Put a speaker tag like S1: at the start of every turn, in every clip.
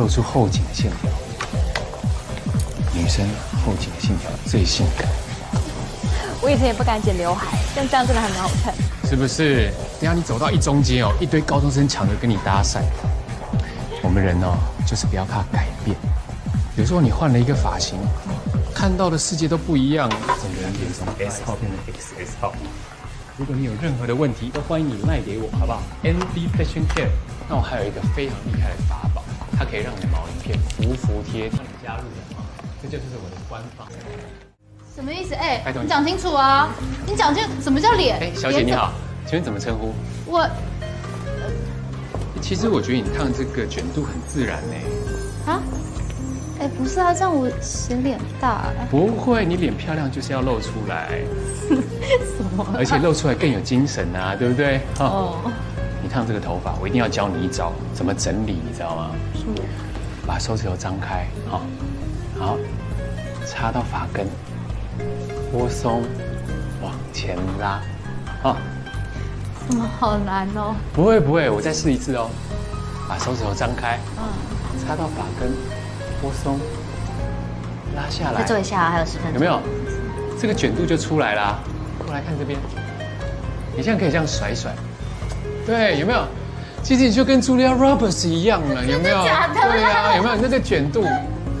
S1: 露出后颈线条，女生后颈线条最性感，
S2: 我以前也不敢剪刘海，但这样真的还蛮好看。
S1: 是不是？等下你走到一中间哦，一堆高中生抢着跟你搭讪。我们人哦，就是不要怕改变。有时候你换了一个发型，看到的世界都不一样，整个人变从 S 号变成 XS 号。如果你有任何的问题，都欢迎你赖给我，好不好？ND Fashion Care。那我还有一个非常厉害的法宝，它可以让你的毛鳞片服服帖帖。加入我吗？这就是我的官方。
S3: 什么意思？哎、
S1: 哎懂
S3: 你讲清楚啊！你讲清什么叫脸？
S1: 哎，小姐
S3: 脸
S1: 你
S3: 怎
S1: 好，请问怎么称呼？
S3: 我
S1: 其实我觉得你烫这个卷度很自然呢、
S3: 啊，哎、不是啊，这样我显脸大、哎
S1: 不会，你脸漂亮就是要露出来，
S3: 什么啊
S1: 而且露出来更有精神啊，对不对？哦，你烫这个头发，我一定要教你一招怎么整理，你知道吗？把手指头张开，好、好，插到发根，拨松，往前拉，好、
S3: 什么好难哦。
S1: 不会不会，我再试一次哦。把手指头张开，
S4: 嗯
S1: 插到发根，拨松，拉下来，
S4: 再做一下啊，还有十分
S1: 有
S4: 钟。
S1: 没有？这个卷度就出来啦。过来看这边，你现在可以这样甩一甩，对，有没有？其实你就跟 Julia Roberts 一样了，有没有？对啊，有没有那个卷度，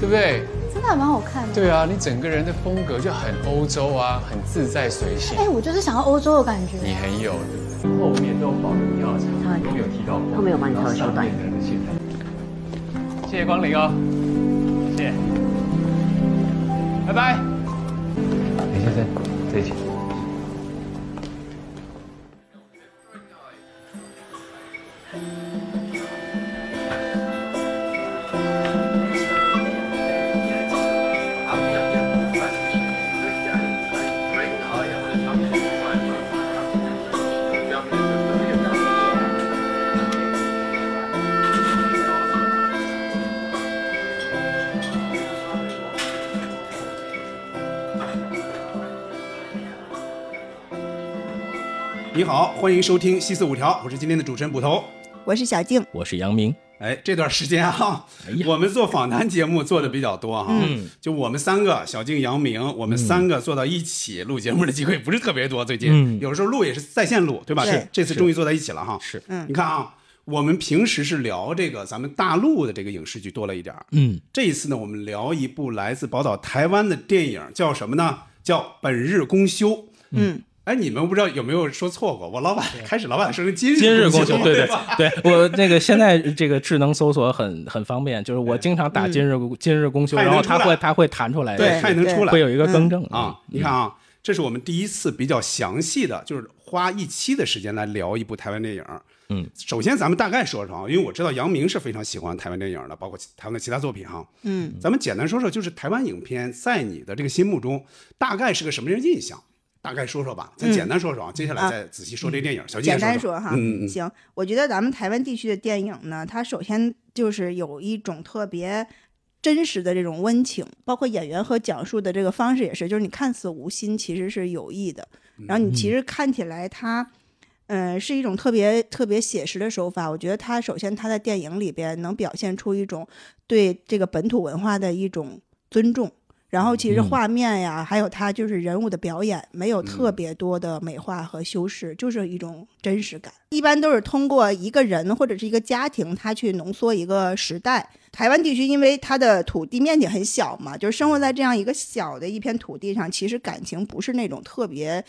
S1: 对不对？
S3: 真的还蛮好看的。
S1: 对啊，你整个人的风格就很欧洲啊，很自在随性
S3: 哎、，我就是想要欧洲的感觉。啊
S1: 你很有，对不对？后面都保留你要长，都没有提到过，
S4: 后面有帮你调修短
S1: 然后上面的线条谢谢光临哦，谢谢，拜拜。林哎先生，这一起。
S5: 你好，欢迎收听《西四五条》，我是今天的主持人捕头。
S6: 我是小静，
S7: 我是杨明，
S5: 哎，这段时间啊，我们做访谈节目做的比较多哈、啊就我们三个，小静、杨明，我们三个坐到一起录节目的机会不是特别多，最近、
S7: 嗯
S5: 有时候录也是在线录，对吧？
S6: 是
S5: 这次终于坐在一起了哈。
S7: 是
S6: 嗯
S5: 你看啊，我们平时是聊这个咱们大陆的这个影视剧多了一点儿，
S7: 嗯，
S5: 这一次呢，我们聊一部来自宝岛台湾的电影，叫什么呢？叫《本日公休》。
S6: 嗯，
S5: 哎，你们不知道有没有说错过？我老板开始老板说是今日
S7: 今日 公休，对对
S5: 吧
S7: 对，我那个现在这个智能搜索很很方便，就是我经常打今日今日公休，
S5: 嗯它也
S7: 然
S5: 能
S7: 后它
S5: 出来
S7: 会它会弹出来，
S5: 对，
S6: 对
S5: 看也能出来
S7: 会有一个更正
S5: 啊。你看啊，这是我们第一次比较详细的，就是花一期的时间来聊一部台湾电影。
S7: 嗯，
S5: 首先咱们大概说说啊，因为我知道杨明是非常喜欢台湾电影的，包括其台湾的其他作品哈。
S6: 嗯，
S5: 咱们简单说说，就是台湾影片在你的这个心目中大概是个什么样的印象？大概说说吧，
S6: 嗯
S5: 咱简单说说啊，接下来再仔细说这电影。小金
S6: 简
S5: 也
S6: 单
S5: 说
S6: 说哈，
S5: 嗯嗯嗯，
S6: 行，我觉得咱们台湾地区的电影呢，它首先就是有一种特别真实的这种温情，包括演员和讲述的这个方式也是，就是你看似无心，其实是有意的。
S5: 嗯
S6: 然后你其实看起来它，嗯、是一种特别特别写实的手法。我觉得它首先它在电影里边能表现出一种对这个本土文化的一种尊重。然后其实
S7: 嗯
S6: 画面呀，还有它就是人物的表演，没有特别多的美化和修饰，就是一种真实感。一般都是通过一个人或者是一个家庭，他去浓缩一个时代。台湾地区因为它的土地面积很小嘛，就是生活在这样一个小的一片土地上，其实感情不是那种特别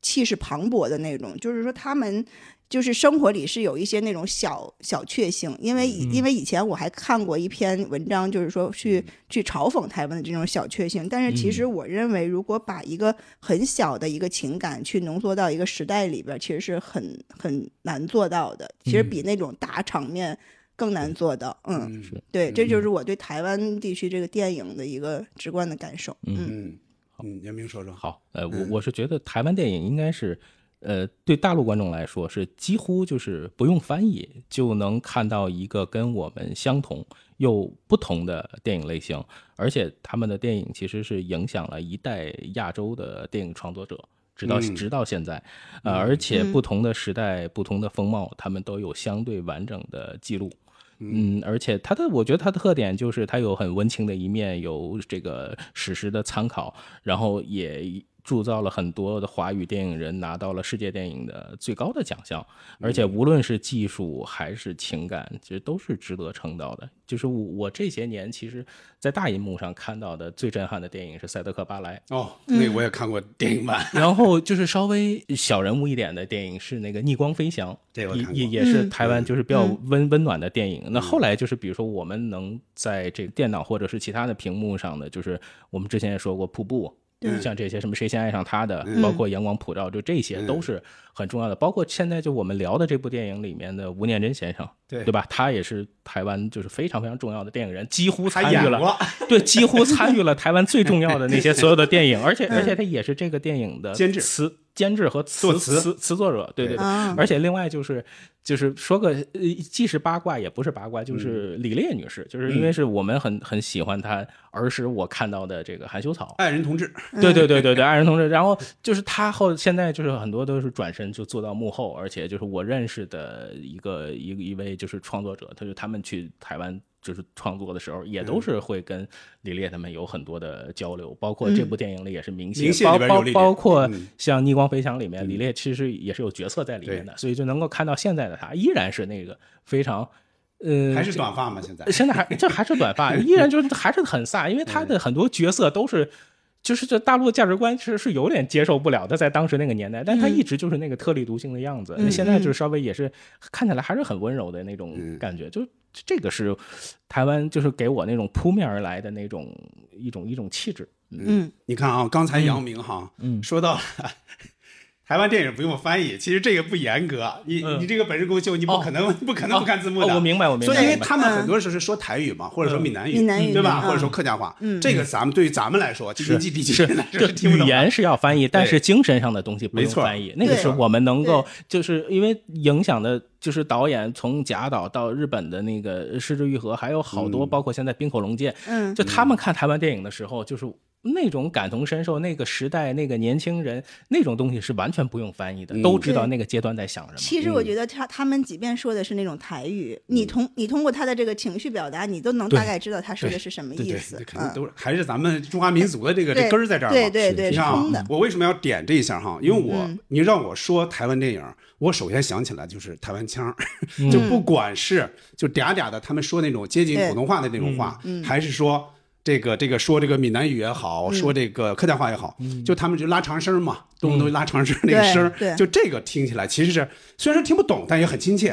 S6: 气势磅礴的那种，就是说他们就是生活里是有一些那种小小确幸，因为以因为以前我还看过一篇文章，就是说去去嘲讽台湾的这种小确幸，但是其实我认为，如果把一个很小的一个情感去浓缩到一个时代里边，其实是很很难做到的，其实比那种大场面更难做到。嗯，对，这就是我对台湾地区这个电影的一个直观的感受。嗯
S5: 嗯嗯，杨明说说，
S7: 好，呃，我我是觉得台湾电影应该是，呃，对大陆观众来说是几乎就是不用翻译就能看到一个跟我们相同又不同的电影类型，而且他们的电影其实是影响了一代亚洲的电影创作者。直到
S5: 嗯
S7: 直到现在，呃，而且不同的时代、不同的风貌，他们都有相对完整的记录。嗯，而且它的我觉得它的特点就是它有很温情的一面，有这个史实的参考，然后也铸造了很多的华语电影人拿到了世界电影的最高的奖项，而且无论是技术还是情感，其实都是值得称道的。就是我我这些年其实，在大银幕上看到的最震撼的电影是《赛德克巴莱》，
S5: 哦，
S6: 嗯
S5: 那我也看过电影版，
S7: 然后就是稍微小人物一点的电影是那个《逆光飞翔》，
S5: 这我看过嗯
S7: 也也也是
S6: 嗯
S7: 台湾就是比较温温暖的电影。那后来就是比如说我们能在这个电脑或者是其他的屏幕上的，就是我们之前也说过《瀑布》。
S5: 对
S7: 像这些什么谁先爱上他的，
S5: 嗯
S7: 包括阳光普照，就这些都是很重要的。包括现在就我们聊的这部电影里面的吴念真先生，
S5: 对
S7: 对吧？他也是台湾就是非常非常重要的电影人，几乎
S5: 他
S7: 参与
S5: 演
S7: 了
S5: 过
S7: 对，几乎参与了台湾最重要的那些所有的电影，而且而且他也是这个电影的
S5: 嗯监制
S7: 词监制和词
S5: 作词
S7: 词词作者，对对对。
S6: 啊
S7: 而且另外就是就是说个呃，既是八卦也不是八卦，
S5: 嗯
S7: 就是李烈女士，就是因为是我们很很喜欢她儿时我看到的这个含羞草，
S5: 爱人同志，
S7: 对对对对对，爱人同志。然后就是他后现在就是很多都是转身就做到幕后，而且就是我认识的一个一个一位就是创作者，他就他们去台湾。就是创作的时候，也都
S5: 嗯
S7: 是会跟李烈他们有很多的交流，包括这部电影里也是明
S5: 嗯明
S7: 显，
S5: 显
S7: 包
S5: 里边有
S7: 包
S5: 李烈
S7: 包括
S5: 嗯
S7: 像《逆光飞翔》里面，李烈其实也是有角色在里面的，所以就能够看到现在的他依然是那个非常，呃，
S5: 还是短发嘛？现在
S7: 现在还这还是短发，依然就是还是很飒，因为他的很多角色都是。就是这大陆价值观其实是有点接受不了的，在当时那个年代，但他一直就是那个特立独行的样子。现在就是稍微也是看起来还是很温柔的那种感觉，就这个是台湾就是给我那种扑面而来的那种一种一种气质。
S6: 嗯，
S5: 你看啊，刚才杨明哈，
S7: 嗯
S5: 说到了 台湾电影不用翻译，其实这个不严格，你、
S7: 嗯
S5: 你这个本事够秀，你不
S7: 哦
S5: 可能、不可能不看字幕的。
S7: 哦我明白我明白
S5: 所以因为
S7: 明白
S5: 他们很多时候是说台语嘛，或者说闽南语，
S6: 闽南语
S5: 对吧？
S6: 嗯
S5: 或者说客家话，这个咱们对于咱们来说，就云
S7: 是
S5: 基地区
S7: 是
S5: 人来说
S7: 这
S5: 是听不
S7: 语
S5: 懂的。
S7: 言是要翻译，但是精神上的东西不
S5: 没
S7: 用
S5: 错
S7: 翻译，那个
S6: 对
S7: 是我们能够就是因为影响的，就是导演从贾导到日本的那个《失之愈合》，还有好
S5: 嗯
S7: 多包括现在冰口龙介，
S6: 嗯
S7: 就他们看台湾电影的时候，就是。那种感同身受，那个时代，那个年轻人，那种东西是完全不用翻译的，
S5: 嗯
S7: 都知道那个阶段在想什么。
S6: 其实我觉得他他们即便说的是那种台语，你
S5: 嗯
S6: 通你通过他的这个情绪表达，你都能
S7: 对
S6: 大概知道他说的是什么
S5: 对
S6: 意
S5: 对
S6: 思
S5: 对，。肯定
S6: 嗯，
S5: 都是还是咱们中华民族的这个这
S6: 对
S5: 根儿在这儿嘛。
S6: 对对对，
S5: 你
S6: 是
S5: 看啊
S6: 通的，。
S5: 我为什么要点这一下哈？因为我、
S6: 嗯
S5: 你让我说台湾电影，我首先想起来就是台湾腔儿， 就不管是就嗲嗲的他们说那种接近
S6: 嗯对嗯
S5: 普通话的那种话，还是说。这个这个说这个闽南语也好，说这个客家话也好，就他们就拉长声儿嘛，动不动就拉长声儿那个
S6: 对
S5: 声儿，
S6: 对
S5: 就这个听起来其实是虽然说听不懂，但也很亲切。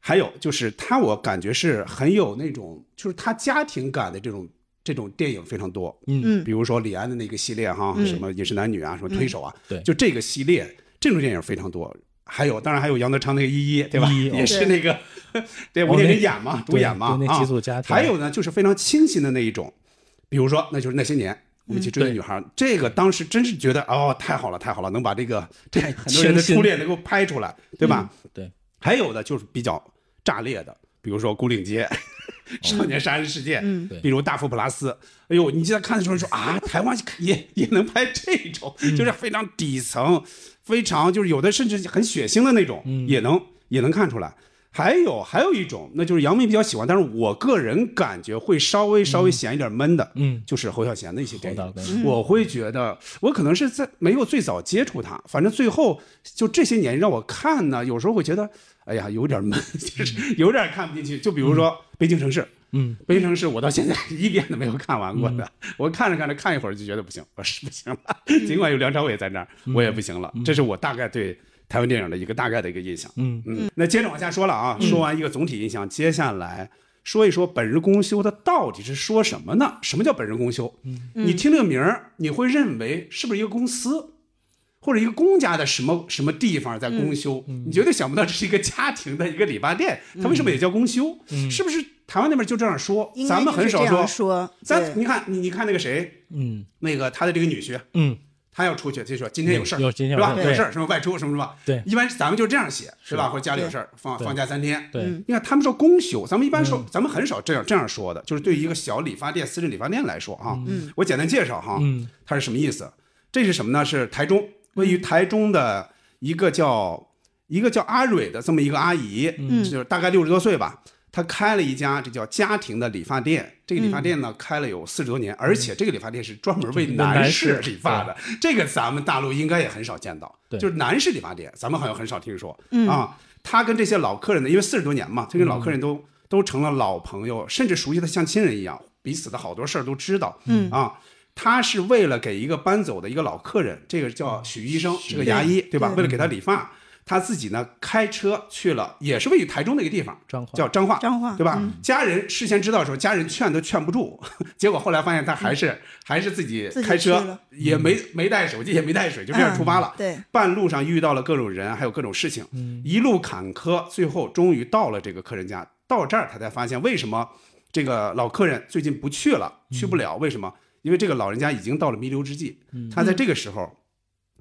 S5: 还有就是他，我感觉是很有那种就是他家庭感的这种这种电影非常多。
S6: 嗯
S5: 比如说李安的那个系列哈，什么饮食男女啊，什么推手啊，
S7: 对
S5: 就这个系列这种电影非常多。还有，当然还有杨德昌那个一一，对吧？
S7: 一一哦
S5: 也是那个， 对，吴念真演嘛，主
S7: 对
S5: 演嘛，
S7: 对那
S5: 啊
S7: 寄宿家庭
S5: 还有呢，就是非常清新的那一种，比如说，那就是那些年。我们一起追的女孩儿，这个当时真是觉得哦，太好了，太好了，能把这个这 很多人的初恋能够拍出来，对吧？
S7: 嗯对，
S5: 还有的就是比较炸裂的，比如说《孤岭街》《少年杀人事件》，
S7: 对
S5: 比如《大富普拉斯》。哎呦，你现在看的时候说啊，台湾也也能拍这种，就是非常底层，非常就是有的甚至很血腥的那种，也能也能看出来。还有还有一种，那就是杨幂比较喜欢，但是我个人感觉会稍微稍微显一点闷的，
S7: 嗯
S5: 就是侯孝贤的一些电
S7: 侯导
S5: 影
S7: 跟，
S5: 我会觉得我可能是在没有最早接触他，反正最后就这些年让我看呢，有时候会觉得，哎呀，有点闷，就是 有点看不进去。就比如说《北京城市》，
S7: 嗯，
S5: 《北京城市》我到现在 一遍都没有看完过的， 我看着看着看一会儿就觉得不行，我是不行了。
S7: 嗯
S5: 尽管有梁朝伟在那儿，我也不行了。这是我大概对台湾电影的一个大概的一个印象。
S7: 嗯
S5: 嗯，那接着往下说了啊，说完一个总体印象，接下来说一说本日公休它到底是说什么呢？什么叫本日公休？
S7: 嗯
S6: 嗯
S5: 你听这个名儿，你会认为是不是一个公司？或者一个公家的什么什么地方在公休，
S7: 嗯
S5: 你绝对想不到这是一个家庭的一个理发店，它为什么也叫公休？
S7: 嗯
S5: 是不是台湾那边就这样说？
S6: 应该
S5: 咱们
S6: 就是
S5: 很少
S6: 这
S5: 说。
S6: 样说，对
S5: 咱你看你你看那个谁，
S7: 嗯
S5: 那个他的这个女婿，
S7: 嗯，
S5: 他要出去就说今天有事儿，
S7: 有有今天
S5: 是
S7: 有
S5: 吧？
S7: 事儿
S5: 有
S7: 对
S5: 事儿什么外出什么什么，
S7: 对
S5: 一般咱们就这样写，是吧？或者家里有
S6: 对
S5: 事儿放
S7: 对
S5: 放假三天，
S7: 对嗯
S5: 你看他们说公休，咱们一般说，咱们很少这样这样说的，就是对于一个小理发店、私人理发店来说啊，我简单介绍哈，
S7: 嗯
S5: 它是什么意思？这是什么呢？是台中位于台中的
S7: 嗯
S5: 一个叫一个叫阿蕊的这么一个阿姨，就是大概六十多岁吧。他开了一家这叫家庭的理发店，这个理发店呢、开了有四十多年，而且这个理发店是专门为
S7: 嗯
S5: 男
S7: 男
S5: 士
S7: 士
S5: 理发的，这个咱们大陆应该也很少见到，
S7: 对嗯
S5: 就是男士理发店，咱们好像很少听说、啊。他跟这些老客人呢，因为四十多年嘛，他跟老客人都、都成了老朋友，甚至熟悉的像亲人一样，彼此的好多事儿都知道，嗯啊。他是为了给一个搬走的一个老客人，这个叫许医生，是个牙医，对吧？为了给他理发，他自己呢开车去了，也是位于台中的一个地方，
S7: 彰化
S5: 叫彰化，
S6: 彰化
S5: 对吧？家人事先知道的时候，家人劝都劝不住， 结果后来发现他还是、还是自己
S6: 自己
S5: 开
S6: 去
S5: 车
S6: 了，
S5: 也没没带手机，也没带水，就这样
S6: 嗯
S5: 出发了。
S6: 对，
S5: 半路上遇到了各种人，还有各种事情，一路坎坷，最后终于到了这个客人家。到这儿，他才发现为什么这个老客人最近不去了，去不了，为什么？因为这个老人家已经到了弥留之际，他在这个时候，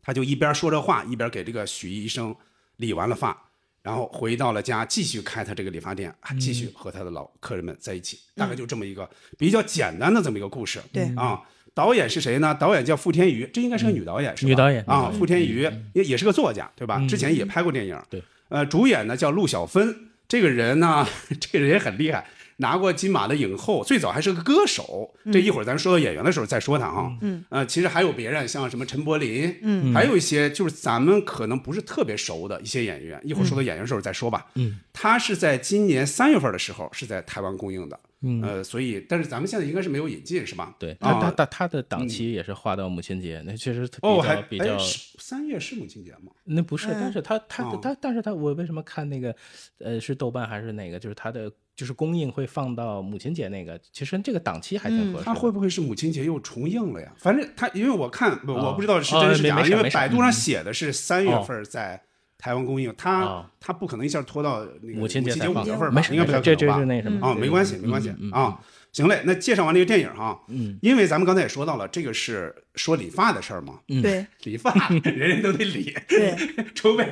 S5: 他就一边说着话，一边给这个许医生理完了发，然后回到了家，继续开他这个理发店，还继续和他的老客人们在一起，大概就这么一个比较简单的这么一个故事。
S6: 对
S5: 啊，导演是谁呢？导演叫傅天瑜，这应该是个女导演，是吧？
S7: 女导演
S5: 啊，
S7: 嗯
S5: 傅天瑜也也是个作家，对吧？
S7: 嗯
S5: 之前也拍过电影。
S7: 对，
S5: 呃，主演呢叫陆小芬，这个人呢， 这个人也很厉害。拿过金马的影后，最早还是个歌手。这一会儿咱说到演员的时候再说他哈。嗯，呃，其实还有别人，像什么陈柏霖，嗯，还有一些就是咱们可能不是特别熟的一些演员。一会儿说到演员的时候再说吧。
S7: 嗯，
S5: 他是在今年三月份的时候是在台湾公映的。
S7: 嗯
S5: 呃，所以但是咱们现在应该是没有引进是吧？
S7: 对，他
S5: 啊
S7: 他他他的档期也是划到母亲节，那确实比
S5: 哦，还
S7: 较比较
S5: 哎是三月是母亲节吗？
S7: 那不是，但
S6: 嗯
S7: 是他他
S5: 哦
S7: 他，但是他我为什么看那个，呃，是豆瓣还是哪个？就是他的就是公映会放到母亲节那个，其实这个档期还
S6: 嗯
S7: 挺合适
S5: 他
S7: 的。
S5: 会不会是母亲节又重映了呀？反正他，因为我看不
S7: 哦
S5: 我不知道是
S7: 哦
S5: 真是
S7: 没
S5: 假，
S7: 没事
S5: 因为
S7: 没事嗯
S5: 百度上写的是三月
S7: 哦
S5: 份在台湾公映，他
S7: 哦
S5: 他不可能一下拖到那个
S7: 母亲
S5: 节
S7: 节才
S5: 五
S7: 放
S5: 月
S7: 的
S5: 份
S7: 没
S5: 吧？
S7: 事
S5: 应该
S7: 没
S5: 不
S7: 事
S5: 太可
S7: 这这
S5: 能吧
S7: 是？那什么
S5: 啊，没关系没关系
S7: 嗯嗯
S5: 啊。行嘞，那介绍完这个电影哈，嗯，因为咱们刚才也说到了，这个是说理发的事儿嘛，
S6: 对
S5: 理 发人人都得理，
S6: 对，
S5: 除非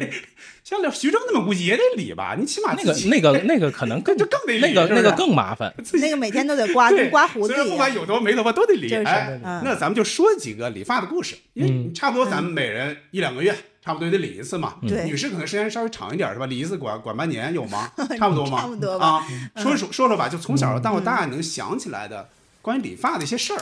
S5: 像徐峥那么估计也得理吧，你起码
S7: 那
S5: 自
S7: 个
S5: 己
S7: 那个那个 可能更
S5: 这更得理
S7: 那个
S5: 是不
S7: 那
S5: 是
S7: 个更麻 烦。
S6: 那个每天都得刮，
S5: 对，
S6: 跟刮胡子
S5: 虽然
S6: 一
S5: 不管
S6: 样。
S5: 有多没头发都得理。
S6: 就是
S5: 哎，
S6: 嗯
S5: 那咱们就说几个理发的故事，因为差不多咱们每人一两个月，差不多也得理一次嘛。
S6: 对
S5: 女士可能时间稍微长一点是吧？理一次管管半年有 吗？差不多吗？
S6: 差不多吧嗯
S5: 啊。说说说说吧，就从小到大能想起来的关于理发的一些事儿。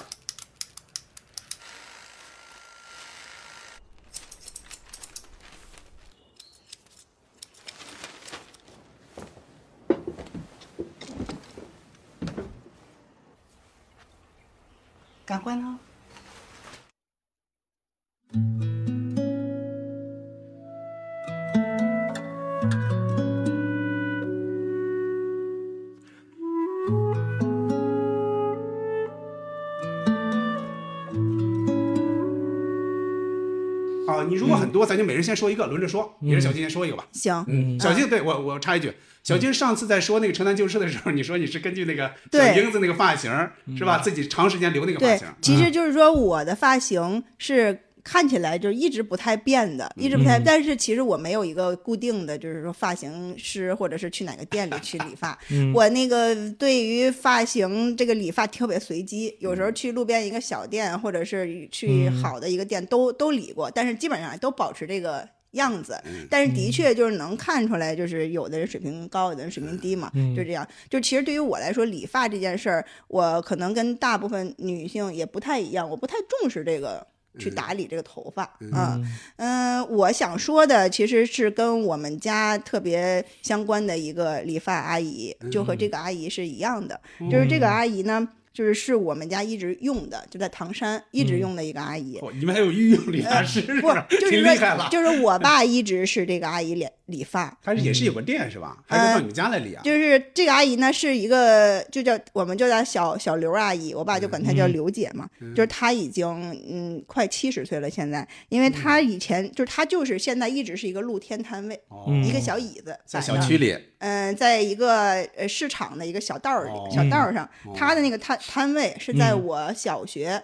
S6: 赶快呢？
S5: 啊，你如果很多，咱就每人先说一个，轮着说。也是小金先说一个吧。
S6: 行，
S5: 嗯，小金，对我我插一句，小金上次在说那个城南旧事的时候，你说你是根据那个小
S6: 对
S5: 英子那个发型儿是吧？自己长时间留那个发
S6: 对
S5: 型儿，。
S6: 其实就是说我的发型是。看起来就一直不太变的，一直不太，但是其实我没有一个固定的，就是说发型师或者是去哪个店里去理发。我那个对于发型这个理发特别随机，有时候去路边一个小店，或者是去好的一个店都都理过，但是基本上都保持这个样子。
S5: 嗯
S6: 但是的确就是能看出来，就是有的人水平高，有的人水平低嘛，就这样。就其实对于我来说，理发这件事儿，我可能跟大部分女性也不太一样，我不太重视这个。去
S5: 嗯
S6: 打理这个头发啊，嗯、我想说的其实是跟我们家特别相关的一个理发阿姨，就和这
S5: 嗯
S6: 个阿姨是一样的，就是这个阿姨呢，就是是我们家一直用的，就在唐山一直用的一个阿姨，
S5: 嗯哦，你们还有御用理发师 是
S6: 呃不
S5: 吧？
S6: 就是
S5: 挺厉害了
S6: 说，。就是我爸一直是这个阿姨理理发，
S5: 他是也是有个店是吧？还是到你们家来理啊？
S6: 呃就是这个阿姨呢，是一个就叫我们就叫她小小刘阿姨，我爸就管她
S5: 嗯
S6: 叫刘姐嘛。就是她已经嗯快七十岁了，现在，因为她以前、就是她就是现在一直是一个露天摊位，
S5: 哦
S6: 一个小椅子
S5: 在
S6: 摆
S5: 小
S6: 那儿
S5: 区里，
S6: 嗯，在一个呃市场的一个小道儿里，
S5: 哦嗯
S6: 小道儿上，他的那个摊摊位是在我小学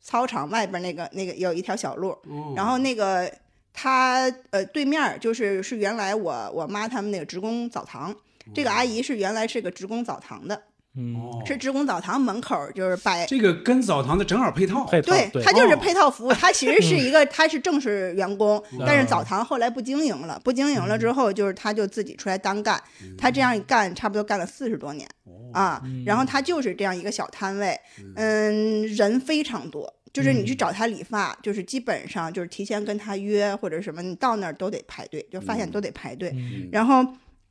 S6: 操场外边那个那个有一条小路，
S5: 嗯
S6: 然后那个他呃对面儿就是是原来我我妈他们那个职工澡堂，这个阿姨是原来是个职工澡堂的，
S5: 嗯
S7: 嗯
S5: 哦，
S6: 是职工澡堂门口儿就是摆。
S5: 这个跟澡堂的正好配套，
S7: 配套
S6: 对，
S7: 对
S6: 它就是
S5: 哦嗯
S6: 配套服务，它其实是一个，它是正式员工，但是澡堂后来不经营了，不经营了之
S5: 嗯
S6: 后，就是他就自己出来单干，他这样一干，差不多干了四十多年
S5: 哦
S6: 啊，然后他就是这样一个小摊位，嗯，人非常多。就是你去找他理发，就是基本上就是提前跟他约或者什么，你到那儿都得排队，就发现都得排队。
S5: 嗯
S6: 然后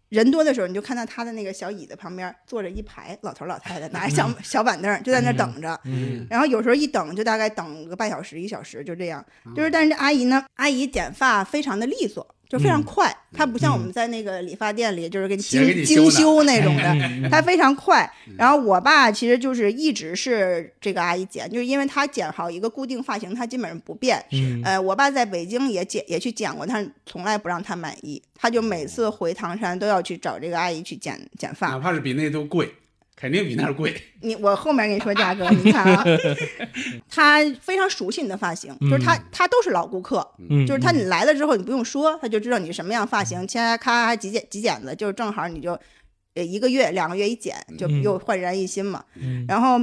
S6: 人多的时候，你就看到他的那个小椅子旁边坐着一排老头儿老太太，拿着小小板凳儿就在那儿等着。
S5: 嗯
S6: 然后有时候一等就大概等个半小时一小时，就这样。
S5: 嗯
S6: 就是，但是这阿姨呢，阿姨剪发非常的利索，就非常
S5: 嗯
S6: 快。她不像我们在那个理发店里，就是给你
S5: 鞋嗯
S6: 精
S5: 给你修嗯
S6: 精修那种 的，她非常快。然后我爸其实就是一直是这个阿姨剪，就是因为他剪好一个固定发型，他基本上不变。
S7: 嗯
S6: 呃，我爸在北京也剪也去剪过，但是从来不让他满意，他就
S5: 哦
S6: 每次回唐山都要去找这个阿姨去剪剪发
S5: 哪。怕是比那都贵，肯定比那儿贵。
S6: 你我后面跟你说价格，你看啊，他非常熟悉你的发型，就是他他都是老顾客，
S7: 嗯，
S6: 就是他你来了之后你不用说，他就知道你什么样发型，咔咔几剪几剪子，就是正好你就呃一个月两个月一剪，就
S7: 嗯
S6: 又焕然一新嘛。
S7: 嗯
S6: 然后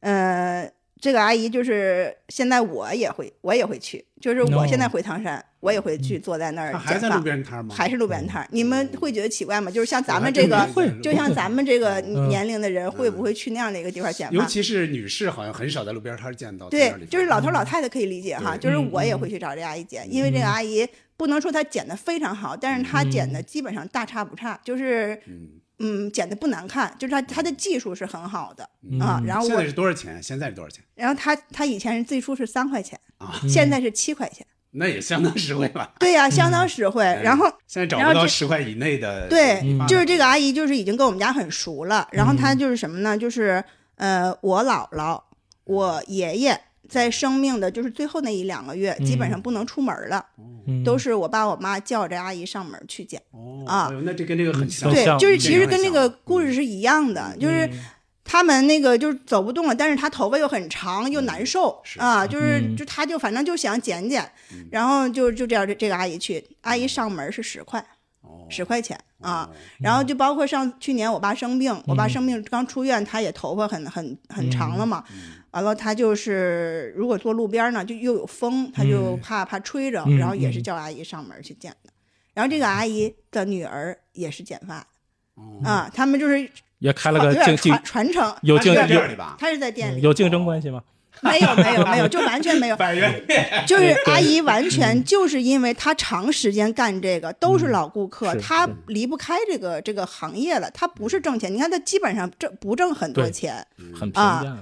S6: 呃，这个阿姨就是现在我也会我也会去，就是我
S7: No
S6: 现在回唐山，我也会去坐在那儿
S5: 他还
S6: 呃剪
S5: 在
S6: 发
S5: 路边摊吗？
S6: 还是路边摊儿，你们会觉得奇怪吗？就是像咱们
S5: 对
S6: 这
S5: 还
S6: 个
S5: 真。
S7: 会
S5: 不
S6: 就像咱们这个
S7: 嗯
S6: 年龄的人，会不会去那样的一个地方剪
S5: 尤
S6: 发？
S5: 其是女士，好像很少在路边摊见到。在
S6: 对
S5: 那里，
S6: 就是老头老太太可以理解哈，
S5: 对嗯
S6: 就是我也会去找这阿姨剪，因为这个阿姨不能说她剪的非常好，但是她剪的基本上大差不差，就是
S5: 嗯
S6: 嗯剪的不难看，就是她她的技术是很好的
S5: 嗯
S6: 啊。然后
S5: 现
S6: 我
S5: 在是多少钱？现在是多少钱？
S6: 然后她她以前是最初是三块钱
S5: 啊，
S6: 现在是七块钱，
S5: 那也相当实惠了。
S6: 对呀，相当实惠。
S5: 哎
S6: 然后
S5: 现在找
S6: 然
S5: 不
S6: 后
S5: 到
S6: 这
S5: 十块以内的，
S6: 对，就是这
S5: 个。
S6: 个阿姨，就是已经跟我们家很熟了。然后她就是什么呢？就是呃，我姥姥、我爷爷在生命的就是最后那一两个月，基本上不能出门了，
S7: 嗯
S6: 都是我爸我妈叫着阿姨上门去捡。
S5: 哦，
S6: 啊
S5: 哎呦那这跟这个很像。
S7: 都
S6: 对
S7: 像，
S6: 就是
S7: 嗯
S6: 其实跟
S5: 这
S6: 这
S5: 个
S6: 个
S5: 很像
S6: 故事是一样的，就是
S7: 嗯
S6: 他们那个就是走不动了，但是他头发又很长又难受
S5: 嗯是嗯
S6: 啊，就是
S7: 嗯
S6: 就他就反正就想剪剪，然后就就这样这这个阿姨去，阿姨上门是十块
S5: 哦，
S6: 十块钱啊
S5: 哦，
S6: 然后就包括上去年我爸生病，我
S7: 嗯
S6: 爸生病刚出院，他也头发很很很长了嘛，
S5: 嗯
S6: 完了他就是如果坐路边呢，就又有风，他就
S7: 嗯
S6: 怕怕吹着，然后也是叫阿姨上门去剪的，然后这个阿姨的女儿也是剪发
S5: 哦
S6: 的啊，他们就是
S7: 也嗯开了
S6: 有
S7: 个嗯
S6: 点
S7: 竞竞
S6: 传传承，
S7: 有
S5: 他是
S7: 竞
S5: 在店
S7: 有
S5: 里 吧？
S6: 他是在店里，
S7: 有竞争关系吗？
S6: 没有没有没有，就完全没有，
S5: 百元
S7: 哎
S6: 就是阿姨完
S7: 嗯
S6: 全就是因为她长时间干这个，都是老顾客，
S7: 是
S6: 她离不开这个这个行业了，她不是挣钱，你看她基本上挣不挣很多
S7: 对
S6: 钱，
S7: 很平
S6: 啊
S7: 价，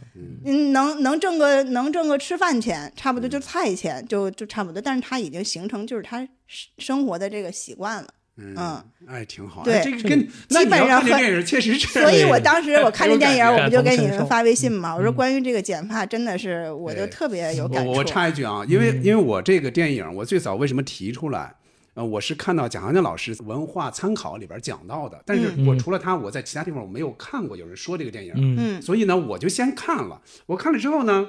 S6: 嗯，能能挣个能挣个吃饭钱，差不多
S7: 嗯
S6: 就菜钱就就差不多，但是她已经形成就是她生生活的这个习惯了。
S5: 嗯
S6: 嗯，
S5: 哎，挺好。
S6: 对
S5: 这个跟那
S6: 基本
S5: 你要
S6: 上
S5: 看这
S6: 很
S5: 电影确实是。
S6: 所以我当时我看这电影，
S5: 有感
S7: 觉
S6: 我不就
S7: 感
S6: 给
S7: 同
S6: 你
S7: 身
S6: 们
S7: 受
S6: 发微信嘛，我
S5: 嗯
S6: 说关于这个剪发真的是，我就
S5: 对
S6: 特别有
S5: 我
S6: 感触。
S5: 我插一句啊，因为因为我这个电影，我最早为什么提出来？呃，我是看到贾行家老师文化参考里边讲到的，但是我除了他，我在其他地方我没有看过有人说这个电影，
S6: 嗯
S5: 所以呢，我就先看了。我看了之后呢，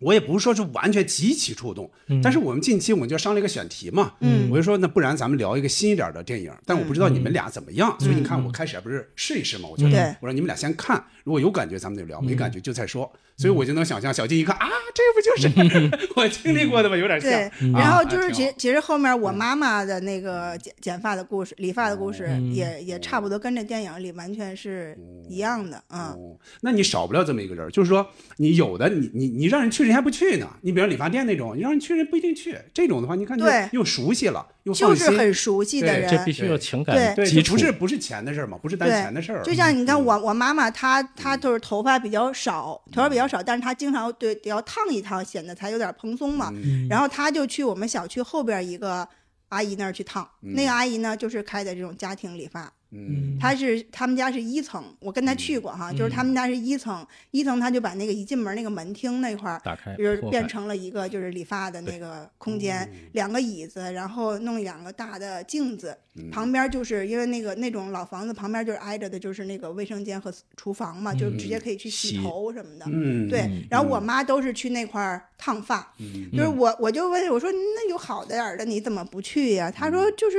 S5: 我也不是说是完全极其触动，但是我们近期我们就上了一个选题嘛，
S6: 嗯
S5: 我就说那不然咱们聊一个新一点的电影，但我不知道你们俩怎么样，所以你看我开始还不是试一试嘛，我觉得、
S6: 嗯对嗯
S5: 我说你们俩先看，如果有感觉咱们就聊，没感觉就再说，所以我就能想象小金一看啊，这不就是 我经历过的吗？有点像
S6: 对，，
S5: 啊
S6: 然后
S5: 还
S6: 就是
S5: 挺
S6: 其
S5: 好嗯
S6: 其实后面我妈妈的那个剪剪发的故事、理发的故事
S5: 嗯
S6: 也也差不多，跟这电影里完全是一样的啊。
S5: 哦，那你少不了这么一个人儿，就是说你有的你你你让人去人还不去呢，你比如理发店那种，你让人去人不一定去，这种的话你看就
S6: 对
S5: 又熟悉了又
S6: 就
S5: 放
S6: 是
S5: 心，
S6: 很熟悉的
S5: 对
S7: 这必
S6: 人，
S7: 须有情感
S5: 对，
S7: 基
S5: 这
S7: 础
S5: 不，是不是钱的事儿嘛，不是单
S6: 对
S5: 钱的事儿，
S6: 就像你
S5: 嗯
S6: 看我我妈妈她她就是头发比较少，头发比较少，但是她经常对得要烫一烫，显得才有点蓬松嘛。
S5: 嗯
S7: 嗯
S6: 然后她就去我们小区后边一个阿姨那儿去烫，那个阿姨呢就是开的这种家庭理发，
S5: 嗯
S6: 他是他们家是一层，我跟他去过哈，就是他们家是一层，一层他就把那个一进门那个门厅那块儿，
S7: 打
S5: 哎
S7: 开
S6: 就是
S7: 破
S6: 变
S7: 开
S6: 成了一个就是理发的那个空间，
S5: 嗯
S6: 两个椅子，然后弄两个大的镜子，
S5: 嗯
S6: 旁边就是因为那个那种老房子旁边就是挨着的就是那个卫生间和厨房嘛，就直接可以去洗
S7: 洗
S6: 头什么的，
S5: 嗯
S6: 对，然后我妈都是去那块儿烫
S7: 嗯
S6: 发，就是我我就问我说那有好点儿的你怎么不去呀？她说就是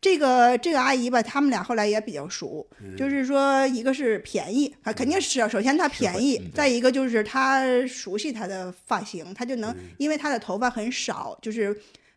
S6: 这个这个阿姨吧，他们俩后来也比较熟，就是说一个是便宜啊，肯定是首先她便宜，再一个就是她熟悉她的发型，她就能、因为她的头发很少，就是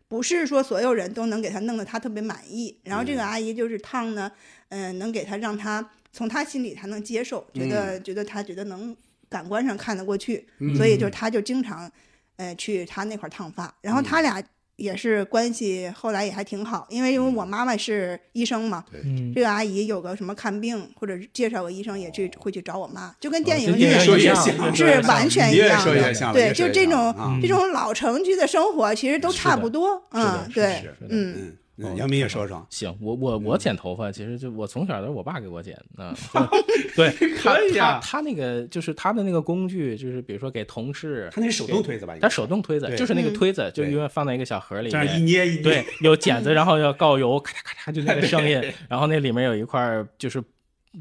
S6: 不是说所有人都能给她弄得她特别满意。然后这个
S7: 嗯
S6: 阿姨就是烫呢，嗯、能给她让她从她心里她能接受，觉
S7: 嗯
S6: 得、觉得她觉得能感官上看得过去，所以就是她就经常呃去她那块儿烫发，
S7: 嗯
S6: 然后他俩。也是关系后来也还挺好，因为因为我妈妈是医生嘛，
S7: 嗯，
S6: 这个阿姨有个什么看病或者介绍个医生也去会去找我妈，就跟电影
S7: 这哦电
S5: 越
S7: 影
S6: 里
S5: 说
S6: 面
S5: 越
S7: 一
S5: 像，
S7: 样
S6: 是
S5: 越像
S6: 完全
S5: 你
S6: 一
S5: 越
S6: 样
S5: 说越
S7: 的
S5: 像了，越
S6: 对
S5: 说
S6: 就
S5: 越像
S6: 这
S5: 了
S6: 种
S5: 啊
S6: 这种老城区的生活其实都
S7: 是
S6: 差
S7: 的
S6: 不多，嗯，对，
S7: 是的
S6: 嗯，
S5: 嗯，嗯杨明也说说，
S7: 行，我我
S5: 嗯
S7: 我剪头发，其实就我从小都是我爸给我剪 的。就对，他
S5: 可以啊
S7: 他他那个就是他的那个工具，就是比如说给同事，
S5: 他那是手动推子吧？应该
S7: 他手动推子，
S5: 对
S7: 就是那个
S6: 嗯
S7: 推子，就
S5: 对
S7: 因为放在一个小盒里
S5: 这
S7: 面，
S5: 样一捏 一捏，
S7: 对，有剪子，然后要告油，咔嚓咔嚓，就那个声音。然后那里面有一块儿就是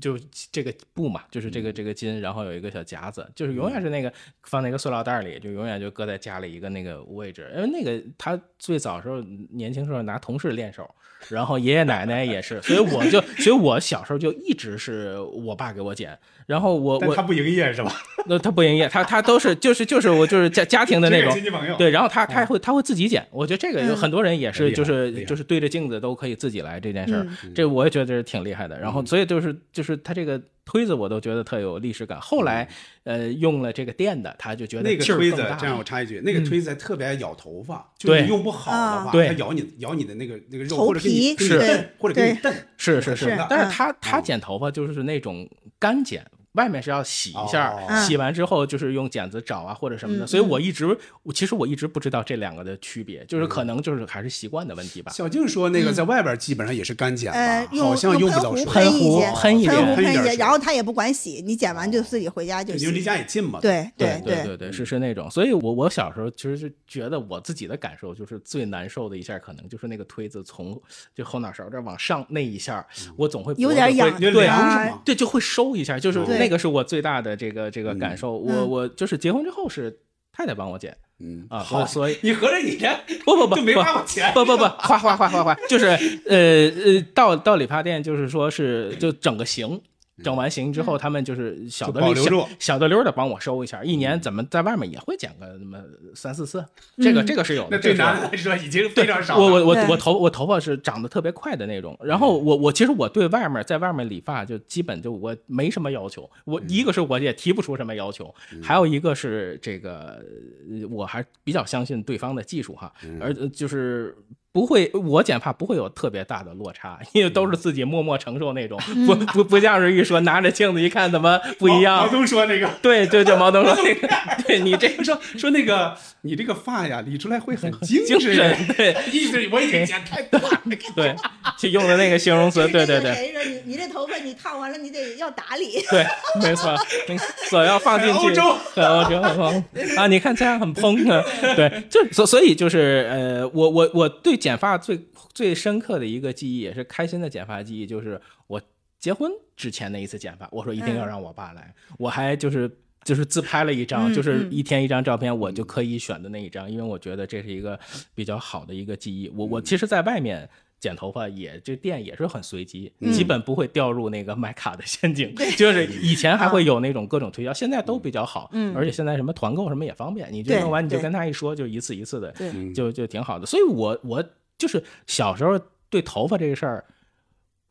S7: 就这个布嘛，就是这个这个筋，然后有一个小夹子，就是永远是那个放在一个塑料袋里，就永远就搁在家里一个那个位置。因为那个他最早时候年轻时候拿同事练手，然后爷爷奶奶也是，所以我就所以我小时候就一直是我爸给我剪，然后我
S5: 但他
S7: 我
S5: 不营业是吧？
S7: 那他不营业，他他都是就是就是我就是家家庭的那
S5: 只给
S7: 种
S5: 亲。戚朋友，
S7: 对，然后他他会他会自己剪，我觉得这个有
S6: 嗯
S7: 很多人也是，
S5: 厉害厉
S7: 就是
S5: 害
S7: 就是对着镜子都可以自己来这件事
S5: 嗯
S7: 儿，这我也觉得是挺厉害的。然后所以就是就是他这个推子我都觉得特有历史感。后来
S5: 嗯
S7: 呃用了这个电的，他就觉得
S5: 那个
S7: 劲儿
S5: 推
S7: 更
S5: 子，
S7: 大嗯
S5: 这样我插一句，那个推子还特别爱咬头发，就
S7: 对
S5: 是你用不好的话，
S6: 啊
S7: 对
S5: 它咬你咬你的那个那个肉，
S6: 头
S5: 或者给你
S6: 皮
S5: 给你
S6: 是
S5: 蹬，或者给你
S6: 对
S5: 蹬，
S7: 是是
S5: 是
S7: 是
S5: 的，
S7: 但
S6: 嗯
S7: 是他他剪头发就是那种干剪。外面是要洗一下
S5: 哦，
S6: 嗯
S7: 洗完之后就是用剪子找啊或者什么的，
S6: 嗯
S7: 所以我一直，我其实我一直不知道这两个的区别，
S5: 嗯
S7: 就是可能就是还是习惯的问题吧。
S5: 小静说那个在外边基本上也是干剪
S6: 嗯呃
S5: 吧，，
S6: 用
S5: 好像
S6: 用
S5: 不到
S6: 壶
S5: 水，
S7: 喷
S6: 一
S7: 壶
S6: 些，
S7: 喷一
S6: 壶
S7: 点
S6: 喷
S5: 喷一
S6: 一
S5: 点
S6: 些，
S5: 水
S6: 然后他也不管洗，你剪完就自己回家就
S5: 因为离
S6: 洗。
S5: 家也近嘛。
S6: 对
S7: 对
S6: 对嗯
S7: 对对，是是那种，所以我我小时候其实就觉得我自己的感受就是最难受的一下，可能就是那个推子从就后脑勺这儿往上那一下，我总会
S6: 有
S7: 脖子
S6: 点
S7: 会
S6: 嗯痒
S5: 有
S7: 对
S5: 点凉
S6: 啊
S5: 是吗？
S7: 对，就会收一下，就是
S5: 对
S7: 那个是我最大的这个这个感受。我
S6: 嗯
S7: 我就是结婚之后是太太帮我剪
S5: 嗯，
S7: 啊，
S5: 好，
S7: 所以
S5: 你合着你这
S7: 不不不
S5: 就没
S7: 不
S5: 花我钱，
S7: 不不不，花花花花花，就是呃呃，到到理发店就是说是就整个型。整完型之后，他们就是小的
S5: 就保留住
S7: 小小的溜的帮我收一下，一年怎么在外面也会剪个那么三四次，这个这个是有
S5: 那
S7: 的。
S5: 对
S7: 这个是有的
S5: 男的来说已经
S7: 对
S5: 非常少了。
S7: 我我我
S6: 对
S7: 我头我头发是长得特别快的那种，然后我我其实我对外面在外面理发就基本就我没什么要求，我
S5: 嗯
S7: 一个是我也提不出什么要求，还有一个是这个呃我还比较相信对方的技术哈，
S5: 嗯
S7: 而呃就是。不会，我剪发不会有特别大的落差，因为
S5: 嗯
S7: 都是自己默默承受那种，不不不像是一说拿着镜子一看怎么不一
S5: 毛
S7: 样
S5: 毛，东说那个，
S7: 对对对，毛东 说那个，对你这
S5: 说说那个你这个发呀理出来会很
S7: 精
S5: 精
S7: 神， 对
S5: 一直我已经剪 太短了。
S7: 对，就用的那个形容词，对对对，
S6: 谁说你你这头发你烫完了，你得要打理。
S7: 对，没错，你手要放进去，
S5: 很欧洲
S7: 很欧洲，很欧洲啊！你看这样很蓬啊，对，就所所以就是呃，我我我对剪发最最深刻的一个记忆，也是开心的剪发记忆，就是我结婚之前的一次剪发，我说一
S5: 嗯
S7: 定要让我爸来，我还就是。就是自拍了一张，
S6: 嗯
S7: 就是
S6: 嗯
S7: 一天一张照片，我就刻意选的那一张，因为我觉得这是一个比较好的一个记忆。我我
S6: 嗯
S7: 其实在外面剪头发也这店也是很随机，
S6: 嗯
S7: 基本不会掉入那个买卡的陷阱。就是以前还会有那种各种推销，现在都比较好，
S6: 嗯
S7: 而且现在什么团购什么也方便，你就
S6: 对
S7: 弄完你就
S6: 对
S7: 跟他一说，就一次一次的，
S6: 对
S7: 就就挺好的。所以我我就是小时候对头发这个事儿。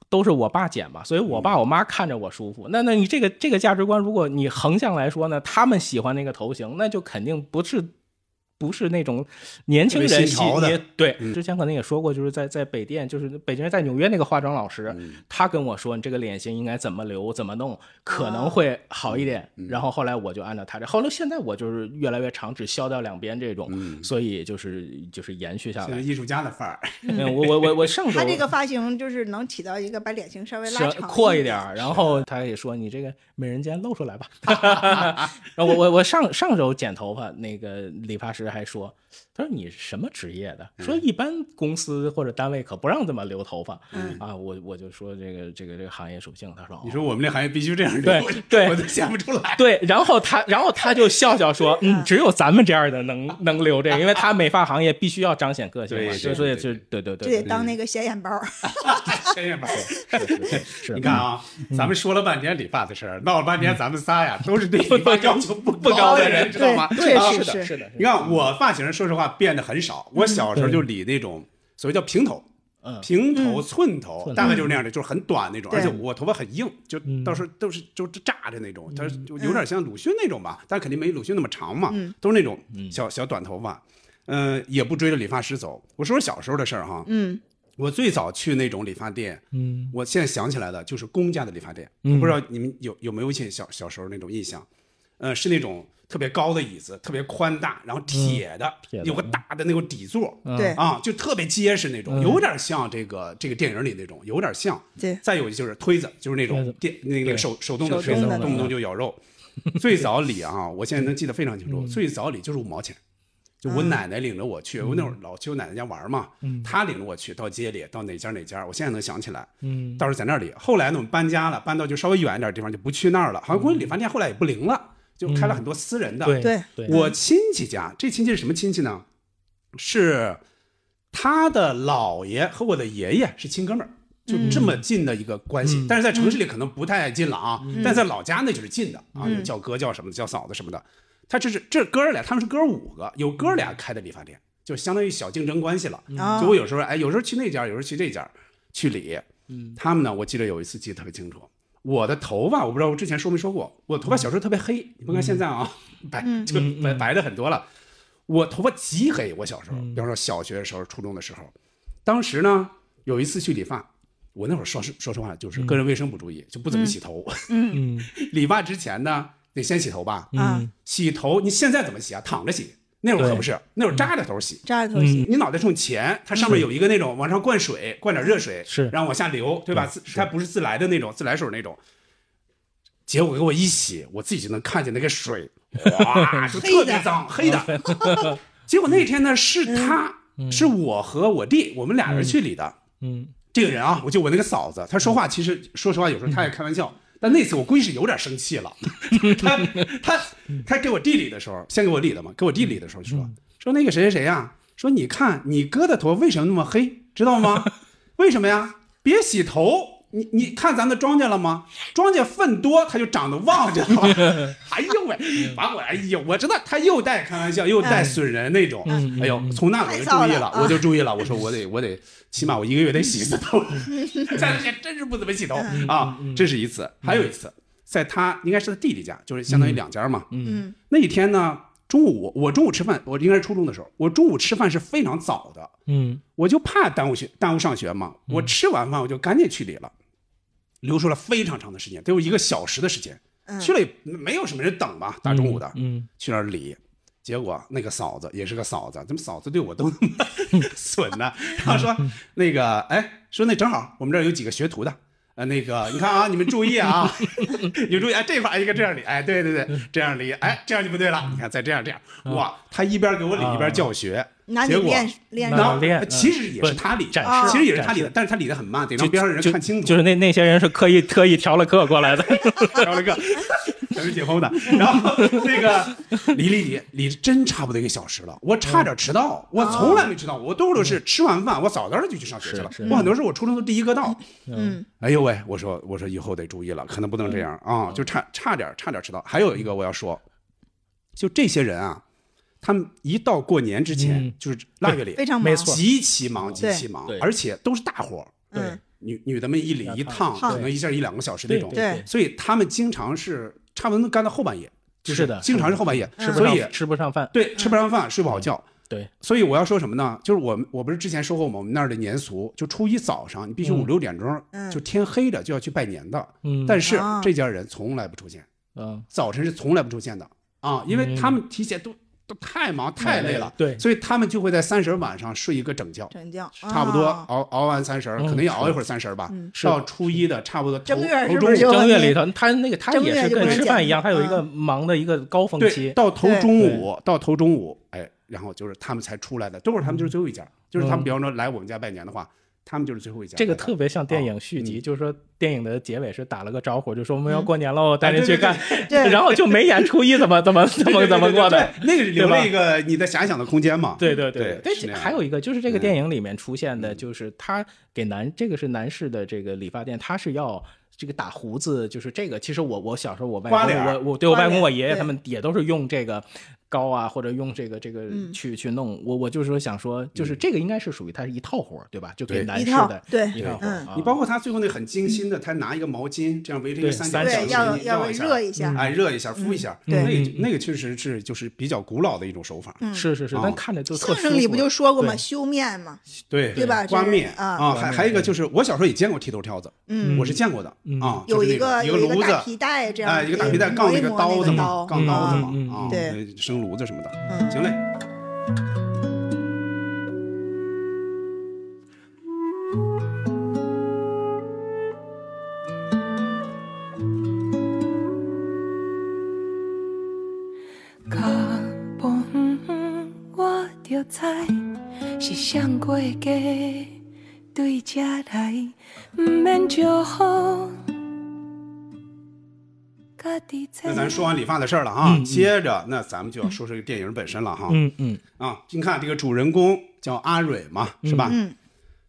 S7: 都是我爸剪嘛，所以我
S5: 嗯
S7: 爸我妈看着我舒服。那那你这个这个价值观，如果你横向来说呢，他们喜欢那个头型，那就肯定不是不是那种年轻
S5: 特别
S7: 人
S5: 新
S7: 喜
S5: 潮的嗯
S7: 你对，之前可能也说过，就是在在北电，就是北京人在纽约那个化妆老师，
S5: 嗯
S7: 他跟我说你这个脸型应该怎么留怎么
S5: 啊
S7: 弄，可能会好一点。
S5: 嗯
S7: 然后后来我就按照他这，后来现在我就是越来越长，只削掉两边这种，
S5: 嗯
S7: 所以就是就是延续下
S5: 像
S7: 来。
S5: 艺术家的范儿，
S7: 嗯，我我我我上周
S6: 他这个发型就是能起到一个把脸型稍微拉
S7: 是
S6: 长
S7: 阔一点儿，然后他也说你这个 美人尖露出来吧。然后我我我上上周剪头发，那个理发师师还说，他说你是什么职业的？
S5: 嗯
S7: 说一般公司或者单位可不让这么留头发、啊。我我就说这个这个这个行业属性，他说
S5: 嗯你
S7: 哦
S5: 说我们这行业必须这样
S7: 对
S5: 留
S7: 对
S5: 我都想不出来。
S7: 对，然后他，然后他就笑笑说：“嗯，只有咱们这样的能能留这个，因为他美发行业必须要彰显个性嘛，
S5: 对
S7: 就是所以
S5: 对
S7: 就对对
S6: 就得
S7: 对，
S6: 当那个显眼包。
S5: 深夜吧，
S7: 是
S5: 你看啊，咱们说了半天理发的事儿，闹了半天咱们仨呀都是对
S7: 不
S5: 理发
S7: 不
S5: 要求不
S7: 不
S5: 高
S7: 高
S5: 的
S7: 的
S5: 人，
S7: 人
S5: 知道吗？
S6: 对
S5: 啊
S7: 是
S6: 是
S7: 的，
S6: 是
S7: 是的，
S5: 你看我发型，说实话变得很少。我小时候就理那种所谓叫平头，
S7: 嗯
S5: 平头、寸头，
S7: 寸头
S5: 大概就是那样的，就是很短那种，
S6: 对
S5: 而且我头发很硬，就到时候都是就是炸的那种，它就有点像鲁迅那种吧，但肯定没鲁迅那么长嘛，都是那种小小短头发。嗯，也不追着理发师走。我说说小时候的事儿哈，
S6: 嗯，
S5: 我最早去那种理发店，
S7: 嗯，
S5: 我现在想起来的就是公家的理发店，我不知道你们有有没有一些小小时候那种印象，呃，是那种特别高的椅子，特别宽大，然后铁的，
S7: 嗯铁的嗯
S5: 有个大的那个底座，
S6: 对
S5: 啊，就特别结实那种，有点像这个这个电影里那种，有点像。
S6: 对
S5: 再有就是推子，就是那
S7: 推
S5: 种
S7: 子
S5: 电那个
S7: 对
S5: 手手动的
S6: 手
S5: 推
S6: 动
S5: 子，
S6: 的那
S5: 动不动
S7: 种
S5: 就咬肉。最早理啊， 我现在能记得非常清楚，最早理就是五毛钱。就我奶奶领着我去，我那会儿老去我奶奶家玩嘛，她领着我去到街里，到哪家哪家，我现在能想起来，
S7: 嗯，
S5: 倒是在那里。后来呢，我们搬家了，搬到就稍微远一点的地方，就不去那儿了。好像公园理发店后来也不灵了，就开了很多私人的。
S7: 对
S6: 对
S7: 对，嗯
S5: 我亲戚家，这亲戚是什么亲戚呢？是他的姥爷和我的爷爷是亲哥们儿，就这么近的一个关系。但是在城市里可能不太近了啊，但在老家那就是近的啊，有叫哥叫什么的，叫嫂子什么的。他这是这哥儿俩，他们是哥儿五个，有哥儿俩开的理发店，就相当于小竞争关系了。
S6: 啊
S5: 所以我有时候哎，有时候去那家，有时候去这家去理。他们呢，我记得有一次记得特别清楚，我的头发我不知道我之前说没说过，我头发小时候特别黑，你甭看现在啊，白就白白的很多了。我头发极黑，我小时候，比方说小学的时候、初中的时候，当时呢有一次去理发，我那会儿说实说实话就是个人卫生不注意，就不怎么洗头。
S7: 嗯
S5: 理发之前呢得先洗头吧，
S6: 啊，
S5: 洗头你现在怎么洗啊？躺着洗，那会儿可不是，那会儿扎着头洗。
S6: 这样头行。
S5: 你脑袋冲前，它上面有一个那种往上灌水，灌点热水，
S7: 是
S5: 然后往下流，对吧？自它嗯不是自来的那种自来水那种。结果给我一洗，我自己就能看见那个水， 哇，就特别脏，黑的。 嗯结果那天呢，是他，是我和我弟，我们俩人去理的。
S7: 嗯
S5: 这个人啊，我就我那个嫂子，她说话其实说实话，有时候她也开玩笑。但那次我估计是有点生气了，她她她给我弟理的时候，先给我理的嘛，给我弟理的时候就说说那个谁谁谁呀、说你看你哥的头为什么那么黑，知道吗？为什么呀？别洗头。你你看咱的庄稼了吗？庄稼粪多，它就长得旺，知道吗？哎呦喂，把我哎呦，我知道他又带开玩笑，又带损人那种。哎呦，从那我就注意
S6: 太臊
S5: 了
S6: 了，嗯
S5: 我就注意了。我说我得我得，起码我一个月得洗一次头。 家里 面真是不怎么洗头
S6: 嗯
S5: 啊，这是一次，还有一次，在他应该是他弟弟家，就是相当于两家嘛。
S6: 嗯，
S5: 那一天呢，中午我我中午吃饭，我应该是初中的时候，我中午吃饭是非常早的，
S7: 嗯
S5: 我就怕耽误学耽误上学嘛，我
S6: 嗯
S5: 吃完饭我就赶紧去理了，留出了非常长的时间，得有一个小时的时间，
S6: 嗯
S5: 去了也没有什么人等吧，大中午的，
S7: 嗯，
S5: 去那儿理。结果那个嫂子也是个嫂子，怎么嫂子对我都 那么损呢？然后说那个，哎，说那正好我们这儿有几个学徒的，呃，那个你看啊，你们注意啊， 你们注意，哎，这把应该这样理，哎，对对对，这样理，哎，这样就不对了，你看再这样这样，
S7: 嗯
S5: 哇，他一边给我理一边教学，
S6: 那嗯你
S5: 结果嗯
S6: 练练
S7: 那
S5: 然
S6: 上
S5: 后
S7: 练嗯
S5: 其实也
S7: 不
S5: 是
S7: 是
S5: 他理，
S7: 展
S6: 示
S5: 其实也是他
S7: 展
S5: 理
S7: 示
S5: 的，但是他理的很慢，得让
S7: 就
S5: 边上的
S7: 就
S5: 人看清楚，
S7: 就是那那些人是刻意特意挑了课过来的，
S5: 挑了个等着解封的，然后那 个离离离离真差不多一个小时了，我差点迟到，
S7: 嗯
S5: 我从来没迟到，我多数都是吃完饭我早早的就去上学去了
S7: 啊是是，嗯
S5: 我很多时候我初中都第一个到，嗯，哎呦喂，我说我说以后得注意了，可能不能这样
S7: 嗯
S5: 啊，就差差点差点迟到。还有一个我要说，就这些人啊，他们一到过年之前
S7: 嗯
S5: 就是腊月里
S6: 非常忙
S7: 没错
S5: 极其忙极
S6: 对
S5: 其忙
S7: 对，
S5: 而且都是大活儿
S6: 嗯，
S5: 女女的们一理一趟，
S6: 烫
S5: 可能一下一两个小时那
S7: 对
S5: 种，
S6: 对
S5: 所以他们经常是差不多能干到后半夜，就是
S7: 的嗯
S5: 经常是后半夜，
S7: 吃不
S5: 所以
S7: 上吃不上饭，
S5: 对吃不
S6: 嗯
S5: 上饭，睡不好觉。
S7: 对，
S5: 所以我要说什么呢？就是我们我不是之前说过吗？我们那儿的年俗，就初一早上你必须
S7: 嗯
S5: 五六点钟、
S6: 嗯
S5: 就天黑着就要去拜年的，
S7: 嗯
S5: 但是
S6: 啊
S5: 这家人从来不出现，
S7: 嗯
S5: 早晨是从来不出现的啊，因为他们提前都、都太忙太累了，
S7: 对
S5: 所以他们就会在三十晚上睡一个整觉，
S6: 整觉，
S5: 差不多
S6: 啊
S5: 熬熬完三十儿，
S7: 嗯
S5: 可能也熬一会儿三十儿吧。
S7: 是
S5: 到初一的差不多头
S6: 嗯正月
S5: 头
S6: 是不
S5: 中
S6: 是
S5: 午
S6: 就
S7: 正月里头，他那个他
S6: 正
S7: 也
S6: 月
S7: 是
S6: 就不
S7: 跟
S6: 能
S7: 吃
S6: 减
S7: 饭一样，
S6: 肥
S7: 他有一
S6: 嗯
S7: 个忙的一个高峰
S5: 对
S7: 期，
S5: 到头
S6: 对
S5: 中午到头中午，哎，然后就是他们才出来的，都是他们就是最后一家，就是他们比方说来我们家拜年的话，他们就是最后一家拜
S7: 嗯这个
S5: 的。
S7: 特别像电影续集，就是说电影的结尾是打了个招呼，就说我们
S6: 嗯
S7: 要过年喽，带人去看，
S6: 对
S7: 然后就没演初一怎么怎么怎么怎么过的。
S5: 对？那个留
S7: 对吧
S5: 了一个你的遐想的空间嘛。
S7: 对对
S5: 对
S7: 对，
S5: 是那
S7: 但
S5: 样
S7: 还有一个就是这个电影里面出现的，就是他给男这个是男士的这个理发店，他是要这个打胡子，就是这个。其实我我小时候我外
S5: 刮脸
S7: 公
S5: 儿
S7: 我我对我
S6: 刮
S7: 外公
S6: 脸
S7: 我爷爷
S6: 对
S7: 他们也都是用这个膏啊，或者用这个这个去去弄。我我就是说想说，就是这个应该是属于它是一套活儿，对吧？就给
S5: 对
S7: 男
S6: 一
S7: 士
S6: 套
S7: 的
S6: 对
S7: 一套活儿
S6: 嗯
S7: 啊。
S5: 你包括他最后那很精心的，他拿一个毛巾这样围着一个
S7: 对
S5: 三
S7: 三角
S5: 角形
S6: 对，
S7: 形
S5: 的
S6: 要
S5: 东西
S6: 要
S5: 绕一下
S6: 热一下，嗯
S5: 哎，热一下，敷一下，
S6: 对
S5: 那个那个确实是就是比较古老的一种手
S6: 嗯
S5: 法，
S7: 是是是
S5: 啊，
S7: 但看着就特
S6: 相
S7: 舒
S6: 声里不
S7: 服
S6: 就说过吗？
S7: 对
S6: 修面嘛，
S5: 对
S6: 对吧
S5: 刮
S6: 就是
S5: 面
S6: 啊
S5: 还还有一个就是我小时候也见过剃头挑子，嗯，我是见过的啊，就
S6: 有
S5: 是
S6: 一
S5: 那
S6: 个
S5: 种一
S6: 有
S5: 炉
S6: 大
S5: 子
S6: 皮。带这样，
S5: 哎，一个大皮带
S6: 可以
S5: 杠
S6: 磨一
S5: 个
S6: 磨
S5: 刀
S6: 那
S5: 子
S6: 个
S5: 嘛，
S6: 刀
S5: 杠刀子嘛
S7: 嗯嗯，
S5: 啊嗯
S6: 嗯，对，
S5: 生炉子什么的，行嘞。
S4: 甲无远远，我就知是谁过家对这来，毋免招呼。家己
S5: 那
S4: 在。
S5: 咱说完理发的事儿了啊，接着那咱们就要说这个电影本身了哈。
S7: 嗯嗯，
S5: 啊，你看这个主人公叫阿蕊嘛，是吧？
S6: 嗯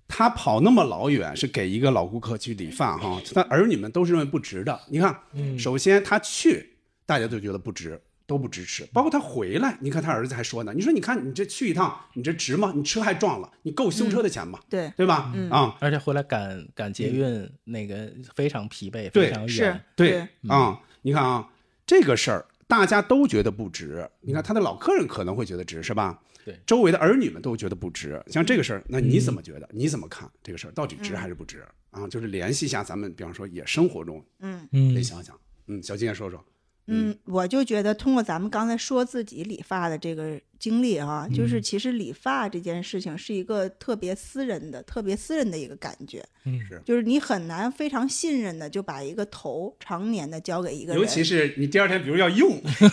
S5: 他跑那么老远是给一个老顾客去理发哈，他儿女们都是认为不值的。你看，首先他去，大家都觉得不值，都不支持。包括他回来，你看他儿子还说呢，你说你看你这去一趟，你这值吗？你车还撞了，你够修车的钱吗？
S6: 对，
S5: 对吧？
S6: 嗯
S5: 啊，
S7: 而且回来赶赶捷运，那个非常疲惫，
S5: 对
S7: 非常
S6: 是
S7: 远。
S5: 对啊、你看啊，这个事儿大家都觉得不值。你看他的老客人可能会觉得值，是吧？
S7: 对
S5: 周围的儿女们都觉得不值。像这个事儿，那你怎么
S7: 嗯
S5: 觉得？你怎么看这个事儿到底值还是不值？啊，就是联系一下咱们，比方说也生活中
S6: 嗯
S5: 得
S7: 嗯
S5: 想想。嗯，小金也说说，
S6: 嗯，我就觉得通过咱们刚才说自己理发的这个经历哈、就是其实理发这件事情是一个特别私人的、特别私人的一个感觉，
S5: 是
S6: 就是你很难非常信任的就把一个头常年的交给一个人，
S5: 尤其是你第二天，比如 要用，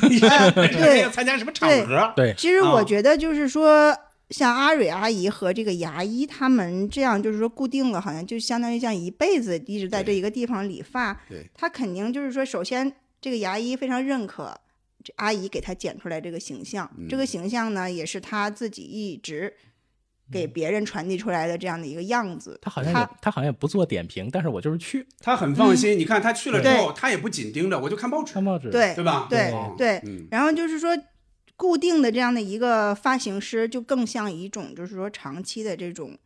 S5: 你 要要参加什么场合，
S7: 对，
S6: 其实我
S5: 啊
S6: 觉得就是说，像阿蕊阿姨和这个牙医他们这样，就是说固定了，好像就相当于像一辈子一直在这一个地方理发。
S5: 对
S6: 他肯定就是说，首先这个牙医非常认可这阿姨给他剪出来这个形象，这个形象呢也是他自己一直给别人传递出来的这样的一个样子。
S7: 他好像也他好像也不做点评，但是我就是去
S5: 他很放
S7: 嗯
S5: 心。你看他去了之
S6: 对
S5: 后，他也不紧盯着，我就看报纸
S7: 看，报纸，
S6: 对
S5: 对吧？
S6: 对
S5: 哦
S6: 对
S5: 嗯，
S6: 然后就是说，固定的这样的一个发型师，就更像一种就是说长期的这种，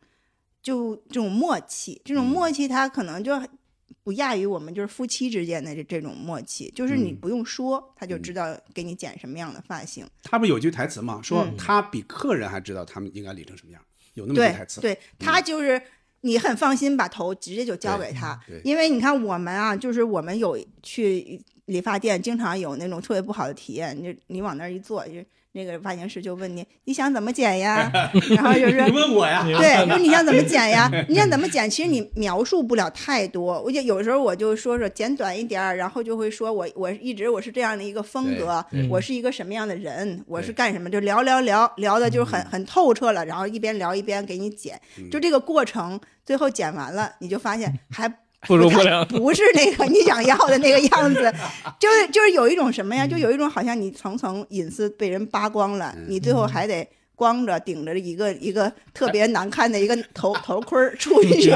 S6: 就这种默契，这种默契它可能就不亚于我们就是夫妻之间的这这种默契，就是你不用说，他就知道给你剪什么样的发型。
S5: 他不有句台词吗？说
S6: 嗯
S5: 他比客人还知道他们应该理成什么样，有那么句
S6: 对
S5: 台词。嗯
S6: 对，他就是你很放心把头直接就交给他
S5: 对对，
S6: 因为你看我们啊，就是我们有去理发店，经常有那种特别不好的体验，你就你往那儿一坐，就那个发型师就问你你想怎么剪呀，然后就是。
S5: 你问我呀，
S6: 对，就是你想怎么剪呀？你想怎么剪？其实你描述不了太多。我就有时候我就说说剪短一点儿，然后就会说我我一直我是这样的一个风格，我是一个什么样的人，我是干什么，就聊聊聊聊的就很很透彻了，然后一边聊一边给你剪，就这个过程，最后剪完了你就发现还。
S7: 不如不
S6: 太
S7: 了
S6: 不是那个你想要的那个 样子，就是就是有一种什么呀，就
S7: 嗯
S6: 有一种好像你层层隐私被人扒光了，你最后
S7: 嗯
S6: 还得光着顶着一个一个特别难看的一个 头头盔儿出
S7: 嗯
S6: 去，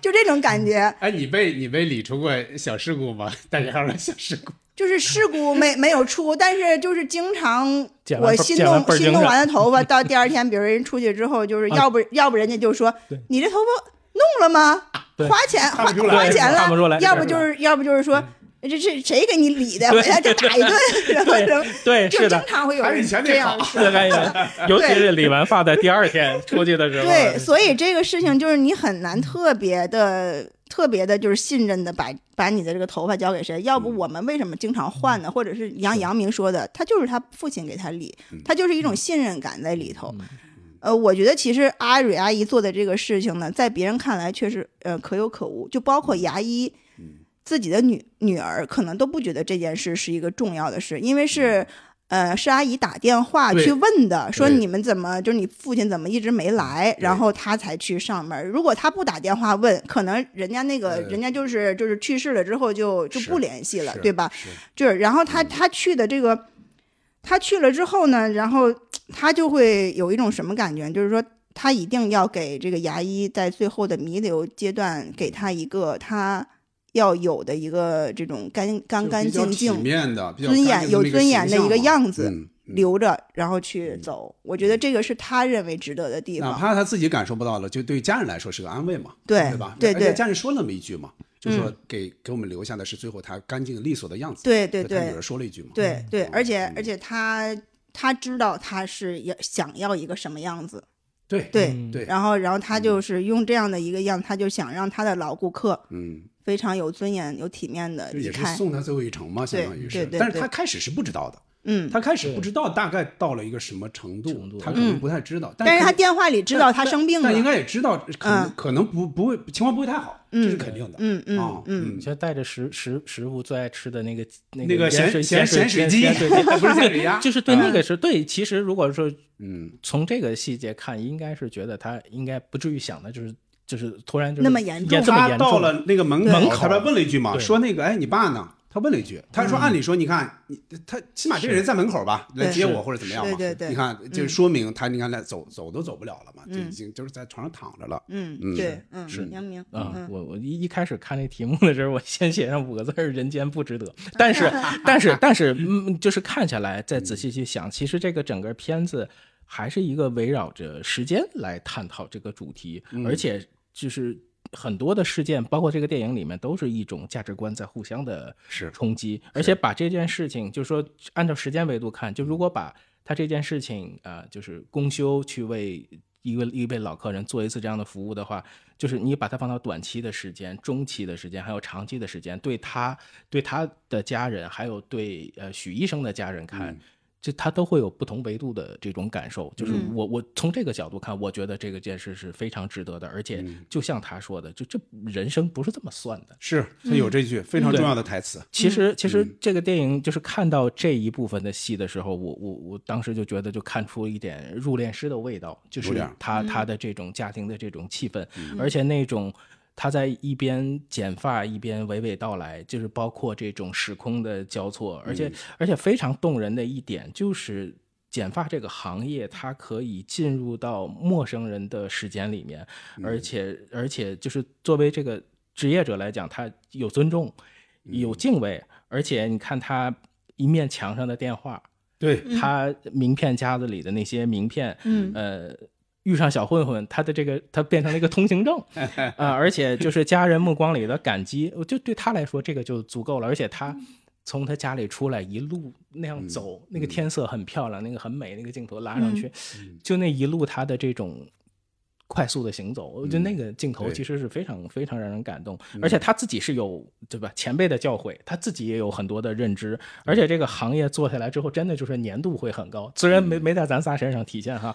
S6: 就这种感觉，
S5: 哎，你被你被理出过小事故吗？ 大家要说小事故，
S6: 就是事故没没有出，但是就是经常
S7: 剪完
S6: 我
S7: 倍儿
S6: 心
S7: 剪完倍
S6: 动
S7: 儿
S6: 心
S7: 精
S6: 动
S7: 神啊
S6: 完了 头发，到第二天，比如人出去之后，就是要不要不人家就说你这头发弄了吗？
S7: 对
S6: 花钱花
S5: 看不出来
S6: 花钱
S7: 看不出
S6: 了
S7: 来，
S6: 要不就是要不就是说。这是谁给你理的？回家就打一 顿，然后什么？
S7: 嗯对
S6: 就是
S7: 的
S6: 经常会有
S5: 还是
S6: 人
S5: 以前那
S6: 啊这样
S5: 好
S6: 说
S7: 这个 概念，尤其是理完发的第二天出去的时候，
S6: 对，所以这个事情就是你很难特别的、特别的，就是信任的把把你的这个头发交给谁。要
S7: 嗯
S6: 不我们为什么经常换呢？或者是杨阳明说的，他就是他父亲给他理，
S7: 嗯
S6: 他就是一种信任感在里头。
S5: 嗯
S6: 呃，我觉得其实阿蕊阿姨做的这个事情呢，在别人看来确实呃可有可无，就包
S5: 嗯
S6: 括牙医。自己的女女儿可能都不觉得这件事是一个重要的事，因为是，呃，是阿姨打电话
S5: 嗯对
S6: 去问的，说
S5: 对
S6: 你们怎么就是你父亲怎么一直没来，然后他才去上门。如果他不打电话问，可能人家那个
S5: 呃
S6: 人家就是就是去世了之后就就是不联系了
S5: 是，
S6: 对吧？
S5: 是
S6: 就是然后
S5: 嗯
S6: 他他去的这个，他去了之后呢，然后他就会有一种什么感觉，就是说他一定要给这个牙医在最后的弥留阶段给他一个他要有的一个这种干干干净
S5: 比较体
S6: 净、
S5: 面的、比较
S6: 尊
S5: 干净
S6: 严有
S5: 这么
S6: 尊严的
S5: 形
S6: 一个
S5: 象嘛
S6: 样子。
S5: 嗯嗯
S6: 留着，然后去走，我觉得这个是他认为值得的地
S5: 哪
S6: 方。
S5: 怕他自己感受不到了，就对家人来说是个安慰嘛，
S6: 对
S5: 对吧？
S6: 对嗯
S5: 而且
S6: 对
S5: 家人说了那么一句嘛，就说给给我们留下的是最后他干净利索的样子。
S6: 对对
S5: 就他女
S6: 对
S5: 儿说了一句嘛，
S6: 对对，而且
S5: 嗯
S6: 而且他他知道他是要想要一个什么样子，
S5: 对
S6: 对，
S5: 对，嗯
S6: 然后，然后他就是用这样的一个样，他就想让他的老顾客
S5: 嗯，
S6: 非常有尊严、有体面的
S5: 就
S6: 离
S5: 也是
S6: 开。
S5: 送他最后一程嘛，相
S6: 对
S5: 当于
S6: 对
S5: 是。
S6: 对
S5: 但是
S6: 对
S5: 他开始是不知道的，
S6: 嗯，
S5: 他开始不知道大概到了一个什么程
S7: 程
S5: 度
S7: 度，
S5: 他可能不太知道，
S6: 嗯但是
S5: 可
S6: 他
S5: 能
S6: 电话里知道他生病了
S5: 但。应该也知道，可能
S6: 嗯
S5: 可能不不会情况不会太好，这是
S6: 嗯
S5: 肯定的。
S6: 嗯
S5: 啊
S6: 嗯嗯，
S5: 嗯
S7: 你，像带着食食食物最爱吃的那个那
S5: 那个
S7: 盐
S5: 咸
S7: 水
S5: 咸
S7: 水
S5: 咸水鸡
S7: 咸水
S5: 不是咸水鸭
S7: 就是对那个是对。其实如果说
S5: 嗯，
S7: 从这个细节看，应该是觉得他应该不至于想的就是就是突然就是
S6: 那么严重
S7: 也这么
S5: 他
S7: 严
S5: 到
S7: 重
S5: 了那个门
S7: 门
S5: 口，
S7: 口
S5: 他不是问了一句嘛，
S7: 对
S5: 说那个哎，你爸呢？他问了一句，他说按理说你看你他起码这个人在门口吧，来接我或者怎么样嘛，
S6: 嗯对对对嗯
S5: 你看就说明他你看来走走都走不了了嘛，就已经就是在床上躺着了，
S6: 嗯
S5: 嗯
S6: 对，嗯，杨明，
S7: 啊、
S6: 嗯，
S7: 我我一一开始看这题目的时候，我先写上五个字儿“人间不值得”，但是但是但是，嗯，就是看下来，再仔细去想，其实这个整个片子还是一个围绕着时间来探讨这个主题，
S5: 嗯
S7: 而且就是。很多的事件，包括这个电影里面，都是一种价值观在互相的
S5: 是
S7: 冲击，而且把这件事情，就是说按照时间维度看，就如果把他这件事情，呃，就是公休去为一位一位老客人做一次这样的服务的话，就是你把它放到短期的时间、中期的时间，还有长期的时间，对他、对他的家人，还有对呃许医生的家人看。这他都会有不同维度的这种感受，就是我我从这个角度看，我觉得这个件事是非常值得的，而且就像他说的，就这人生不是这么算的，
S5: 是他
S6: 嗯
S5: 有这句非
S7: 嗯
S5: 常重要的台词，
S7: 其实，其
S5: 嗯
S7: 实这个电影就是看到这一部分的戏的时候，我我我当时就觉得就看出一点入殓师的味道，就
S5: 有
S7: 是
S5: 点儿嗯
S7: 他他的这种家庭的这种气氛，而且那种他在一边剪发一边娓娓道来，就是包括这种时空的交错，而
S5: 嗯
S7: 且而且非常动人的一点就是。剪发这个行业，它可以进入到陌生人的时间里面，而且而且就是作为这个职业者来讲，他有尊重，有敬畏，而且你看他一面墙上的电话，
S5: 对
S7: 他名片夹子里的那些名片，
S6: 嗯
S7: 呃，遇上小混混，他的这个他变成了一个通行证，啊、而且就是家人目光里的感激，我就对他来说这个就足够了，而且他。从他家里出来，一路那样走，那个天色很漂亮，那个很美，那个镜头拉上去，就那一路他的这种快速的行走，我觉得那个镜头
S5: 对
S7: 其实是非常非常让人感动，而且他自己是有对吧前辈的教诲，他自己也有很多的认知，而且这个行业做下来之后，真的就是粘度会很高，虽然没
S5: 嗯
S7: 没在咱仨身上体现 哈，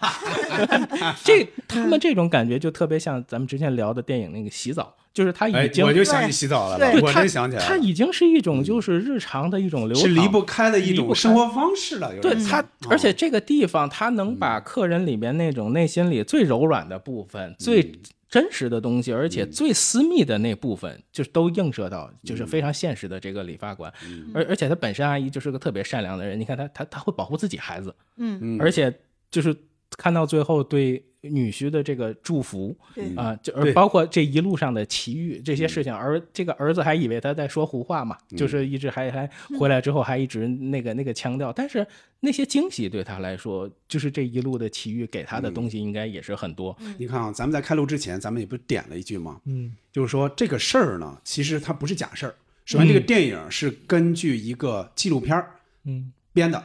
S7: 这他们这种感觉就特别像咱们之前聊的电影那个洗澡，就是他
S5: 哎
S7: 已，经
S5: 我就想起洗澡来
S7: 对
S5: 了，我
S7: 他
S5: 真想起来
S7: 他
S5: 了，嗯
S7: 已经是一种就是日常的一种流
S5: 是离
S7: 淌
S5: 不开的一
S7: 离不
S5: 种
S7: 开
S5: 生活方式了，有
S7: 对
S5: 点
S7: 他
S5: 像，
S7: 而且这个地方他能把客人里面那种内心里最柔软的部分、最真实的东西，而且最私密的那部分，就是都映射到，就是非常现实的这个理发馆。而而且他本身阿姨就是个特别善良的人，你看他他他会保护自己孩子，
S6: 嗯，
S7: 而且就是看到最后对女婿的这个祝福，
S5: 嗯
S6: 对嗯
S7: 啊，就
S5: 对嗯
S7: 而包括这一路上的奇遇这些事情，而这个儿子还以为他在说胡话嘛，就是一直还还回来之后还一直那个那个腔调，但是那些惊喜对他来说，就是这一路的奇遇给他的
S5: 嗯
S7: 东西应该也是很多，
S5: 你看啊，咱们在开录之前，咱们也不是点了一句吗？
S7: 嗯，
S5: 就是说这个事儿呢，其实它不是假事儿。首先，这个电影是根据一个纪录片儿
S7: 嗯，
S5: 编的。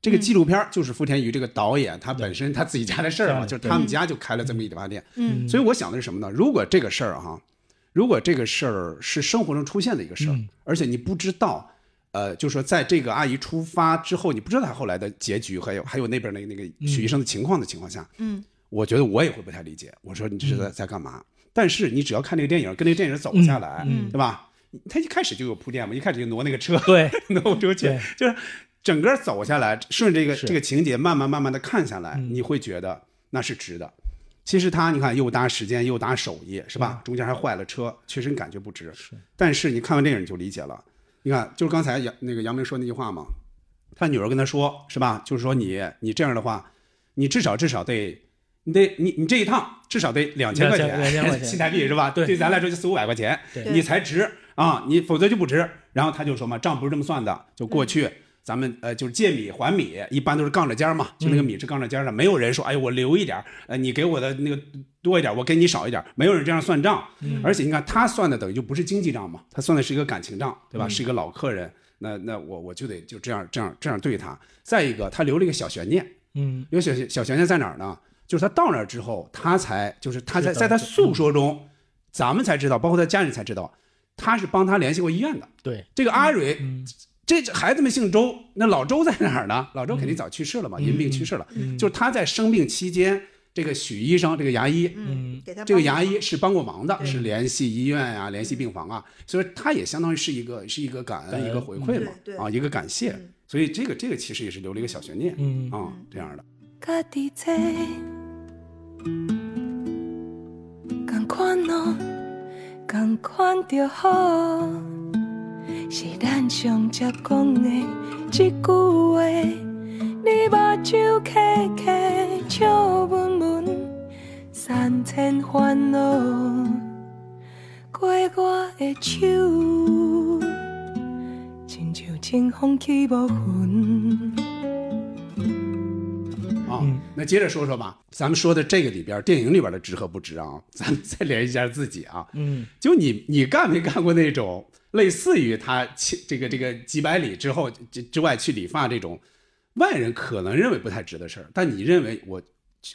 S5: 这个
S6: 嗯
S5: 纪录片儿就是福田瑜这个导演他本身他自己家的事儿嘛，
S7: 对
S5: 就是他们家就开了这么一理发店。
S6: 嗯，
S5: 所以我想的是什么呢？如果这个事儿哈，如果这个事儿是生活中出现的一个事儿，而且你不知道，呃，就是说在这个阿姨出发之后，你不知道她后来的结局，还有还有那边那个那个许医生的情况的情况下，
S6: 嗯，
S5: 我觉得我也会不太理解。我说你这是在在干嘛？但是你只要看这个电影，跟这个电影走下
S6: 嗯
S5: 来，对吧？他一开始就有铺垫嘛，一开始就挪那个车，
S7: 对，
S5: 挪出去
S7: 对，
S5: 就是。整个走下来，顺着这个
S7: 是嗯
S5: 这个情节慢慢慢慢的看下来，你会觉得那是值的。其实他你看又搭时间又搭手艺是
S7: 嗯
S5: 吧？中间还坏了车，确实感觉不值。但是你看完电影你就理解了。你看，就是刚才杨那个杨明说那句话嘛，他女儿跟他说是吧？就是说你你这样的话，你至少至少得你得你你这一趟至少得两千块钱，
S7: 2000 2000块钱
S5: 新台币是吧？
S7: 对
S5: 对咱来说就四五百块钱，你才值啊，你否则就不值。然后他就说嘛，账不是这么算的，就过去。咱们呃就是借米还米，一般都是杠着尖儿嘛，就那个米是杠着尖儿的，没有人说哎我留一点儿，呃你给我的那个多一点儿，我给你少一点儿，没有人这样算账。
S7: 嗯
S5: 而且你看他算的等于就不是经济账嘛，他算的是一个感情账，对吧？
S7: 嗯
S5: 是一个老客人，那那我我就得就这样这样这样对他。再一个，他留了一个小悬念，
S7: 嗯，
S5: 有小小悬念在哪儿呢？就是他到那儿之后，他才就是他
S7: 知
S5: 在
S7: 道
S5: 在他诉说中，咱们才知道，包括他家人才知道，他是帮他联系过医院的。
S7: 对，
S5: 这个阿蕊，
S7: 嗯
S5: 这这孩子们姓周，那老周在哪儿呢？老周肯定早去世了
S7: 嗯
S5: 嘛，因病去世了。就是他在生病期间，这个许医生，这个牙医，
S6: 嗯，给他
S5: 这个
S6: 帮
S5: 牙
S6: 忙
S5: 医是帮过忙的，是联系医院啊，联系
S6: 嗯
S5: 病房啊，所以他也相当于是一个是一个感
S7: 感
S5: 恩，
S7: 恩
S5: 一个回馈嘛
S6: 对，对
S5: 啊，一个感谢
S6: 嗯。
S5: 所以这个这个其实也是留了一个小悬念，
S7: 嗯
S5: 啊，这样的。
S4: 家己坐，共款咯，共款就好。是咱上接讲的一句话，你目睭开开，笑文文，三千烦恼过我的手，亲像清风起无云。
S5: 啊、
S7: 嗯
S5: 那接着说说吧，咱们说的这个里边，电影里边的值和不值啊， 咱们再联系一下自己啊。
S7: 嗯，
S5: 就你你干没干过那种类似于他去这个这个几百里之后之之外去理发这种，外人可能认为不太值的事儿，但你认为我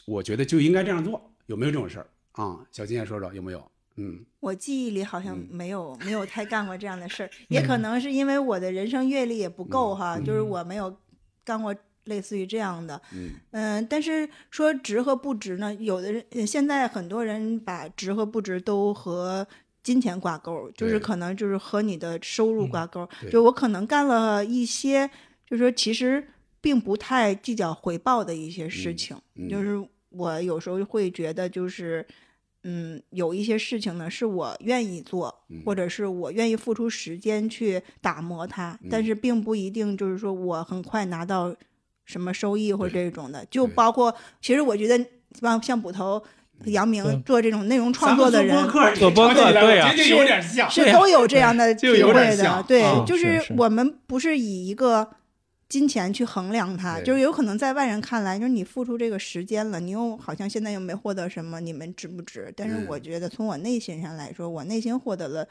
S5: 我觉得就应该这样做，有没有这种事儿啊？小金也说说有没有？嗯，
S6: 我记忆里好像没有、没有太干过这样的 事儿，也
S5: 嗯
S6: 可能是因为我的人生阅历也不够哈，就是我没有干过类似于这样的。
S5: 嗯
S6: 但是说值和不值呢，有的人呃现在很多人把值和不值都和。金钱挂钩，就是
S5: 对嗯
S6: 可能就是和你的收入挂钩。
S5: 对
S6: 就我可能干了一些，就是说其实并不太计较回报的一些事
S5: 嗯
S6: 情。
S5: 嗯
S6: 就是我有时候会觉得，就是嗯，有一些事情呢是我愿意做，
S5: 嗯
S6: 或者是我愿意付出时间去打磨它，
S5: 嗯
S6: 但是并不一定就是说我很快拿到什么收益或者这种的。就
S5: 对嗯
S6: 包括，其实我觉得像像捕头、杨明做这种内容创作的人，
S5: 客
S7: 做播客对啊
S5: 这就有点像，
S6: 是都有这样的体
S5: 就有点
S6: 会的
S5: 像，
S6: 对
S5: 啊，
S6: 就是
S7: 是是
S6: 我们不是以一个金钱去衡量它，
S5: 对
S6: 就是有可能在外人看来，就是你付出这个时间了，你又好像现在又没获得什么，你们值不值？但是
S5: 嗯
S6: 我觉得从我内心上来说，我内心获得了。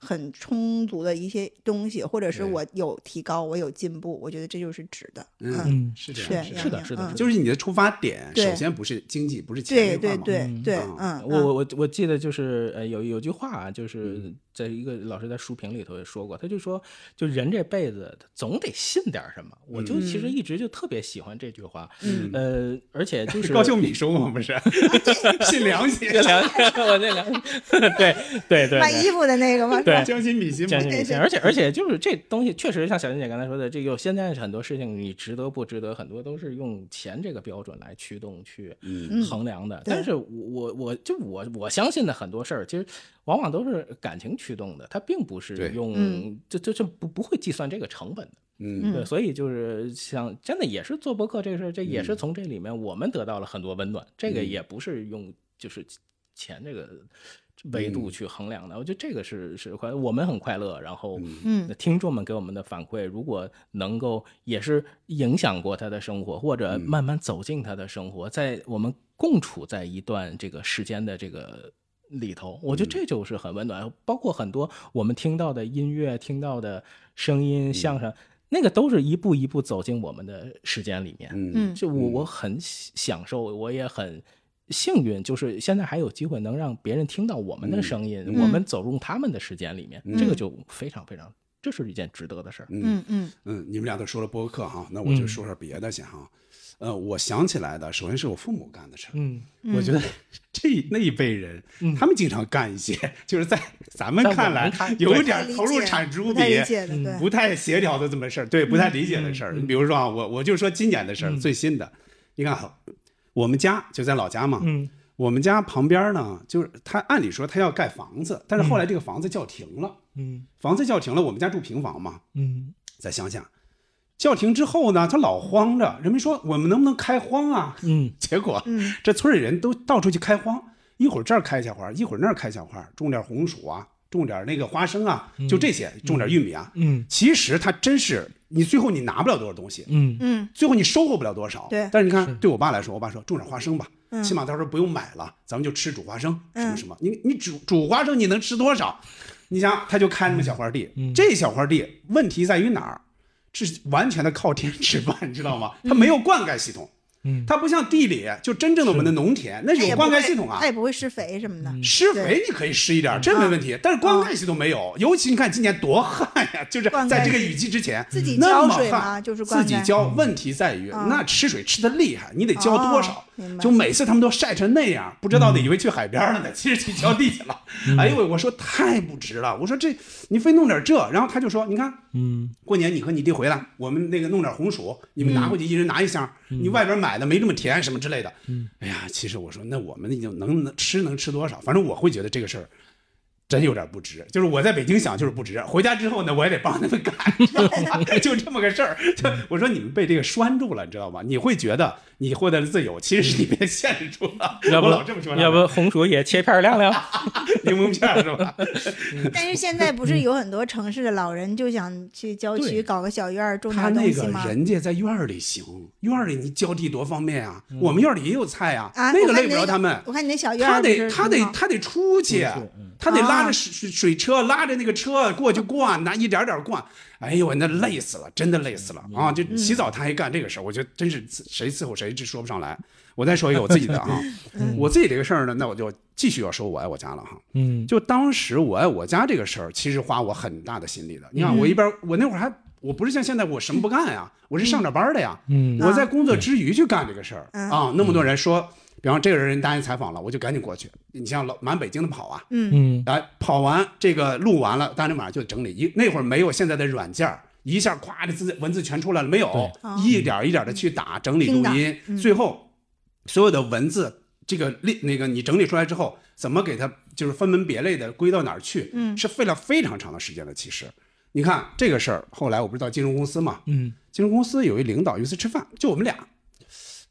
S6: 很充足的一些东西，或者是
S5: 对
S6: 我有提高，我有进步，我觉得这就是值的。
S5: 嗯，
S7: 嗯，
S5: 是这
S6: 对
S5: 样，，
S7: 是的
S6: 杨
S7: 是
S6: 明
S7: 的
S6: 嗯
S5: 就是你的出发点
S6: 对
S5: 首先不是经济，不是
S6: 对
S5: 钱这块
S6: 对
S5: 嘛
S6: 对对，
S5: 嗯
S6: 嗯，
S7: 我我我我记得就是呃有有句话啊，
S5: 嗯
S7: 就是在一个老师在书评里头也说过，他就说就人这辈子他总得信点儿什么，我就其
S5: 嗯
S7: 实一直就特别喜欢这句话，
S6: 嗯
S7: 呃，而且就是
S5: 高秀敏说嘛，不 是 信良心，
S7: 这两我这两 对对对
S6: 卖
S7: 对
S6: 衣服的那个吗？
S7: 对
S5: 将心比心嘛
S7: 坚。
S5: 哎
S7: 持你
S6: 对
S7: 信，而且而且就是这东西确实像小金姐刚才说的，这有现在很多事情你值得不值得，很多都是用钱这个标准来驱动去衡量
S6: 嗯
S7: 的。但是我我我就我我相信的很多事儿，其实往往都是感情驱动的，它并不
S5: 对
S7: 是用
S6: 嗯
S7: 这这这不不会计算这个成本的。
S5: 嗯
S7: 对，所以就是像真的也是做播客这个事儿，这也是
S5: 嗯
S7: 从这里面我们得到了很多温暖。这个也不是用就是钱这个
S5: 嗯
S7: 维度去衡量的，我觉得这个是是快，我们很快乐。然后，
S6: 嗯，
S7: 听众们给我们的反馈，如果能够也是影响过他的生活，或者慢慢走进他的生活，在我们共处在一段这个时间的这个里头，我觉得这就是很温暖。包括很多我们听到的音乐、听到的声音、相声，那个都是一步一步走进我们的时间里面。
S5: 嗯
S6: 嗯
S7: 就我我很喜享受，我也很幸运，就是现在还有机会能让别人听到我
S5: 嗯
S7: 们的声音，
S6: 嗯
S7: 我们走入他们的时间里面，这个就非常非常，这是一件值得的事儿。
S5: 嗯
S6: 嗯嗯
S5: 嗯，你们俩都说了播客哈，那我就说说别的先哈。呃，我想起来的，首先是我父母干的事儿。
S7: 嗯，
S5: 我觉得这一那一辈人，他们经常干一些， 就是嗯在咱们
S7: 在我
S5: 看
S7: 们
S5: 来
S7: 看
S5: 有
S7: 对
S5: 点投入产出
S6: 不
S5: 比
S6: 太理解的，
S7: 嗯
S6: 对，
S5: 不太协调的这么事儿，对，不太理解的事儿。你比如说啊，我我就说今年的事儿，最新的，你看好，我们家就在老家嘛，
S7: 嗯，
S5: 我们家旁边呢，就是他按理说他要盖房子，但是后来这个房子叫停了，
S7: 嗯
S5: 房子叫停了，我们家住平房嘛，
S7: 嗯
S5: 在乡下，叫停之后呢，他老慌着，人们说我们能不能开荒啊？
S7: 嗯
S5: 结果，这村里人都到处去开荒，一会儿这儿开一下花，一会儿那儿开一下花，种点红薯啊，种点那个花生啊，就这些，种点玉米啊。
S7: 嗯
S5: 其实他真是你最后你拿不了多少东西，
S7: 嗯
S6: 嗯，
S5: 最后你收获不了多少。
S6: 对
S5: 但是你看，对我爸来说，我爸说种点花生吧，起码到时候不用买了，咱们就吃煮花生，什么
S6: 嗯
S5: 什么。你你煮煮花生，你能吃多少？你想，他就开那么小块地，这小块地问题在于哪儿？是完全的靠天吃饭，你知道吗？它没有灌溉系统，
S7: 嗯
S5: 它不像地里就真正的我们的农田，那
S6: 它也
S5: 有
S6: 哎不
S5: 灌
S6: 会
S5: 溉系统啊嗯
S6: 它。也不会施肥什么的，
S5: 施肥你可以施一点儿，这没问题，但是
S6: 嗯
S5: 灌溉系统没有。尤其你看今年多旱呀，就是
S6: 灌溉
S5: 在这个雨季之前，
S6: 自己
S5: 那么
S6: 浇水吗
S5: 旱
S6: 就是灌
S5: 自
S6: 溉
S5: 己浇。问题在于那吃水吃的厉害，你得浇多少
S6: 哦明？白嗯
S5: 就每次他们都晒成那样，不知道的以为去海边了呢，其实去浇地去了。哎呦喂，我说太不值了，我说这你非弄点这，然后他就说，你看
S7: 嗯
S5: 过年你和你弟回来，我们那个弄点红薯，你们
S6: 嗯
S5: 拿回去一人拿一箱，你外边买的没这么甜什么之类的。哎呀，其实我说那我们已经能能吃能吃多少，反正我会觉得这个事儿。真有点不值，就是我在北京想就是不值，回家之后呢，我也得帮他们干，知道吗 就这么个事儿。就我说你们被这个拴住了，你知道吗？你会觉得你获得了自由，其实是你被限制住了。
S7: 要不
S5: 我老这么说他们，
S7: 要不红薯也切片儿 晾晾？
S6: 哦
S5: 柠檬片儿是吧？
S6: 但是现在不是有很多城市的老人就想去郊
S5: 嗯对
S6: 区搞个小院儿种
S5: 他
S6: 点
S5: 那
S6: 东西
S5: 个
S6: 吗？
S5: 人家在院儿里行，院儿里你浇地多方便啊！
S7: 嗯
S5: 我们院儿里也有菜啊，
S6: 啊，
S5: 那
S6: 我
S5: 个
S6: 看
S5: 累
S6: 你
S5: 不着
S6: 那
S5: 他们。
S6: 我看你那小院
S5: 他
S6: 儿不
S5: 得
S6: 是
S5: 他
S6: 挺
S5: 得
S6: 好啊
S5: 他得出去，啊嗯他得拉着水水水车，拉着那个车过去逛，拿一点点逛。哎呦，那累死了，真的累死了啊！
S6: 嗯
S5: 就洗澡他还干这个事儿，我觉得真是自谁伺候谁，这说不上来。我再说一个我自己的 啊，
S6: 嗯
S5: 我自己这个事儿呢，那我就继续要说我爱我家了哈。
S7: 嗯
S5: 就当时我爱我家这个事儿，其实花我很大的心力的。你看，
S6: 嗯
S5: 我一边我那会儿还我不是像现在我什么不干呀，我是上着班的呀。
S7: 嗯
S5: 我在工作之余去干这个事儿
S6: 嗯
S5: 啊，那么多人说，比方这个人答应采访了，我就赶紧过去。你像老满北京的跑啊，
S7: 嗯
S5: 哎，跑完这个录完了，当天晚上就整理。一那会儿没有现在的软件儿，一下咵这字文字全出来了，没有，一点儿一点的去打整理
S6: 拼
S5: 录
S6: 打
S5: 音，最后所有的文字这个列那个你整理出来之后，怎么给它就是分门别类的归到哪儿去，是费了非常长的时间的。其实你看这个事儿，后来我不是到金融公司嘛，
S7: 嗯
S5: 金融公司有一领导有一次吃饭，就我们俩。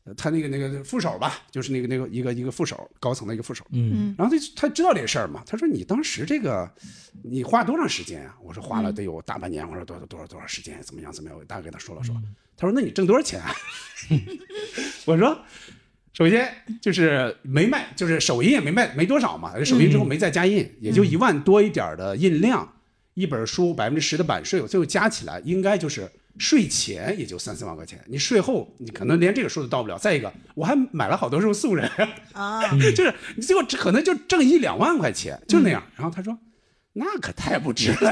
S5: 呃他那个那个副手吧，就是那个那个一个一个副手，高层的一个副手，
S7: 嗯
S5: 然后他就他知道这事儿嘛，他说你当时这个你花多长时间啊？我说花了得有大半年，我说多少多少多少时间，怎么样怎么样？我大概给他说了说，他说那你挣多少钱、啊？ 我说首先就是没卖，就是首印也没卖没多少嘛，首印之后没再加印，
S6: 嗯
S5: 也就一万多一点儿的印量，一本书百分之十的版税，最后加起来应该就是税前也就三四万块钱，你税后你可能连这个数都到不了。再一个，我还买了好多肉素人。
S6: 啊，
S5: 就是你最后只可能就挣一两万块钱，就那样。
S6: 嗯
S5: 然后他说。那可太不值 了！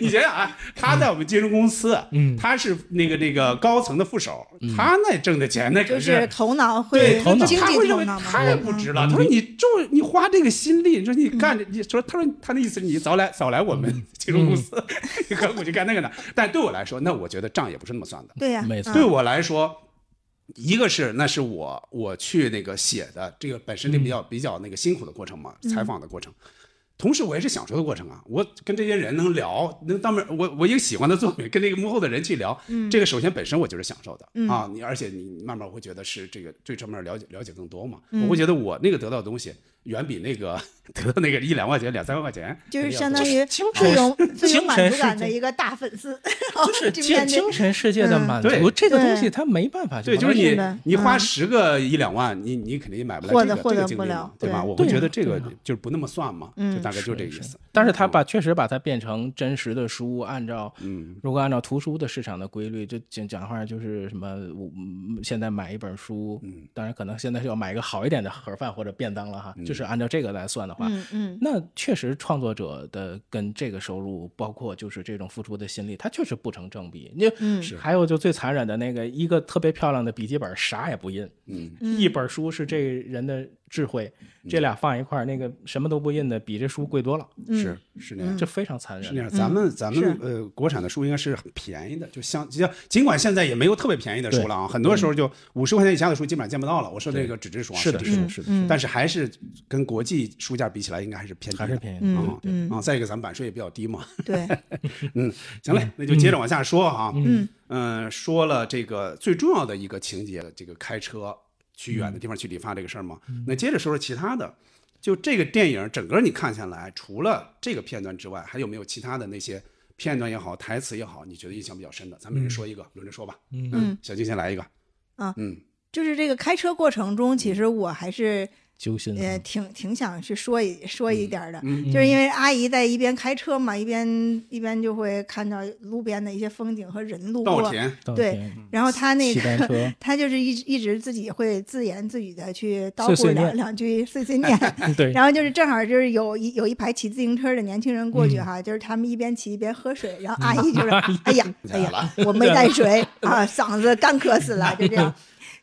S5: 你想想啊，他在我们金融公司，
S7: 嗯
S5: 他是那个那个高层的副手，他那挣的钱那可、
S6: 嗯就是是头脑
S5: 对
S6: 会
S7: 头脑
S6: 经
S5: 他
S6: 济
S5: 会认
S6: 头
S5: 为
S6: 脑嘛，
S5: 太不值了。
S6: 嗯
S5: 他说你就你花这个心力，你说你干，你说他说他那意思是你早来早来我
S6: 嗯
S5: 们金融公司， 你何苦去干那个呢？但对我来说，那我觉得账也不是那么算的。
S6: 对呀，嗯
S7: 没错
S5: 对我来说，一个是那是我我去那个写的这个本身
S7: 嗯
S5: 就比较、比较那个辛苦的过程嘛，
S6: 嗯
S5: 采访的过程。同时，我也是享受的过程啊！我跟这些人能聊，能当面我我一个喜欢的作品，跟那个幕后的人去聊，
S6: 嗯
S5: 这个首先本身我就是享受的、啊！你而且你慢慢会觉得是这个对这面了解了解更多嘛，
S6: 嗯
S5: 我会觉得我那个得到的东西远比那个 得到那个一两万块钱、两三万块钱
S6: 就是
S5: 肯定要
S6: 相
S5: 多
S6: 当于
S7: 精
S6: 最有最有
S7: 精神
S6: 满足
S7: 世
S6: 感的
S7: 界
S6: 一个大粉丝，然后
S7: 就是
S6: 这
S7: 精
S6: 边的
S7: 精神世界的满
S5: 嗯
S7: 足，
S5: 对
S7: 这个东西
S6: 对
S7: 它没办法去
S5: 对，就是
S7: 完全
S5: 你
S6: 的
S5: 你花
S6: 嗯
S5: 十个一两万，你你肯定也买不来
S6: 获
S5: 这
S6: 得
S5: 个
S6: 获
S5: 这个
S6: 得
S5: 经
S6: 不
S5: 历
S6: 了
S5: 嘛对吧？
S6: 对
S5: 我会觉
S7: 对
S5: 得
S7: 啊
S5: 这个
S7: 对啊
S5: 就是不那么算嘛，就大概就这个意思。
S7: 但是他把确实把它变成真实的书，按照
S5: 嗯
S7: 如果按照图书的市场的规律，就讲讲话就是什么，
S5: 嗯
S7: 我嗯现在买一本书，当然可能现在是要买一个好一点的盒饭或者便当了哈，就是按照这个来算的话，
S2: 嗯嗯，
S7: 那确实，创作者的跟这个收入，包括就是这种付出的心力，它确实不成正比。你
S2: 嗯
S5: 是
S7: 还有就最残忍的那个，一个特别漂亮的笔记本，啥也不印，
S5: 嗯，
S7: 一本书是这人的智慧，这俩放一块儿，那个什么都不印的，比这书贵多了，
S5: 是是那样。
S7: 这非常残
S5: 是那
S7: 忍。
S5: 样，咱们咱们呃，国产的书应该是很便宜的，就像像尽管现在也没有特别便宜的书了啊，很多时候就五十块钱以下的书基本上见不到了。我说这个纸质书啊，
S7: 是的，
S5: 纸
S7: 是
S5: 质
S7: 的，
S5: 书，
S7: 是的，
S2: 嗯
S5: 但是还是跟国际书价比起来，应该还是偏低的，
S7: 还是便宜的。
S5: 啊
S2: 嗯嗯
S5: 啊！再一个，咱们版税也比较低嘛。
S6: 对，
S5: 嗯，行嘞，那就接着往下说啊。嗯说了这个最重要的一个情节，这个开车去远的地方去理发这个事儿嘛。那接着说说其他的，就这个电影整个你看下来，除了这个片段之外，还有没有其他的那些片段也好、台词也好，你觉得印象比较深的？咱们每人说一个，轮着说吧。嗯，小金先来一个。
S6: 啊
S5: 嗯，
S6: 就是这个开车过程中，其实我还是
S7: 揪心啊。
S6: 呃挺挺想去说一说一点儿的，
S5: 嗯
S6: 就是因为阿姨在一边开车嘛，一边一边就会看到路边的一些风景和人路
S5: 稻
S6: 过，
S5: 田，
S7: 稻
S6: 对
S7: 田，
S6: 然后她那
S7: 骑单
S6: 个
S7: 车
S6: 她就是一直一直自己会自言自语的去叨
S7: 碎
S6: 咕
S7: 碎
S6: 两
S7: 念
S6: 两句碎碎念，
S7: 对
S6: 然后就是正好就是有一有一排骑自行车的年轻人过
S5: 嗯
S6: 去哈，就是他们一边骑一边喝水，然后阿姨就是哎呀哎呀，我没带 水啊，嗓子干渴死了，就这样。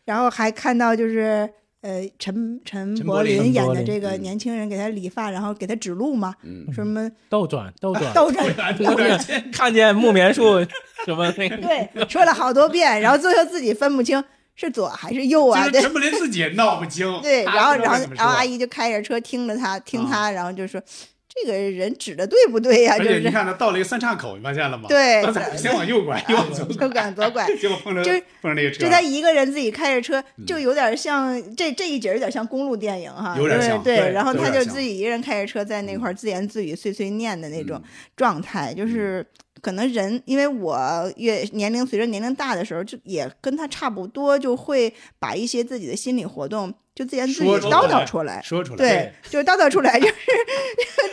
S6: 然后还看到就是呃陈陈
S5: 陈柏
S6: 柏霖
S7: 霖
S6: 演
S7: 陈柏
S6: 的
S7: 霖
S6: 这个
S5: 嗯
S6: 年轻人给他理发，然后给他指路嘛，
S5: 嗯
S6: 什么
S7: 倒转，倒转，
S6: 倒转
S5: 哎
S7: 木棉，看见木棉树什么那个，
S6: 对说了好多遍，然后最后自己分不清是左还是右
S5: 就
S6: 啊，
S5: 是
S6: 对
S5: 陈柏霖自己也闹不清。
S6: 对，
S5: 他
S6: 然后
S5: 不知道该
S6: 然后
S5: 怎么
S6: 然后
S5: 说
S6: 阿姨就开着车听着他听
S5: 啊
S6: 他，然后就说这个人指的对不对呀、
S5: 而
S6: 就
S5: 且
S6: 是
S5: 你看他到了一个三岔口，你发现了吗？
S6: 对
S5: 刚才先往右拐，又往左拐，
S6: 右拐左拐
S5: 结果碰着
S6: 就是
S5: 碰着那个车，嗯
S6: 就他一个人自己开着车，就有点像这这一节有点像公路电影哈，
S5: 有点
S6: 就是
S5: 像对
S6: 对。然后
S5: 有
S6: 他
S5: 点
S6: 就
S5: 像嗯
S6: 自己一个人开着车在那块儿自言自语、碎碎念的那种状态，就是可能人因为我越年龄随着年龄大的时候，就也跟他差不多，就会把一些自己的心理活动就自言自语
S5: 说出来
S6: 叨叨出来。
S5: 说出来，
S6: 对，就是叨叨出来，就是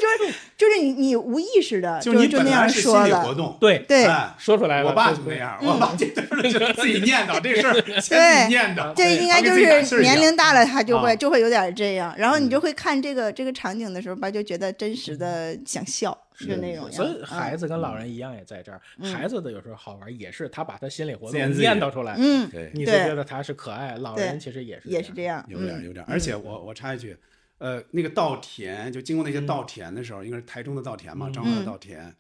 S6: 就是就是你你无意识的
S5: 就
S6: 就是
S5: 你
S6: 就
S5: 本
S6: 那
S5: 来
S6: 样
S5: 是心
S6: 说
S5: 理活
S6: 了，
S5: 动，
S7: 对，
S6: 对，嗯
S5: 哎
S7: 说出来了。
S5: 我爸
S7: 就
S5: 就那样，我爸这都是 就自己念叨这事儿，先自己念叨，
S6: 这应该
S5: 然后给自
S6: 就
S5: 己打气
S6: 是
S5: 儿一样
S6: 年龄大了，他就
S5: 啊嗯
S6: 会就会有点这样，然后你就会看这个这个场景的时候吧，就觉得真实的想笑，就那种样。
S7: 所以孩
S6: 子，
S7: 子跟老人一样，也在这儿。孩子的有时候好玩，也是他把他心里活
S5: 自
S7: 动
S5: 言自语
S7: 念叨出来，
S6: 嗯，
S5: 对，
S7: 你就
S6: 对
S7: 觉得他是可爱。老人
S6: 对
S7: 其实也是
S6: 也是这
S7: 样。
S6: 样，
S5: 有点
S6: 嗯，
S5: 有点。而且我我插一句，呃，那个稻田，就经过那些
S6: 嗯
S5: 稻田的时候，应该是台中的稻田嘛，彰化的稻田。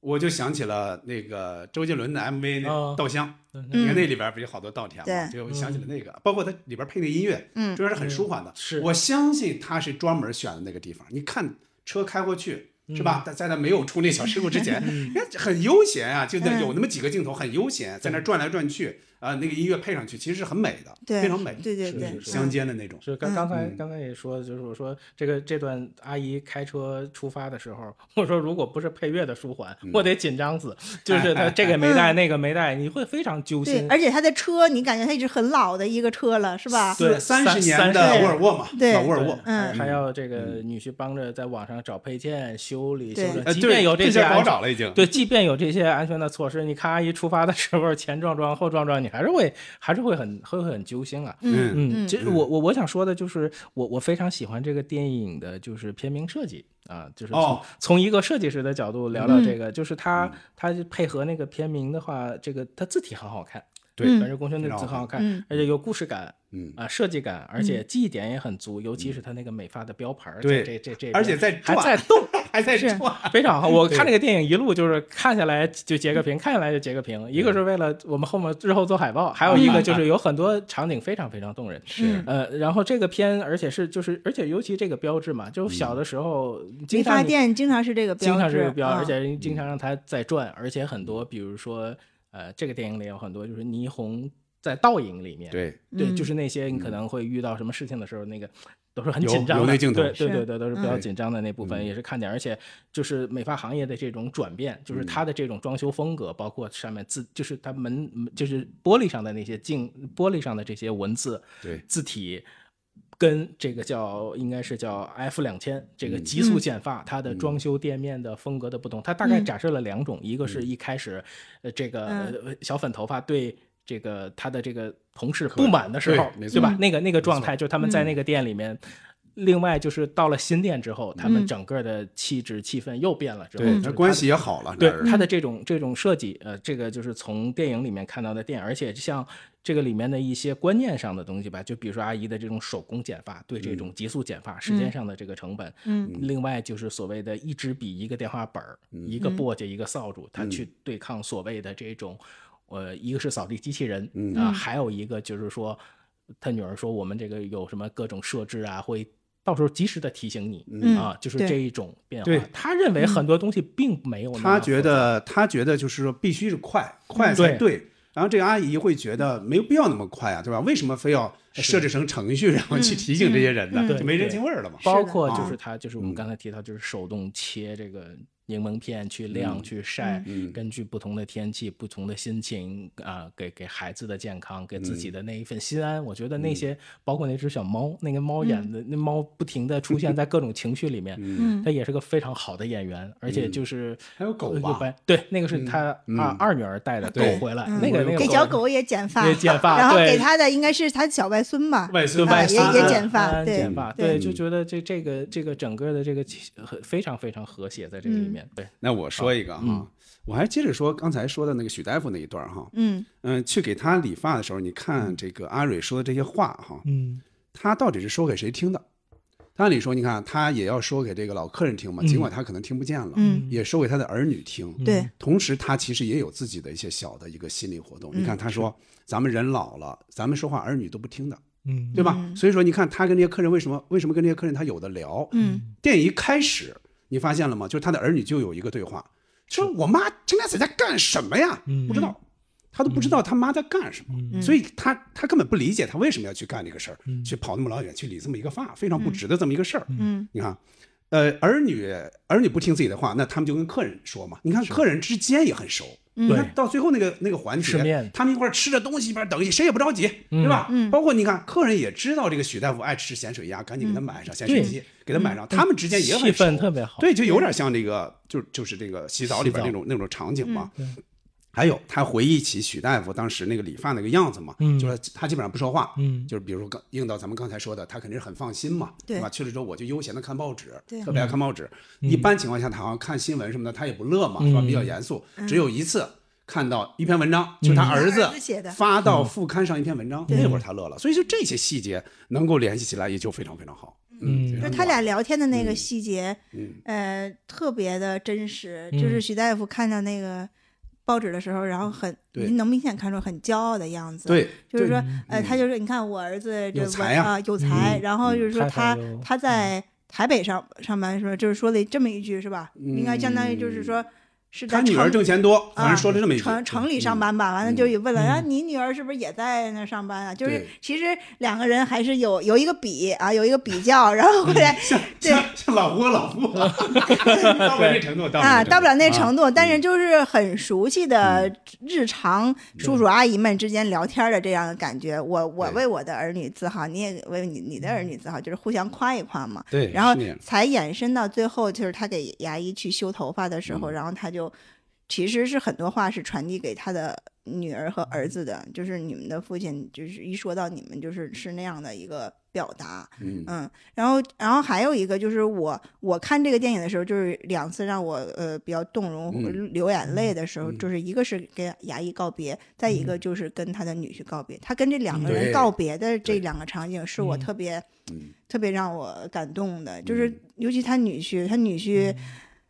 S5: 我就想起了那个周杰伦的 MV 那《
S7: 哦
S5: 稻香》，
S7: 嗯
S5: 你看那里边不是好多稻田嘛，
S6: 对
S5: 就想起了那个，包括它里边配那音乐，
S6: 嗯
S5: 主要是很舒缓的。
S7: 是
S5: 我相信他是专门选的那个地方。你看车开过去。
S6: 嗯
S5: 是吧？在在他没有出那小事故之前，人家很悠闲啊，就
S6: 嗯
S5: 那有那么几个镜头很悠闲，在那转来转去啊、那个音乐配上去，其实是很美的，
S6: 对
S5: 非常美，
S6: 嗯对对对
S5: 是
S6: 是
S5: 乡间的那种。
S7: 是刚刚才
S5: 嗯
S7: 刚才也说，就是我说这个这段阿姨开车出发的时候，我说如果不是配乐的舒缓，
S5: 嗯
S7: 我得紧张死。
S5: 哎
S7: 就是他这个没带那个没带，你会非常揪
S6: 对，
S7: 心。
S6: 而且他的车，你感觉他一直很老的一个车了，是吧？
S7: 对
S5: 三
S7: 三
S5: 十年的
S7: 三十
S5: 沃尔沃嘛，啊
S6: 对
S5: 老沃尔
S7: 对
S5: 沃，
S7: 还
S6: 嗯
S7: 还要这个女婿帮着在网上找配件、修理、修
S6: 对
S7: 整，
S5: 呃，
S7: 即便有
S5: 这
S7: 些
S5: 下不好
S7: 安全
S5: 找了已经。
S7: 对，即便有这些安全的措施，你看阿姨出发的时候前撞撞后撞撞，你还是会还是会很会很揪心啊。
S5: 嗯，
S7: 嗯，其实我我我想说的就是，我我非常喜欢这个电影的，就是片名设计啊，就是从、
S5: 哦嗯
S7: 从一个设计师的角度聊聊这个，就是它它配合那个片名的话，这个它字体很好看，
S5: 对
S7: 反正公孙的字很好看，而且有故事感，
S5: 嗯
S7: 啊设计感，而且记忆点也很足，尤其是它那个美发的标牌儿，
S5: 对
S7: 这这这，
S5: 而且在
S7: 还
S5: 转
S7: 在动。
S5: 还在转，
S7: 非常好，我看这个电影一路就是看下来就截个屏，看下来就截个屏。一个是为了我们后面日后做海报，还有一个就是有很多场景非常非常动人。
S5: 是
S6: 嗯
S7: 呃，然后这个片，而且是就是，而且尤其这个标志嘛，就小的时候
S6: 理
S7: 经常
S6: 发
S7: 你
S6: 店经常是这个标志，
S7: 经常是这个标，
S6: 啊
S7: 而且人经常让它在转，而且很多，比如
S5: 嗯
S7: 说呃，这个电影里有很多就是霓虹在倒影里面，
S5: 对，
S7: 对，就是那些你可能会遇到什么事情的时候，那个都是很
S5: 嗯有
S7: 紧张
S5: 有
S7: 的，
S5: 那嗯镜头
S7: 对对对对，都是比较
S5: 对
S7: 紧张的那部分，也是看点。而且就是美发行业的这种转变，
S5: 嗯
S7: 就是它的这种装修风格，包括上面字，就是它门，就是玻璃上的那些镜，玻璃上的这些文字，
S5: 对
S7: 字体。跟这个叫应该是叫 F 两千这
S5: 嗯
S7: 个极速剪发，它的装修店面的风格的不同，它大概展示了两种，一个是
S5: 嗯
S7: 一开始，呃，这个呃小粉头发对这个他的这个同事不满的时候
S5: 对没，错
S7: 对吧？那个那个状态，就他们在那个店里面。另外就是到了新店之后，他们整个的气质、气氛又变了之后，
S5: 对，
S7: 就是
S5: 那
S7: 它
S5: 关系也好了，
S7: 对
S5: 俩人
S7: 它的这种这种设计，呃，这个就是从电影里面看到的电影，而且像这个里面的一些观念上的东西吧，就比如说阿姨的这种手工剪发，对这种急速剪发、时间上的这个成本，嗯，另外就是所谓的一支笔、一个电话本儿、一个簸箕、一个扫帚，它去对抗所谓的这种，呃，一个是扫地机器人，
S5: 嗯
S7: 啊，还有一个就是说，他女儿说我们这个有什么各种设置啊，会。到时候及时的提醒你、
S6: 嗯
S7: 啊，就是
S6: 对
S7: 这一种变化
S5: 对。嗯
S7: 他认为很多东西并没有那么
S5: 他觉得他觉得就是说必须是快，快才对。然后这个阿姨会觉得没有必要那么快啊，对吧？为什么非要设置成程序，然后去提醒这些人呢？
S7: 嗯
S5: 就没人情味儿了嘛。
S7: 包括就是
S5: 啊
S7: 它，就是我们刚才提到，就是手动切这个柠檬片去
S5: 嗯
S7: 晾、去晒，根据不同的天气、不同的心情啊、给给孩子的健康，给
S5: 嗯
S7: 自己的那一份心安。我觉得那些、包括那只小猫，那个猫演
S5: 嗯
S7: 的、那猫不停的出 现在各种情绪里面，它也是个非常好的演员，而且就是
S5: 嗯还有狗
S7: 呃
S5: 吧嗯
S7: 白对，那个是他二、二女儿带的狗
S5: 对
S7: 回来，那个那个
S6: 给
S7: 狗
S6: 小狗也剪发，
S7: 也剪发
S6: 然后
S7: 对
S6: 给他的应该是他小外孙吧，
S5: 外孙
S6: 啊
S5: 外
S6: 也
S5: 孙
S6: 也剪发，
S7: 安
S6: 对
S7: 剪发，对，
S6: 对
S7: 就觉得这这个这个整个的这个气和非常非常和谐在这个
S6: 嗯
S7: 里面，对，
S5: 那我说一个哈，我还接着说刚才说的那个许大夫那一段儿哈，
S6: 嗯
S5: 嗯，去给他理发的时候，你看这个阿蕊说的这些话哈，
S7: 嗯，
S5: 他到底是说给谁听的？他按理说，你看他也要说给这个老客人听嘛，尽管他可能听不见了，
S6: 嗯
S5: 也说给他的儿女听，
S6: 对，
S5: 同时，他其实也有自己的一些小的一个心理活
S6: 嗯
S5: 动。你看，他说咱们人老了，咱们说话儿女都不听的，
S7: 嗯，
S5: 对吧？所以说，你看他跟这些客人为什么为什么跟这些客人他有的聊？
S6: 嗯，
S5: 电影一开始，你发现了吗？就是他的儿女就有一个对话，说我妈现在在家干什么呀？不知道，他都不知道他妈在干什么，
S6: 嗯
S5: 所以他他根本不理解他为什么要去干这个事儿，去跑那么老远去理这么一个发，非常不值的这么一个事儿。
S6: 嗯，
S5: 你看，呃，儿女儿女不听自己的话，那他们就跟客人说嘛。你看客人之间也很熟，
S6: 嗯
S5: 你看
S7: 对
S5: 到最后嗯那个那个环
S7: 吃面嗯
S5: 节，他们一块儿吃着东西，一边等，谁也不着急，对吧？包括你看，客人也知道这个许大夫爱吃咸水鸭，赶紧给他买上咸水鸡，给他买上，他们之间也很
S7: 嗯气
S5: 熟
S7: 氛特别好，
S5: 对，就有点
S6: 嗯
S5: 像这个，就就是这个洗澡里边
S7: 洗澡
S5: 那种那种场景嘛。
S6: 嗯
S5: 还有，他回忆起许大夫当时那个理发那个样子嘛，
S6: 嗯
S5: 就是他基本上不说话，
S7: 嗯
S5: 就是比如说刚应到咱们刚才说的，他肯定是很放心嘛，
S6: 对
S5: 吧？去了之后我就悠闲的看报纸，
S6: 对嗯
S5: 特别爱看报纸。一般情况下，他好像看新闻什么的，他也不乐嘛，是吧？
S6: 嗯
S5: 比较严肃。只有一次看到一篇文章，就是他儿子
S6: 嗯儿子写的嗯
S5: 发到副刊上一篇文章，那会儿他乐了。所以就这些细节能够联系起来，也就非常非常好。嗯，非
S6: 就
S5: 常
S6: 是他
S5: 暖
S6: 俩聊天的那个细节，
S5: 嗯
S6: 呃，特别的真实。就是许大夫看到那个报纸的时候，然后很，
S5: 对
S6: 你能明显看出很骄傲的样子。，
S5: 对，嗯
S6: 就是说，呃，他就是你看我儿子这
S5: 有
S6: 文
S5: 才啊嗯
S6: 啊，有才。然后就是说
S7: 太
S6: 他
S7: 太有
S6: 他在台北上上班是吧？就是说了这么一句是吧？应该相当于就是说是在
S5: 嗯他女儿
S6: 城
S5: 挣钱多，反
S6: 啊
S5: 正说了这么一句。嗯
S6: 城城里上班吧，完了就也问了，然后你女儿是不是也在那上班啊？就是
S5: 对
S6: 其实两个人还是有有一个比啊，有一个比较，然
S5: 嗯
S6: 后回来对
S5: 像像老夫和 老夫，到不了那程度，到
S6: 啊，到不了那
S5: 度。
S6: 程度，但是就是很熟悉的
S5: 嗯
S6: 日常叔叔阿姨们之间聊天的这样的感觉。我我
S5: 对嗯
S6: 为我的儿女自豪，你也为你你的儿女自豪，就是互相夸一夸嘛。
S5: 对
S6: 然后
S5: 是那样
S6: 才延伸到最后，就是他给牙医去修头发的时
S5: 嗯
S6: 候，然后他就其实是很多话是传递给他的女儿和
S5: 嗯
S6: 儿子的，就是你们的父亲，就是一说到你们，就是是那样的一个表达，
S5: 嗯
S6: 嗯，然后然后还有一个就是我我看这个电影的时候，就是两次让我呃比较动容、
S5: 嗯嗯
S6: 流眼泪的时候，就是一个是跟牙医告别，再一个就是跟他的女婿告别，他跟这两个
S5: 对嗯
S6: 人告别的这两个场景是我特别。特别让我感动的，就是
S5: 嗯
S6: 尤其他女婿，他女婿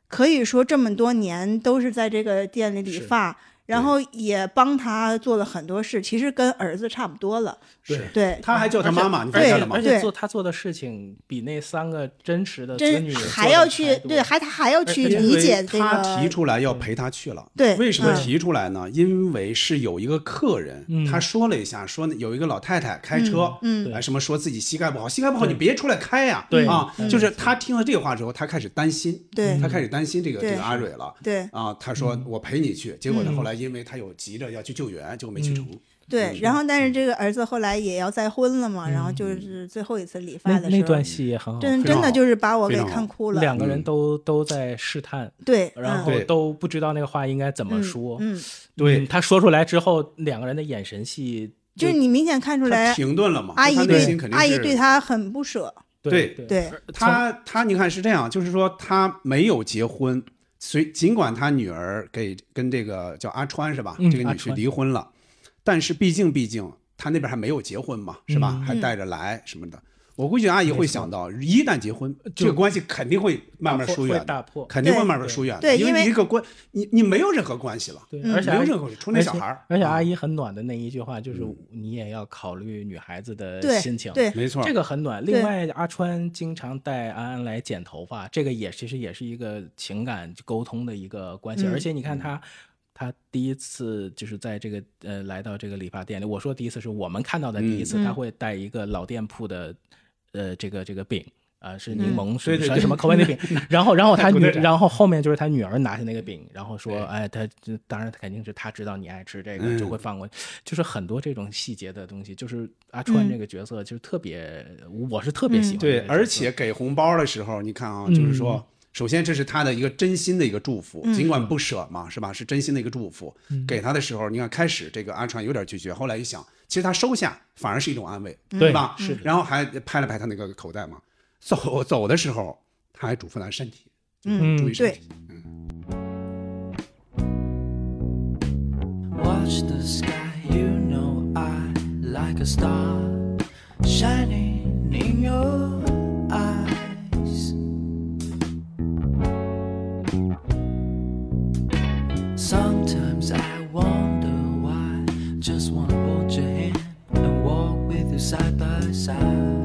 S6: 可以说这么多年都是在这个店里理发，然后也帮他做了很多事，其实跟儿子差不多了。
S5: 是
S6: 对，
S5: 他还叫他妈妈，你发
S6: 对
S5: 现了吗
S7: 而？
S6: 对
S7: 且做他做的事情比那三个真实
S5: 呃
S7: 的孙
S6: 真
S7: 女
S6: 还要去对，还他还要去
S7: 而且
S6: 理解这
S5: 他提
S6: 个，
S5: 出来要陪他去了。
S6: 对
S5: 为什么
S6: 嗯
S5: 提出来呢？因为是有一个客人，
S7: 嗯
S5: 他说了一下，说有一个老太太开车，
S6: 嗯
S5: 哎，什么说自己膝盖不好，膝盖不好你别出来开呀，
S7: 对
S5: 啊，就是他听了这话之后，他开始担心，
S6: 对
S5: 他开始担心这个这
S6: 对
S5: 个阿蕊了，
S6: 对
S5: 啊，他说
S7: 嗯
S5: 我陪你去，结果他后来因为他有急着要去救援，结果没
S7: 嗯
S5: 去成。
S6: 对。然后，
S5: 嗯
S6: 但是这个儿子后来也要再婚了嘛，然后就是最后一次理
S7: 那
S6: 发的
S7: 那
S6: 时候
S7: 段，戏也很好，
S6: 真
S5: 非常
S6: 真的就是把我
S5: 非
S6: 给
S5: 常好
S6: 看哭
S7: 两
S6: 了。
S7: 个人都都在试探，
S6: 对，
S7: 然
S6: 嗯
S7: 后
S5: 对
S7: 都不知道那个话应该怎么说，
S6: 嗯，
S5: 对
S7: 嗯，他说出来之后，两个人的眼神戏
S6: 就是你明显看出来
S5: 他停顿了嘛？
S6: 阿
S5: 就
S6: 姨
S5: 他内心
S6: 对
S5: 肯定
S6: 阿姨
S5: 是
S6: 对他很不舍，
S5: 对
S7: 对
S6: 对，
S5: 他他你看是这样，就是说他没有结婚，虽尽管他女儿给跟这个叫阿川是吧，
S7: 嗯
S5: 这个
S7: 阿
S5: 女婿
S7: 川
S5: 离婚了，但是毕竟毕竟他那边还没有结婚嘛，是吧？
S7: 嗯
S5: 还带着来什么的。我估计阿姨会想到，一旦结婚，
S7: 呃就
S5: 这个关系肯定会慢慢疏
S7: 会
S5: 远
S7: 大
S5: 的，
S7: 破。
S5: 肯定会
S6: 对
S5: 慢慢疏远的，
S6: 对
S5: 因
S6: 因为
S5: 你一个关，你你没有任何关系了，
S7: 对，
S6: 嗯
S7: 而且
S5: 没有
S7: 阿姨
S5: 任何关系，除了那小孩儿啊嗯
S7: 而且阿
S5: 姨，
S7: 姨很暖的那一句话就是，你也要考虑女孩子的
S6: 对
S7: 心情。啊
S6: 对
S5: 没错，
S7: 这个很暖。
S6: 对
S7: 另外，阿川经常带安安来剪头发，这个也其实也是一个情感沟通的一个关系。
S6: 嗯
S7: 而且你看他，他第一次就是在这个呃来到这个理发店里，我说第一次是我们看到的第一次，
S6: 嗯
S7: 他会带一个老店铺的呃这个这个饼。啊，是柠檬什么
S5: 嗯对对
S7: 什
S5: 对
S7: 么什么口味 的饼，然后然后他
S5: 古
S7: 女，
S5: 代展
S7: 然后后面就是他女儿拿起那个饼，然后说
S5: 对，
S7: 哎，他这当然肯定是他知道你爱吃这
S5: 嗯
S7: 个，就会放过去。就是很多这种细节的东西，就是阿川
S6: 嗯
S7: 这个角色就是特别，我是特别喜欢这个
S5: 对，
S7: 角色。
S5: 而且给红包的时候，你看啊，
S7: 嗯
S5: 就是说，首先这是他的一个真心的一个祝福，尽管不舍嘛，是吧？是真心的一个祝福。
S7: 嗯
S5: 给他的时候，你看开始这个阿川有点拒绝，后来一想，其实他收下反而是一种安慰，
S7: 对
S5: 吧？
S7: 是的
S5: 然后还拍了拍他那个口袋嘛，走走的时候，他还嘱咐他身体，
S6: 嗯
S5: 注意身体。
S8: Watch the sky, you know I like a star shining in your eyes. Sometimes I wonder why, just wanna hold your hand and walk with you side by side.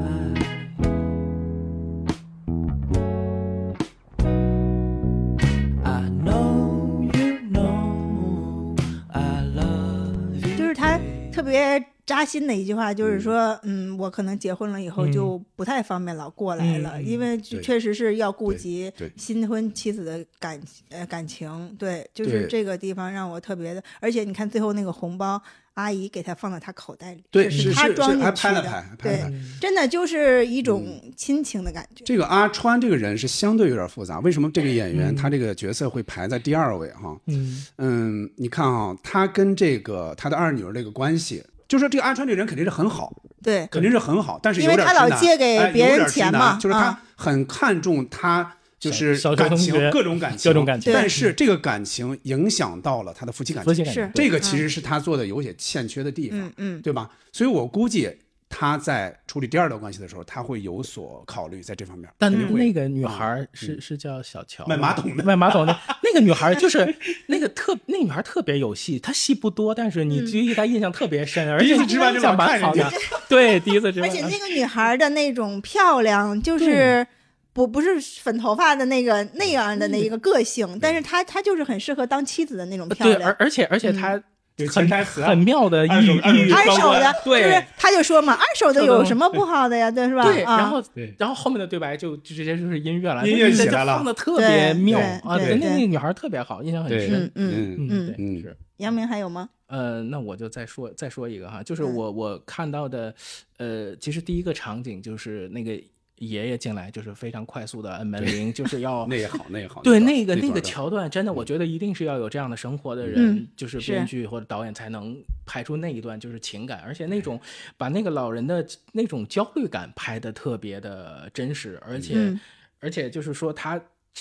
S8: I know you know I love you.
S6: 就是他特别扎心的一句话，就是说，嗯，我可能结婚了以
S5: 嗯
S6: 后就不太方便老过来了，
S7: 嗯
S6: 因为
S5: 对
S6: 确实是要顾及
S5: 对对
S6: 新婚妻子的感呃感情，对，就是
S5: 对
S6: 这个地方让我特别的，而且你看最后那个红包，阿姨给他放到他口袋里，
S5: 对，
S6: 这
S5: 是
S6: 他
S5: 是
S6: 装进
S5: 还
S6: 去
S5: 拍了
S6: 的，
S5: 拍，拍了
S6: 对
S5: 拍。，
S6: 真的就是一种亲情的感觉，
S5: 这个阿川这个人是相对有点复杂，为什么这个演
S6: 嗯
S5: 员他这个角色会排在第二位哈？
S7: 嗯，
S5: 嗯，你看啊，他跟这个他的二女儿这个关系，就说这个阿川这人肯定是很好，
S6: 对，
S5: 肯定是很好，但是有
S6: 因为
S5: 点
S6: 他老
S5: 直男
S6: 借给
S5: 哎
S6: 别
S5: 有
S6: 人
S5: 点直
S6: 钱
S5: 男
S6: 嘛
S5: 就是他
S6: 啊
S5: 很看重他。就是
S7: 小小学
S5: 感
S7: 同
S5: 情，
S7: 学
S5: 各种感情，
S7: 各种感情
S5: 但
S6: 对
S5: 是这个感情影响到了他的夫妻感
S7: 夫妻
S5: 情，
S7: 感
S6: 是
S7: 情
S5: 这个其实是他做的有些欠缺的地方。
S6: 嗯嗯，
S5: 对吧？所以我估计他在处理第二段关系的时候，他会有所考虑在这方面。
S7: 但
S5: 肯定会嗯
S7: 那个女孩儿是、是叫小乔吗，
S5: 卖马桶的
S7: 卖马桶 的那个女孩儿就是那个特那女孩儿特别有戏，她戏不多，但是
S6: 嗯
S7: 你对她印象特别深，而
S5: 第一
S7: 且
S5: 次吃饭就
S7: 印象
S5: 老看
S7: 蛮好
S5: 人
S7: 的。对，嗯第一次吃 饭，
S6: 而
S7: 呃
S6: 且那个女孩的那种漂亮，就是不不是粉头发的那个那样的那一个个性，但是她她就是很适合当妻子的那种漂
S7: 呃对，而
S6: 亮。嗯
S7: 而且而且她
S5: 有潜
S7: 很
S5: 台词啊
S7: 很妙的
S5: 二
S7: 抑
S5: 手二手
S7: 郁
S5: 对
S6: 二手的，
S7: 对
S6: 就是她就说嘛，二手的有什么不好的呀，对是吧？
S7: 对，
S6: 啊、
S7: 然后
S5: 对
S7: 然后后面的对白就就直接就是音乐了，
S5: 音乐
S7: 就
S5: 起
S7: 就
S5: 来了
S7: 放的特别
S6: 对
S7: 妙
S6: 对
S7: 啊！
S6: 对
S7: 对，那
S6: 对
S7: 那个女孩特别好，印象很
S5: 对
S7: 深。
S6: 嗯嗯，
S7: 嗯，对，
S5: 嗯
S7: 是。
S6: 杨明还有吗？
S7: 呃，那我就再说再说一个哈，就是
S6: 嗯
S7: 我我看到的，呃，其实第一个场景就是那个爷爷进来，就是非常快速的按门铃，就是要
S5: 那也好，那也好。
S7: 对
S5: 那
S7: 那个
S5: 那
S7: 那个
S5: 桥，
S7: 桥段，真
S5: 嗯
S7: 的，我觉得一定是要有这样的生活的
S6: 嗯
S7: 人，就是
S6: 是
S7: 编剧或者导演才能拍出那一段就是情感，而且那种把那个老人的那种焦虑感拍的特别的真实，而且
S6: 嗯
S7: 而且就是说他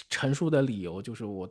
S7: 陈述的理由就是我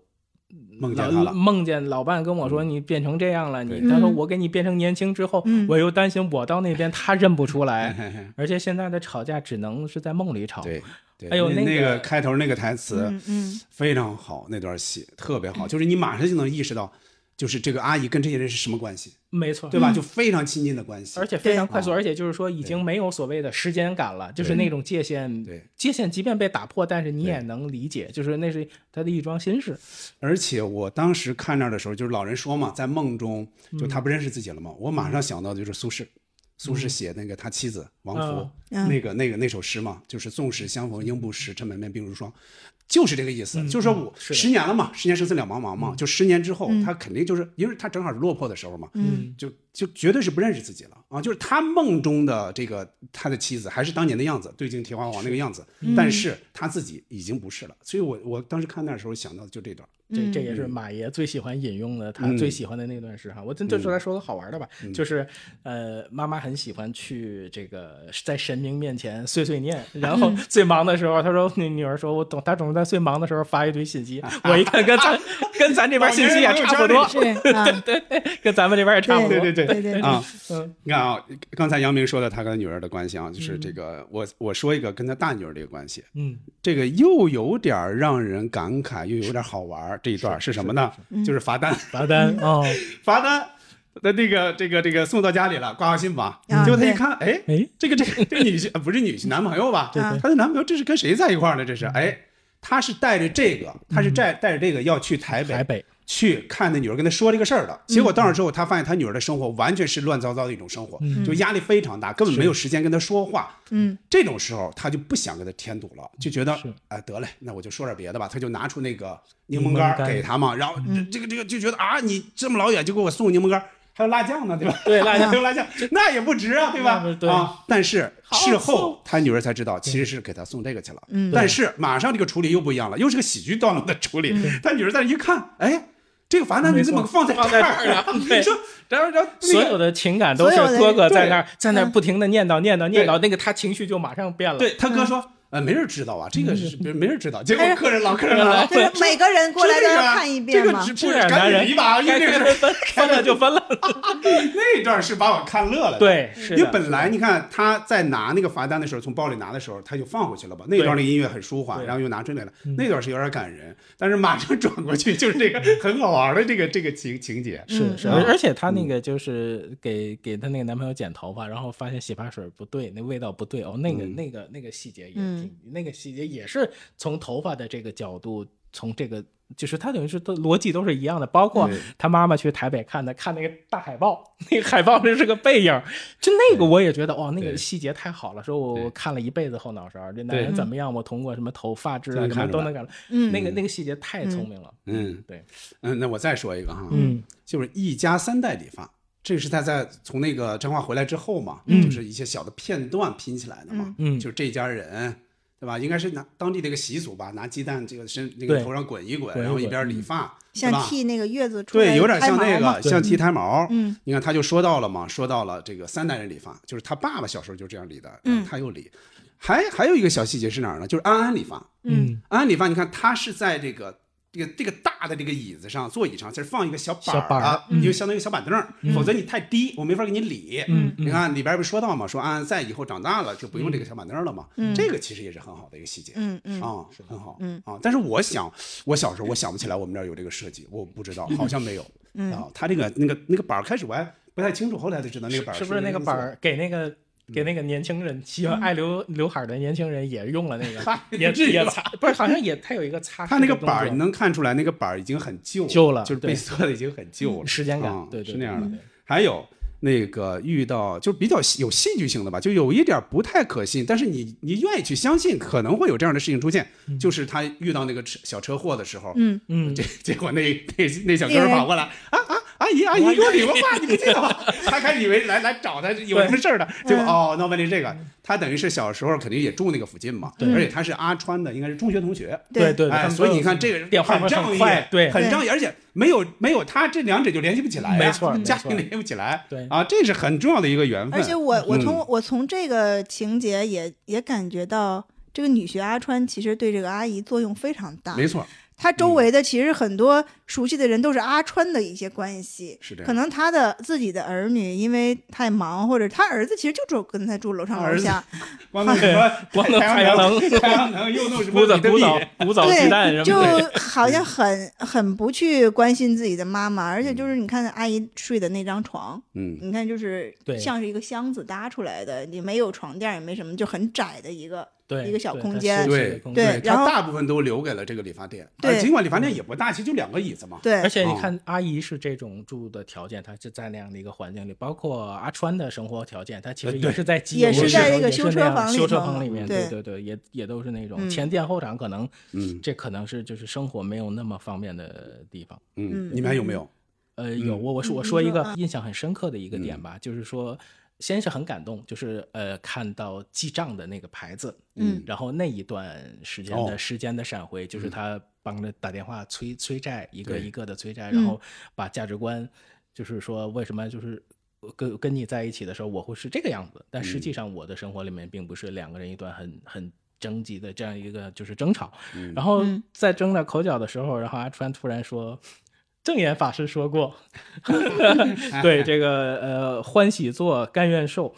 S5: 梦见
S7: 老
S5: 他了嗯
S7: 梦见老伴跟我说你变成这样了，你
S5: 对
S7: 他说
S6: 嗯
S7: 我给你变成年轻之后
S6: 嗯，
S7: 我又担心我到那边他认不出 来，而且现在的吵架只能是在梦里吵，
S5: 对。对
S7: 哎呦
S5: 那
S7: 那个
S5: 那个开头那个台词
S6: 嗯嗯
S5: 非常好，那段戏
S7: 嗯
S5: 特别好，就是你马上就能意识到，就是这个阿姨跟这些人是什么关系，
S7: 没错，
S5: 对吧？就非常亲近的关
S7: 嗯
S5: 系。
S7: 而且非常快速，
S5: 对
S7: 而且就是说已经没有所谓的时间感了，就是那种界限，
S5: 对
S7: 界限即便被打破，但是你也能理解，就是那是他的一桩心事，
S5: 而且我当时看那儿的时候，就是老人说嘛，在梦中
S7: 嗯
S5: 就他不认识自己了嘛，我马上想到的就是苏轼，苏轼写那个他妻子王弗、
S6: 嗯
S5: 那个那个那首诗嘛，就是纵使相逢应不识，趁门面鬓如霜，就是这个意思。就是说我
S7: 是的
S5: 十年了嘛，十年生死两茫茫嘛，就十年之后，他肯定就是因为他正好是落魄的时候嘛，
S6: 嗯
S5: 就就绝对是不认识自己了啊！就是他梦中的这个他的妻子还是当年的样子，对镜贴花黄那个样子，但是他自己已经不是了。所以我我当时看那时候想到的就这段，
S7: 这这也
S5: 嗯
S7: 是马爷最喜欢引用的，他最喜欢的那段诗哈。我真就说来说个好玩的吧，
S5: 嗯
S7: 就是呃，妈妈很喜欢去这个在神明面前碎碎念，然
S5: 嗯
S7: 后最忙的时候，她说女女儿说，我总她总是在最忙的时候发一堆信息，
S5: 啊
S7: 我一看跟咱跟咱这边信息也啊差不多，
S6: 是啊，
S7: 跟咱们这边也差不多，
S5: 对对
S6: 对对
S5: 啊，
S7: 嗯
S5: 你看啊，刚才杨明说的他跟女儿的关系啊，就是这个我我说一个跟他大女儿这个关系，
S7: 嗯，
S5: 这个又有点儿让人感慨，又有点儿好玩儿。这一段儿是什么呢？就是嗯罚单，
S7: 罚单哦，
S5: 罚单。那那个这个这个送到家里了，挂号信吧。
S6: 啊
S5: 结果他一
S6: 对
S5: 看，哎，
S7: 哎，
S5: 这个这个这个女婿呃不是女婿，男朋友吧？
S6: 对对
S5: 她的男朋友这是跟谁在一块儿呢？这是哎，他是带着这个，他是带带着这个要去嗯台北，
S7: 台北
S5: 去看那女儿，跟他说这个事儿的。结果到那之后，他发现他女儿的生活完全是乱糟糟的一种生活，就压力非常大，根本没有时间跟他说话。
S6: 嗯，
S5: 这种时候他就不想跟他添堵了，就觉得
S7: 是
S5: 哎得嘞，那我就说点别的吧。他就拿出那个柠
S7: 柠
S5: 檬
S7: 檬
S5: 干
S7: 干
S5: 儿给他嘛，然后这这个这个就觉得啊，你这么老远就给我送柠檬干儿。还有辣酱呢，对吧？对，辣酱，有辣酱，那也不值啊，对吧
S7: 那不？对
S5: 啊，但是事后他女儿才知道，其实是给他送这个去了。
S6: 嗯
S5: 但是马上这个处理又不一样了，又是个喜剧段落的处理。他女儿在那一看，哎，这个罚单你怎么放在这
S7: 放在这儿
S5: 儿
S7: 了
S5: 啊？
S7: 对
S5: 你说，然后然后
S7: 所
S5: 那
S7: 有
S5: 个。
S7: 的情感都是
S6: 所有的
S7: 哥哥在
S5: 对嗯
S7: 那儿在那儿不停的念叨念叨念叨，
S5: 对
S7: 那个他情绪就马上变了。
S5: 对他哥说，呃，没人知道啊，这个
S7: 嗯
S5: 是没没人知道。结果
S6: 哎呀
S5: 客人老客人来了，啊
S6: 就是每个人过来
S5: 这
S6: 都
S5: 个
S6: 要
S5: 啊
S6: 看一遍嘛
S5: 这。个直
S7: 这
S5: 播
S7: 样男
S5: 赶
S7: 人
S5: 紧离吧，因
S7: 该
S5: 为这个
S7: 该分分了就分了。
S5: 那段是把我看乐 了。。
S7: 对，是
S5: 因为
S7: 的
S5: 本来你看他在拿那个罚单的时候，从包里拿的时候，他就放回去了吧？那段的音乐很舒缓，
S7: 对嗯
S5: 然后又拿出来了，那段是有点感人，但是马上转过去就是这个 很好玩的这个这个情情节。
S7: 是是，
S5: 嗯
S7: 而而且她那个就是给给她那个男朋友剪头发，然后发现洗发水不对，那味道不对哦，那个
S5: 嗯
S7: 那个那个细节也
S6: 嗯
S7: 挺，那个细节也是从头发的这个角度，从这个就是她等于是都逻辑都是一样的，包括
S5: 对
S7: 她妈妈去台北看的，看那个大海报，那个海报这是个背影，就那个我也觉得哇，那个
S5: 对
S7: 细节太好了，说我我
S5: 对
S7: 看了一辈子后脑勺，这男
S5: 对
S7: 人怎么样，我通过什么头发质
S5: 都
S7: 啊
S5: 能
S7: 什么
S5: 看出
S7: 都
S5: 来
S7: 能感到，
S6: 嗯
S7: 那个那个细节太聪明了，
S5: 嗯，
S7: 对，
S5: 嗯，那我再说一个哈，
S7: 嗯，
S5: 就是一家三代理发，这是他在从那个彰化回来之后嘛，
S6: 嗯
S5: 就是一些小的片段拼起来的嘛，
S7: 嗯
S5: 就是这家人。对吧？应该是拿当地的一个习俗吧，拿鸡蛋这个身那
S7: 对
S5: 个头上滚一滚，
S7: 滚一
S5: 然后一
S7: 滚
S5: 边理发，对
S6: 嗯像
S5: 吧？
S6: 剃那个月子出来
S5: 对，有点像那
S6: 开毛嘛
S5: 个，像剃胎毛。
S6: 嗯，
S5: 你看他就说到了嘛，说到了这个三代人理发，就是他爸爸小时候就这样理的，呃
S6: 嗯
S5: 他又理。还还有一个小细节是哪儿呢？就是安安理发，
S7: 嗯，
S5: 安安理发，啊你看他是在这个。这个这个大的这个椅子上，座椅上，其实放一个小板
S7: 小板
S5: 儿
S7: 儿
S5: 啊，因为相当于小板凳儿，否则你太低，我没法给你理。
S7: 嗯
S5: 你看里边儿不是说到嘛，说安安在以后长大了就不用这个小板凳儿了嘛，
S7: 嗯
S5: 这个其实也是很好的一个细节。
S6: 嗯嗯
S5: 啊，很好，嗯啊，但是我想，我小时候我想不起来我们这儿有这个设计，我不知 道，好像没有，嗯啊，他这个那个那个板儿开始我还不太清楚，后来才知道那个板儿，
S7: 是不是那个板儿给那个给那个年轻人，喜欢爱留刘海儿的年轻人也用了那个也
S5: 至于
S7: 也
S5: 吧
S7: 擦，不是好像也他有一个擦
S5: 他
S7: 拭
S5: 那个
S7: 的
S5: 板儿，
S7: 动
S5: 你
S7: 作
S5: 能看出来那个板儿已经很旧
S7: 旧了
S5: 就是
S7: 对嗯
S5: 被色的已经很旧了，
S7: 时间感
S5: 啊
S7: 对对嗯
S5: 是那样
S7: 对
S5: 的。还有那个遇到就比较戏有戏剧性的吧，就有一点不太可信，但是你你愿意去相信可能会有这样的事情出现，就是他遇到那个车小车祸的时候，
S6: 嗯
S7: 嗯
S5: 结结果那那那小哥们跑过来，啊啊，阿姨阿姨给我理过发，你不记得吗？他开始以为来来找他有什么事儿呢，结果哦，闹半天这个，他等于是小时候肯定也住那个附近嘛，而且他是阿川的，应该是中学同学，
S7: 对对，
S5: 哎，
S7: 他们
S5: 所以
S7: 都
S5: 你看这个人
S7: 变化
S5: 很
S7: 会很
S5: 仗义
S7: 快，对
S5: 很仗义，而且没有没有他，这两者就联系不起来呀，
S7: 没错没
S5: 家
S7: 错
S5: 庭联系不起来，
S7: 对
S5: 啊，这是很重要的一个缘分，
S6: 而且
S7: 嗯
S6: 我我从、我从这个情节也也感觉到，这个女学阿川其实对这个阿姨作用非常大。
S5: 没错，
S6: 她
S7: 嗯
S6: 周围的其实很多熟悉的人都是阿川的一些关系，
S5: 是这样
S6: 可能她的自己的儿女因为太忙，或者她儿子其实就住跟她住楼上楼下，
S5: 光能什么
S7: 光能
S5: 太
S7: 太阳
S5: 阳
S7: 能
S5: 太阳能又弄什么
S7: 古早
S5: 比特
S7: 古
S5: 币
S7: 早古早鸡蛋
S6: 对，
S7: 什 么的，嗯
S6: 就好像很很不去关心自己的妈妈，而且就是
S7: 嗯
S6: 你看阿姨睡的那张床，
S5: 嗯
S6: 你看就是
S7: 对
S6: 像是一个箱子搭出来的，也没有床垫，也没什么，就很窄的一个
S7: 对
S6: 一个小
S7: 对
S6: 空
S7: 它
S6: 间
S7: 休。息
S5: 对
S7: 的空
S6: 对
S7: 间
S5: 他
S6: 然后
S5: 大部分都留给了这个理发店，
S6: 对
S5: 呃尽管理发店也不大，其实就两个椅子嘛。
S6: 对
S7: 而，且你看，阿姨是这种住的条件，她是在那样的一个环境里，包括阿川的生活条件，她
S5: 呃
S7: 其实也是在基
S6: 也
S7: 楼
S5: 是
S7: 上
S5: 在
S6: 那个
S7: 也
S6: 修车
S7: 样
S6: 房里
S7: 修车
S6: 头
S7: 房里面，
S6: 对
S7: 对对，也也都是那种
S6: 嗯
S7: 前店后厂，可能
S5: 嗯
S7: 这可能是就是生活没有那么方便的地方。
S6: 嗯
S5: 嗯，你们还有没有？嗯
S7: 呃，有我我说我说一
S6: 啊
S7: 个印象很深刻的一个点吧，就是说先是很感动，就是呃看到记账的那个牌子，
S5: 嗯
S7: 然后那一段时间
S5: 哦嗯
S7: 的时间的闪回，就是他帮着打电话催催债，一个
S5: 对
S7: 一个的催债，然后把价值观，就是说为什么就是。呃跟跟你在一起的时候，我会是这个样子，
S5: 嗯
S7: 但实际上我的生活里面并不是两个人一段很很争执的这样一个就是争吵，
S5: 嗯
S7: 然后在争着口角的时候，然后阿川突然说，正言法师说过， 对这个呃欢喜做，甘愿受，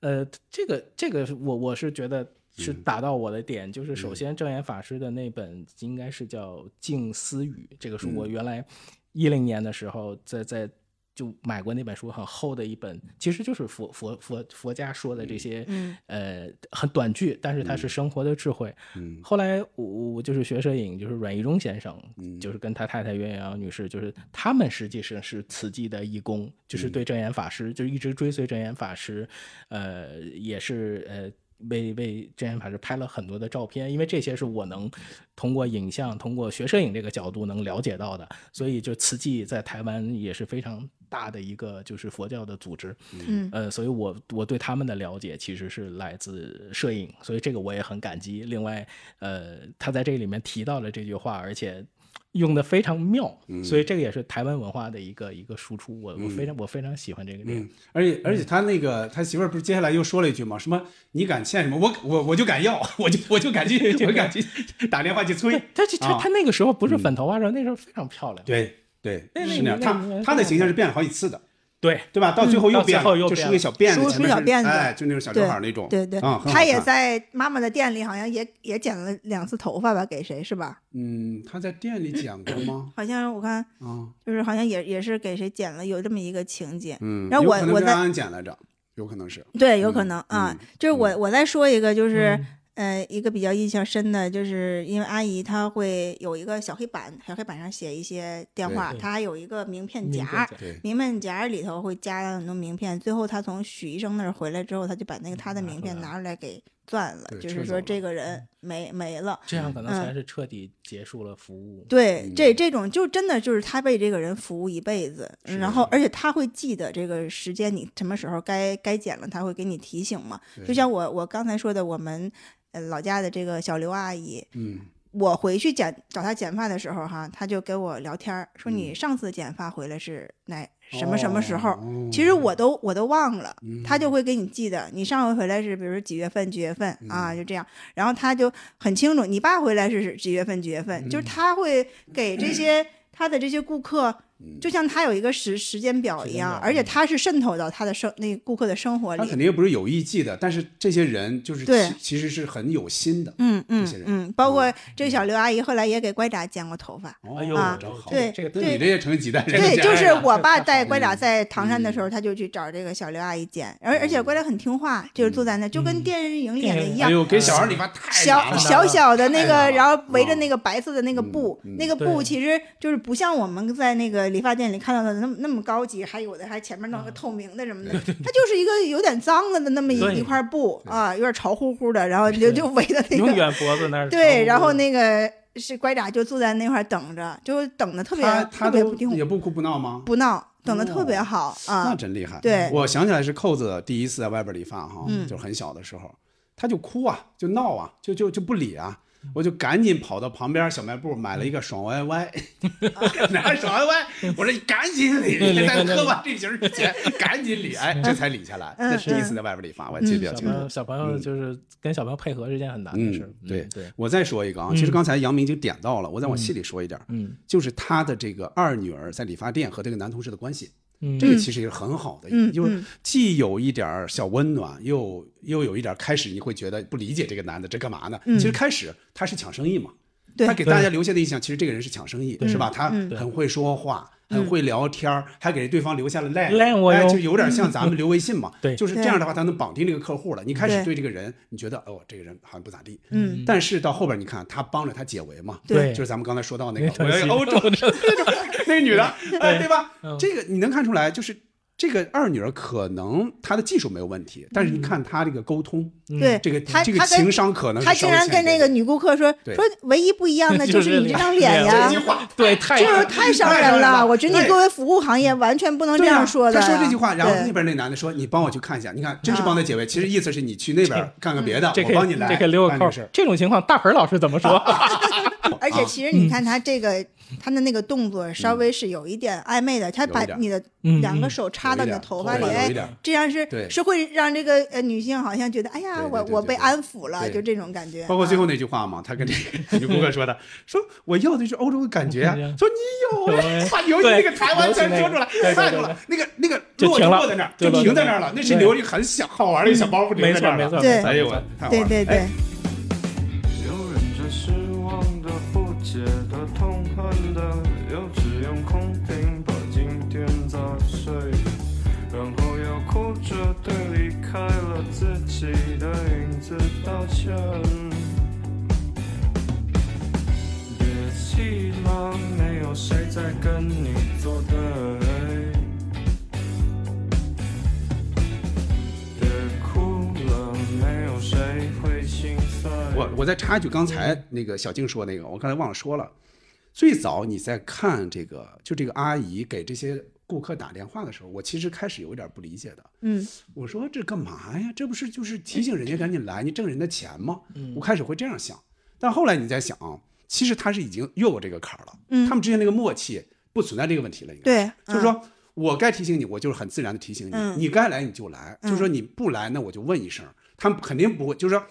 S7: 呃，这个这个是我我是觉得是打到我的点，就是首先正言法师的那本应该是叫《静思语》这个书，我原来一零年的时候在在。就买过那本书，很厚的一本，其实就是佛佛佛佛家说的这些，呃，很短句，但是它是生活的智慧。
S5: 嗯
S7: 后来我我就是学摄影，就是阮一中先生，
S5: 嗯
S7: 就是跟他太太袁瑶女士，就是他们实际上是慈济的义工，就是
S5: 嗯
S7: 对正言法师，就一直追随正言法师，呃，也是呃。为为正言法师拍了很多的照片，因为这些是我能通过影像、通过学摄影这个角度能了解到的，所以就慈济在台湾也是非常大的一个就是佛教的组织，
S6: 嗯
S7: 呃，所以我我对他们的了解其实是来自摄影，所以这个我也很感激。另外，呃，他在这里面提到了这句话，而且用的非常妙，所以这个也是台湾文化的一个一个输出。我我非常、我非常喜欢这个点。
S5: 嗯，而且而且他那个他媳妇儿不是接下来又说了一句吗？什么你敢欠什么？我我我就敢要，我就我就敢去，我敢去打电话去催。
S7: 他他他
S5: 啊
S7: 他那个时候不是粉头发时候，那时候非常漂亮。
S5: 对对，
S7: 那
S5: 是
S7: 那
S5: 那样。
S7: 那
S5: 他
S7: 那
S5: 他的形象是变了好几次的，
S7: 对
S5: 对吧？到最后又
S7: 嗯到最
S5: 变
S7: 后
S5: 了，
S7: 又
S5: 就是
S7: 变
S5: 个
S7: 了
S5: 小辫
S6: 梳
S5: 子，
S6: 梳
S5: 前面
S6: 小
S5: 是
S6: 辫子
S5: 哎，就那种小刘
S6: 对
S5: 海儿那种。
S6: 对对，
S5: 啊，很好
S6: 他也
S5: 看。
S6: 在妈妈的店里，好像也也剪了两次头发吧，给谁是吧？
S5: 嗯，他在店里讲过吗？
S6: 好像我看
S5: 啊，
S6: 就是好像也也是给谁剪了，有这么一个情节。
S5: 嗯，
S6: 然后
S5: 有
S6: 我
S5: 可能
S6: 我
S5: 跟
S6: 在
S5: 安安讲来着，有可能是，
S6: 对，有
S5: 嗯
S6: 可能啊
S5: 嗯，
S6: 就是我我再说一个，就是
S7: 嗯
S6: 呃，一个比较印象深的，就是因为阿姨她会有一个小黑板，小黑板上写一些电
S5: 对
S6: 话，
S7: 对
S6: 她还有一个名片
S7: 名
S6: 夹
S7: 片
S6: 儿
S7: 夹，
S5: 对，
S6: 名片夹儿里头会夹了很多名片。最后她从许医生那儿回来之后，她就把那
S5: 嗯
S6: 个她的
S7: 拿
S6: 名
S7: 出
S6: 片
S7: 来
S6: 拿出来给攥了
S5: 对，
S6: 就
S5: 撤走
S6: 是说
S5: 了嗯
S6: 这个人没没了。
S7: 这样可能才
S6: 嗯
S7: 是彻底结束了服务。
S6: 对，
S5: 嗯
S6: 这这种就真的就是他为这个人服务一辈子，
S5: 是
S6: 然后而且他会记得这个时间，你什么时候该该剪了，他会给你提醒嘛。就
S5: 对
S6: 像我我刚才说的，我们呃老家的这个小刘阿姨，
S5: 嗯
S6: 我回去剪找她剪发的时候哈，她就跟我聊天儿说你上次剪发回来是哪什么什么时候？
S5: 嗯哦
S6: 其实我都我都忘了，
S5: 嗯
S6: 他就会给你记得，你上回回来是比如说几月份几月份
S5: 嗯
S6: 啊，就这样，然后他就很清楚，你爸回来是几月份几月
S5: 嗯
S6: 份，就是他会给这些他的这些顾客，
S5: 嗯
S6: 就像他有一个时时间表一样，而且他是渗透到他的生那个顾客的生活
S5: 他肯
S6: 里，
S5: 定又不是有意记的，但是这些人就是
S6: 对
S5: 其其实是很有心的。
S6: 嗯嗯
S5: 这些人
S6: 嗯，包括这个小刘阿姨后来也给乖仔剪过头发，
S5: 哦
S7: 哎呦，
S6: 啊
S7: 真好
S6: 对
S7: 这个
S5: 那你
S6: 对
S5: 这也成几代人了
S6: 对，
S5: 嗯
S6: 就是
S7: 呀
S6: 我 爸带乖俩在唐山的时候，他就去找这个小刘阿姨剪，而而且
S5: 嗯
S6: 乖俩很听话，就是坐在那，就跟电影里演的一
S5: 哎
S6: 样。
S5: 呦，给小孩理发太难
S6: 小
S5: 了
S6: 小小的那
S5: 太难
S6: 个，
S5: 了
S6: 然后围着
S5: 嗯
S6: 那个白色的那个布，
S5: 嗯嗯
S6: 那个布
S7: 对
S6: 其实就是不像我们在那个理发店里看到的那么那么高级，还有的还前面弄个
S5: 嗯
S6: 透明的什么的，它就是一个有点脏了的那么一
S7: 对
S6: 一块布啊，有点潮乎乎的，然后就就围 着那
S7: 永
S6: 个，
S7: 远脖子那儿
S6: 对，然后
S7: 那。
S6: 那个是乖仔就坐在那块儿等着，就等的特别
S5: 他
S6: 特
S5: 他
S6: 别
S5: 都
S6: 不听
S5: 也不哭不闹吗？
S6: 不闹，等的特别
S5: 哦
S6: 好
S5: 那
S6: 啊。
S5: 真厉害。
S6: 对
S5: 我想起来是扣子第一次在外边理发哈，
S6: 嗯
S5: 就是很小的时候，他就哭啊，就闹啊，就就就不理啊。我就赶紧跑到旁边小卖部买了一个爽歪 歪，拿着爽歪歪，我说你赶紧理， 在喝完这瓶儿之前赶紧理，哎，这才理下来。
S6: 嗯
S5: 那是第一次在外边理发，我还记得比较
S7: 嗯小
S5: 清
S7: 朋
S5: 楚
S7: 友。小朋友就是跟小朋友配合是件很难的事儿。
S5: 嗯，对
S7: 对，
S5: 我再说一个啊，其实刚才杨明已经点到了，我再往细里说一点，
S7: 嗯，
S5: 就是他的这个二女儿在理发店和这个男同事的关系，
S7: 嗯
S5: 这个其实也是很好的，
S6: 嗯
S5: 就是既有一点儿小温暖，又又有一点儿开始你会觉得不理解这个男的这干嘛呢？其实开始他是抢生意嘛，
S6: 嗯对嗯
S5: 他给大家留下的印象，其实这个人是抢生意，是吧？他很会说话。很会聊天儿还给对方留下了 line，
S7: line 我
S5: 哎，
S7: 有
S5: 就有点 像咱们留微信嘛，
S7: 对
S5: 就是这样的话，他能绑定这个客户了。你开始对
S6: 对
S5: 这个人，你觉得哦，这个人好像不咋地，
S6: 嗯，
S5: 但是到后边你看，他帮着他解围嘛，
S7: 对
S5: 就是咱们刚才 说到那个
S7: 那
S5: 我 要
S7: 段戏
S5: 欧洲那个女的，哎，对吧
S7: 嗯？
S5: 这个你能看出来，就是这个二女儿可能她的技术没有问题，但是你看她这个沟通，
S6: 对，
S5: 嗯这个
S6: 他
S5: 这个
S6: 他跟
S5: 情商可能是
S6: 他
S5: 稍
S6: 竟
S5: 微
S6: 然
S5: 欠
S6: 跟
S5: 一
S6: 那个
S5: 点
S6: 女顾客说
S5: 对
S6: 说，唯一不一 样的就是你这张脸呀，
S9: 这句话对，太
S6: 这是太伤人了。我觉得你
S5: 对
S6: 作为服务行业完全不能这
S5: 对呀
S6: 样说的呀。
S5: 他说这句话，然后
S6: 对
S5: 那边那男的说：“你帮我去看一下。”你看，真是帮他解围。其实意思是你去那边看看别的，
S9: 这可
S5: 我
S9: 以
S5: 帮你来。
S9: 啊这可以溜个
S5: 办
S9: 扣
S5: 事儿。。
S9: 这种情况，大盆老师怎么 说？
S6: 而
S5: 啊
S6: 且其实你
S5: 嗯
S6: 看他这个、他的那个动作稍微是有一点暧昧的，他把
S5: 有一点
S6: 你的
S7: 嗯
S6: 两个手插到你的
S5: 有一点
S6: 头发里，
S5: 头发有一
S6: 哎
S5: 点
S6: 这样是
S5: 对
S6: 是会让这个呃女性好像觉得哎呀，
S5: 对对
S6: 我
S5: 对对
S6: 我被
S5: 对
S6: 安抚了，
S5: 对
S6: 就这种感觉。
S5: 包括最
S6: 啊
S5: 后那句话嘛，他跟那个女顾客 说的，说我要的就是欧洲的感觉啊。
S7: 嗯
S5: 说你有
S7: 有
S5: 哎，
S7: 哎
S5: 把尤其那个台湾
S7: 尤其
S5: 全
S7: 那
S5: 说
S7: 个
S5: 出来
S7: 对对，
S5: 看
S7: 对
S5: 出来，那个那个
S7: 就
S5: 落
S7: 停了
S5: 落在那儿，
S7: 对
S5: 就
S7: 落
S5: 停
S7: 在
S5: 在
S7: 那
S5: 那
S7: 儿
S5: 儿了。那是
S7: 对
S5: 留一个很小好玩的一小包袱留
S7: 没
S5: 在
S7: 错
S5: 那儿
S7: 没错
S5: 了。
S6: 对
S5: 哎呦我，太好玩
S6: 对
S5: 了
S6: 对对，
S5: 哎
S8: 有忍着失望的、不解的、痛恨的，又只用空瓶把今天砸碎，然后又哭着对离开了自己的影子道歉。别气了，没有谁在跟你作对。别哭了，没有谁会心碎。
S5: 我我再插一句，刚才那个小静说那个，我刚才忘了说了。最早你在看这个，就这个阿姨给这些顾客打电话的时候，我其实开始有点不理解的。
S6: 嗯，
S5: 我说这干嘛呀？这不是就是提醒人家赶紧来，你挣人的钱吗？我开始会这样想，但后来你在想，其实他是已经越过这个坎儿了。
S6: 嗯
S5: 他们之间那个默契不存在这个问题了，应该
S6: 对，
S5: 就是
S6: 嗯
S5: 说我该提醒你，我就是很自然的提醒你，
S6: 嗯
S5: 你该来你就来，
S6: 嗯
S5: 就是说你不来，那我就问一声，他们肯定不会，就是说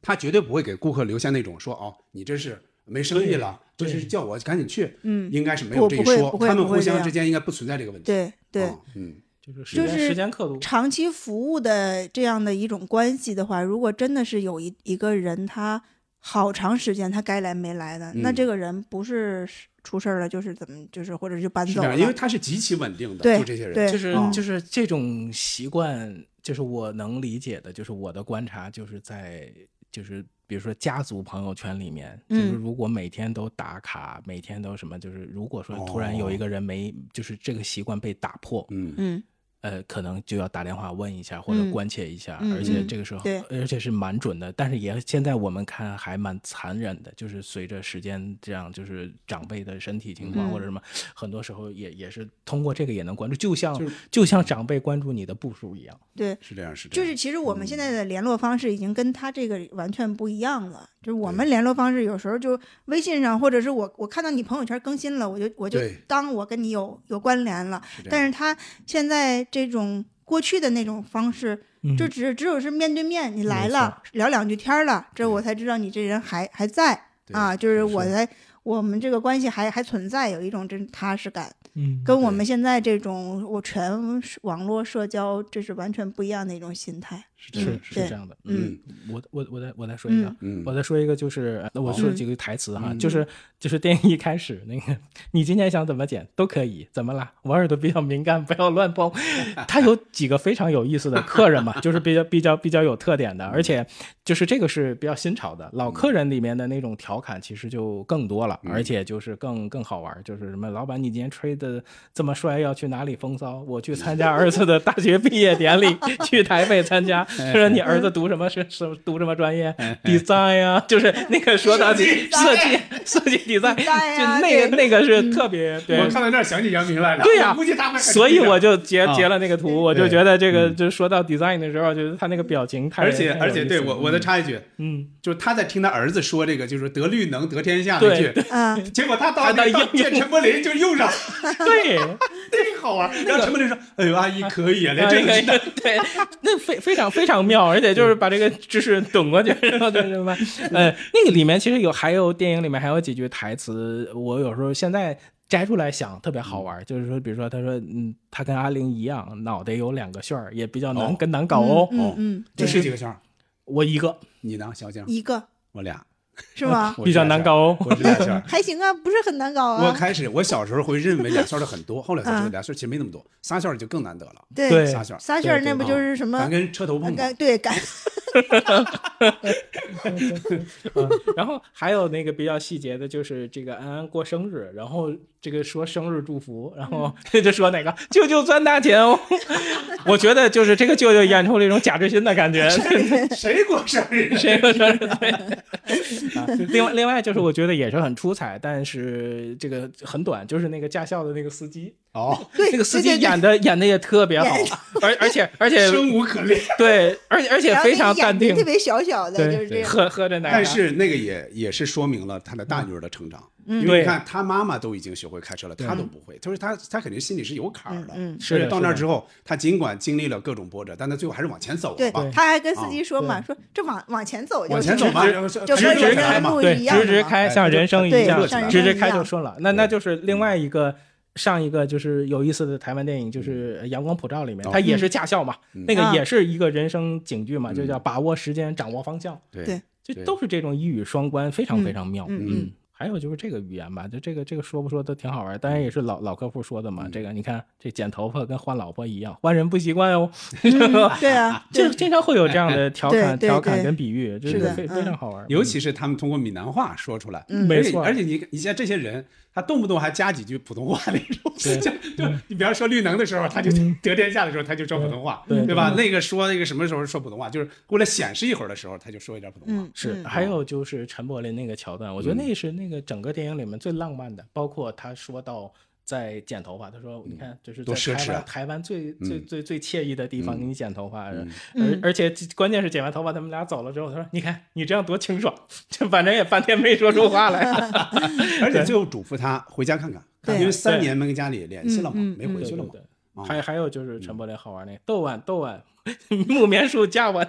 S5: 他绝对不会给顾客留下那种说哦，你这是没生意了，这是叫我赶紧去，
S6: 嗯
S5: 应该是没
S6: 不
S5: 有这一
S6: 不会
S5: 说
S6: 不，会
S5: 他们
S6: 不会
S5: 互
S6: 这
S5: 相
S6: 样
S5: 之间应该不存在这个问题，
S6: 对对。
S5: 哦嗯，
S7: 就是时
S6: 就
S7: 间
S6: 是
S7: 时间刻度，
S6: 长期服务的这样的一种关系的话，如果真的是有一一个人他好长时间他该来没来的，那
S5: 嗯
S6: 这个人不是出事儿了，就是怎么就是或者就搬
S5: 是
S6: 走
S5: 这
S6: 了，
S5: 样，因为他是极其稳定的，
S6: 对
S5: 就这些人，
S6: 对
S7: 就是
S5: 嗯
S7: 就是这种习惯，就是我能理解的，就是我的观察，就是在就是比如说家族朋友圈里面，就是
S6: 嗯
S7: 如果每天都打卡，每天都什么，就是如果说突然
S5: 哦
S7: 有一个人没，就是这个习惯被打破，
S5: 嗯，
S6: 嗯
S7: 呃，可能就要打电话问一下或者
S6: 嗯
S7: 关切一下，
S6: 嗯
S7: 而且
S6: 嗯
S7: 这个时候，
S6: 对
S7: 而且是蛮准的，但是也现在我们看还蛮残忍的，就是随着时间这样，就是长辈的身体情况
S6: 嗯
S7: 或者什么，很多时候也也是通过这个也能关注，就像、
S5: 就是
S7: 就像长辈关注你的步数一样，
S6: 对。
S5: 是这样，是这
S6: 就
S5: 样，
S6: 是其实我们现在的联络方式已经跟他这个完全不一样了。就是我们联络方式有时候就微信上，或者是我我看到你朋友圈更新了，我就我就
S5: 对
S6: 当我跟你有有关联了。
S5: 是这样
S6: 但是他现在这种过去的那种方式，就
S7: 嗯
S6: 只只有是面对面，你来了聊两句天儿了，这我才知道你这人还还在
S5: 对
S6: 啊，就是我
S5: 是
S6: 才我们这个关系还还存在，有一种真踏实感，
S7: 嗯
S6: 跟我
S5: 对
S6: 们现在这种我全网络社交这是完全不一样的一种心态。
S5: 是这
S7: 是
S5: 样，
S7: 是
S6: 对
S7: 这样的，
S5: 嗯，
S7: 我我我再我再说一个。
S6: 嗯
S5: 嗯，
S7: 我再说一个，就是呃我说
S6: 嗯
S7: 几个台词哈，
S5: 嗯
S7: 就是就是电影一开始那个，你今天想怎么剪都可以，怎么啦？我耳朵比较敏感，不要乱碰。 他有几个非常有意思的客人嘛，就是比较比较比较有特点的，而且就是这个是比较新潮的，
S5: 嗯
S7: 老客人里面的那种调侃其实就更多了，而且就是更更好玩，就是什么老板你今天吹的这么帅，要去哪里风骚？我去参加儿子的大学毕业典 礼，去台北参加。
S5: 哎
S7: 说你儿子读什么是什么读什么专业？design 啊，就是那个说到底设计设计 design，
S6: design
S7: 就
S6: 啊
S7: 那个
S6: 对
S7: 那个是特别对
S5: 我。看到那儿想起杨明来了，
S7: 对呀
S5: 我估计他们很
S7: 所以
S5: 低调
S7: 我就截
S5: 啊
S7: 截了那个图，我就
S5: 对嗯
S7: 觉得这个就说到 design 的时候，就是他那个表情太，
S5: 而且
S7: 太有
S5: 而且
S7: 意
S5: 对
S7: 思
S5: 我
S7: 了
S5: 我再插一句，
S7: 嗯，
S5: 就是他在听他儿子说这个，就是得绿能得天下那
S7: 对
S5: 句，
S6: 啊，
S5: 结果他到
S7: 他到
S5: 那到
S7: 应用
S5: 见陈柏霖就用上，
S7: 嗯对，
S5: 这个好玩。然后陈柏霖说：“哎呦，阿姨可以啊，连
S7: 啊
S5: 这个
S7: 那
S5: 知道
S7: 个对，那非非常非常妙，而且就是把这个知识懂过去，然后就是什 么，呃，那个里面其实有还有电影里面还有几句台词，我有时候现在。摘出来想特别好玩，就是说，比如说，他说，嗯，他跟阿玲一样，脑袋有两个旋儿，也比较难
S5: 哦
S7: 跟难搞哦。
S6: 嗯嗯，
S5: 这
S6: 对，
S5: 是几个圈儿？
S7: 我一个
S5: 你呢，小景？
S6: 一个
S5: 我俩，
S6: 是吗？。
S5: 我
S7: 比
S5: 是
S7: 较
S5: 俩
S7: 难
S5: 圈儿
S7: 搞哦。
S5: 我是俩圈儿
S6: 还行啊，不是很难搞
S5: 我
S6: 啊。
S5: 开始我小时候会认为俩圈儿的很 多，后来才知道
S6: 嗯
S5: 俩圈儿其实没那么多，仨圈儿就更难得了。
S6: 对
S7: 对啊
S5: 仨圈儿，
S6: 仨旋儿那不就是什 么
S5: 咱？跟车头碰
S6: 敢
S5: 碰，
S6: 对，敢
S7: 嗯 然后还有那个比较细节的，就是这个安安过生日，然后这个说生日祝福，然后
S6: 嗯
S7: 就说哪个舅舅赚大钱 哦。我觉得就是这个舅舅演出了一种贾志新的感觉，
S5: 谁过生日？
S7: 谁 有生日 对。啊，另外另外就是我觉得也是很出彩，但是这个很短，就是那个驾校的那个司机，
S5: 哦，
S7: 那个司
S6: 对
S7: 机
S6: 对对
S7: 演的演的也特别好，而而且而 且
S5: 生无可恋。
S7: 对，而且而且
S6: 然后
S7: 非
S6: 那
S7: 常
S6: 个眼
S7: 淡
S6: 睛
S7: 定
S6: 特，别小小的，
S7: 对啊
S6: 就是这样。
S7: 喝喝着奶茶，
S5: 但是那个也也是说明了他的大女儿的成长，因为
S7: 嗯对嗯
S5: 你看他妈妈都已经学会开车了，他都不会，就是他他肯定心里是有坎儿的。
S6: 嗯嗯
S7: 是的
S5: 而且到
S7: 是
S5: 那儿
S7: 的
S5: 之后，他尽管经历了各种波折，但他最后还是往前走了
S6: 对
S5: 吧，，
S6: 他还跟司机说
S7: 啊
S6: 嘛，说这往往前走就
S5: 往前走吧，
S7: 直
S5: 然后就
S6: 就
S5: 直
S6: 跟
S7: 直
S5: 直
S6: 原
S5: 开
S6: 来
S5: 嘛
S6: 路
S7: 对，
S6: 一样
S7: 直直
S6: 嘛
S7: 开
S5: 哎
S7: 像
S5: 就
S7: 人生一
S6: 对
S7: 样，
S5: 像人
S7: 直直
S6: 生一
S7: 开就
S6: 样
S7: 顺了。那那就是另外一个上一个就是有意思的台湾电影，就是呃《阳光普照》里面
S5: 哦，
S7: 它也是驾校嘛，那个
S6: 嗯
S7: 也是一个人生警句嘛，就
S5: 嗯
S7: 叫把握时间，掌握方向，
S5: 对
S6: 对，
S7: 就
S5: 对
S7: 都是这种一语双关，非常
S6: 嗯
S7: 非常妙。
S6: 嗯
S5: 嗯
S7: 还有就是这个语言吧，就这个这个说不说都挺好玩，当然也是老老客户说的嘛。
S5: 嗯
S7: 这个你看，这剪头发跟换老婆一样，换人不习惯哦。
S6: 对啊，
S7: 就经常会有这样的调侃、
S6: 对对
S7: 调侃
S6: 对
S7: 跟比喻，就是
S6: 的
S7: 非
S6: 嗯
S7: 非常好玩。
S5: 尤其是他们通过闽南话说出来，
S6: 嗯
S7: 没错
S5: 而且而且你你像这些人，他动不动还加几句普通话那种，
S7: 对嗯
S5: 就就你比方说绿能的时候，他就得天下的时候，他就说普通话，
S7: 对嗯
S5: 对吧？那个说那个什么时候说普通话，就是为了显示一会儿的时候，他就说一点普通话
S6: 嗯。
S7: 是，还有就是陈柏霖那个桥段，我觉得
S5: 嗯
S7: 那是那个整个电影里面最浪漫的，包括他说到在剪头发，他说你看就是在
S5: 嗯多奢
S7: 台
S5: 侈啊
S7: 湾台湾最最
S5: 嗯
S7: 最最惬意的地方给你剪头发，
S5: 嗯
S7: 而而且关键是剪完头发他们俩走了之后，他说你看你这样多清爽，这反正也半天没说出话来了，
S5: 而且最后嘱咐他回家看看，
S6: 对嗯
S5: 因为三年没跟家里联系了嘛，没 回
S7: 对
S5: 去
S7: 对
S5: 了嘛。
S7: 对。
S5: 啊
S7: 还还有就是陈柏霖好玩那豆碗豆碗，木棉树架碗，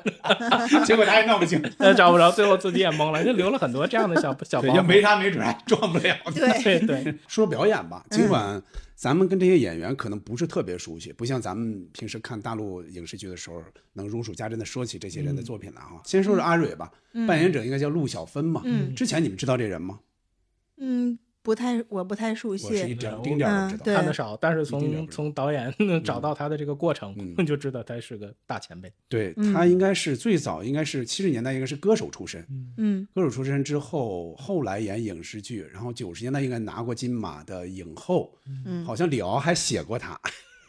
S5: 结果他还闹不清，
S7: 呃找不着，最后自己也懵了，就留了很多这样的小 小包
S5: 对，要
S7: 袱
S5: 没他没准还撞不了。
S6: 对，
S7: 对对，
S5: 说表演吧，尽管咱们跟这些演员可能不是特别熟悉，不像咱们平时看大陆影视剧的时候能如数家珍的说起这些
S6: 嗯
S5: 人的作品来啊。先说说阿蕊吧，扮演者应该叫陆小芬嘛。
S6: 嗯
S5: 之前你们知道这人吗？
S6: 嗯，不太，我不太熟
S5: 我是一
S6: 悉，
S5: 点儿丁点儿都不知
S6: 嗯对
S5: 道。
S7: 看的少，但是
S5: 一定了
S7: 从
S5: 不
S7: 从导演找到他的这个过程，
S5: 嗯
S7: 就知道他是个大前辈。
S5: 对
S6: 嗯
S5: 他应该是最早应该是七十年代应该是歌手出身，
S6: 嗯
S5: 歌手出身之后，后来演影视剧，然后九十年代应该拿过金马的影后，
S6: 嗯
S5: 好像李敖还写过他。